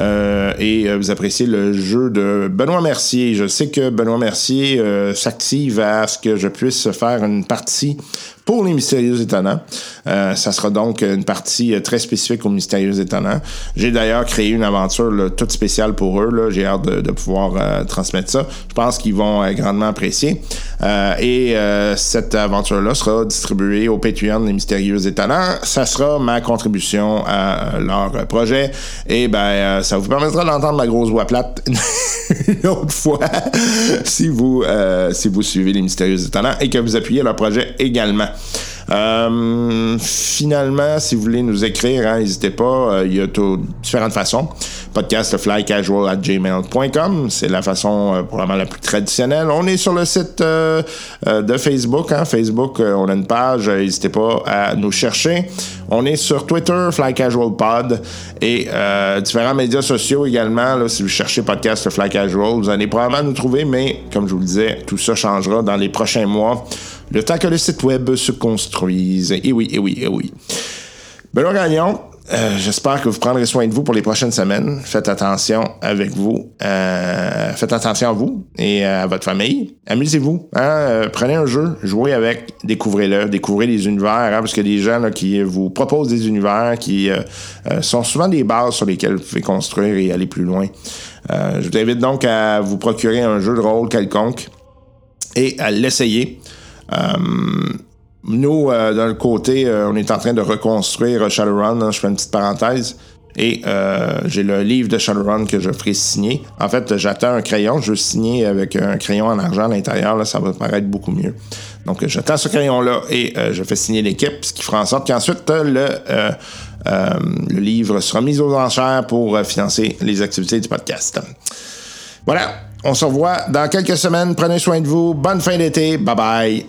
B: euh, et euh, vous appréciez le jeu de Benoît Mercier. Je sais que Benoît Mercier euh, s'active à ce que je puisse faire une partie pour les Mystérieux Étonnants. Euh, ça sera donc une partie euh, très spécifique aux Mystérieux Étonnants. J'ai d'ailleurs créé une aventure là, toute spéciale pour eux. là. J'ai hâte de, de pouvoir euh, transmettre ça. Je pense qu'ils vont euh, grandement apprécier. Euh, et euh, cette aventure-là sera distribuée au Patreon des Mystérieux Étonnants. Ça sera ma contribution à euh, leur euh, projet. Et ben, euh, ça vous permettra d'entendre ma grosse voix plate une autre fois si vous, euh, si vous suivez les Mystérieux Étonnants et que vous appuyez leur projet également. Euh, finalement, si vous voulez nous écrire, hein, n'hésitez pas. euh, Il y a tout- différentes façons. podcastflycasual@gmail.com, c'est la façon euh, probablement la plus traditionnelle. On est sur le site euh, euh, de Facebook. hein. Facebook, euh, on a une page. euh, N'hésitez pas à nous chercher. On est sur Twitter, flycasualpod, et euh, différents médias sociaux également. là, si vous cherchez podcast Fly Casual, vous allez probablement nous trouver. Mais comme je vous le disais, tout ça changera dans les prochains mois. Le temps que le site web se construise. Et oui, et oui, et oui. Benoît Gagnon, euh, j'espère que vous prendrez soin de vous pour les prochaines semaines. Faites attention avec vous. Euh, faites attention à vous et euh, à votre famille. Amusez-vous. hein. Euh, prenez un jeu, jouez avec, découvrez-le, découvrez les univers, hein, parce qu'il y a des gens là, qui vous proposent des univers qui euh, euh, sont souvent des bases sur lesquelles vous pouvez construire et aller plus loin. Euh, je vous invite donc à vous procurer un jeu de rôle quelconque et à l'essayer. Euh, nous, euh, d'un côté, euh, on est en train de reconstruire euh, Shadowrun. hein, je fais une petite parenthèse. Et euh, j'ai le livre de Shadowrun que je ferai signer. En fait, j'attends un crayon. Je veux signer avec un crayon en argent à l'intérieur. là, Ça va paraître beaucoup mieux. Donc, euh, j'attends ce crayon-là et euh, je fais signer l'équipe, ce qui fera en sorte qu'ensuite, euh, le, euh, euh, le livre sera mis aux enchères pour euh, financer les activités du podcast. Voilà, on se revoit dans quelques semaines. Prenez soin de vous. Bonne fin d'été. Bye bye.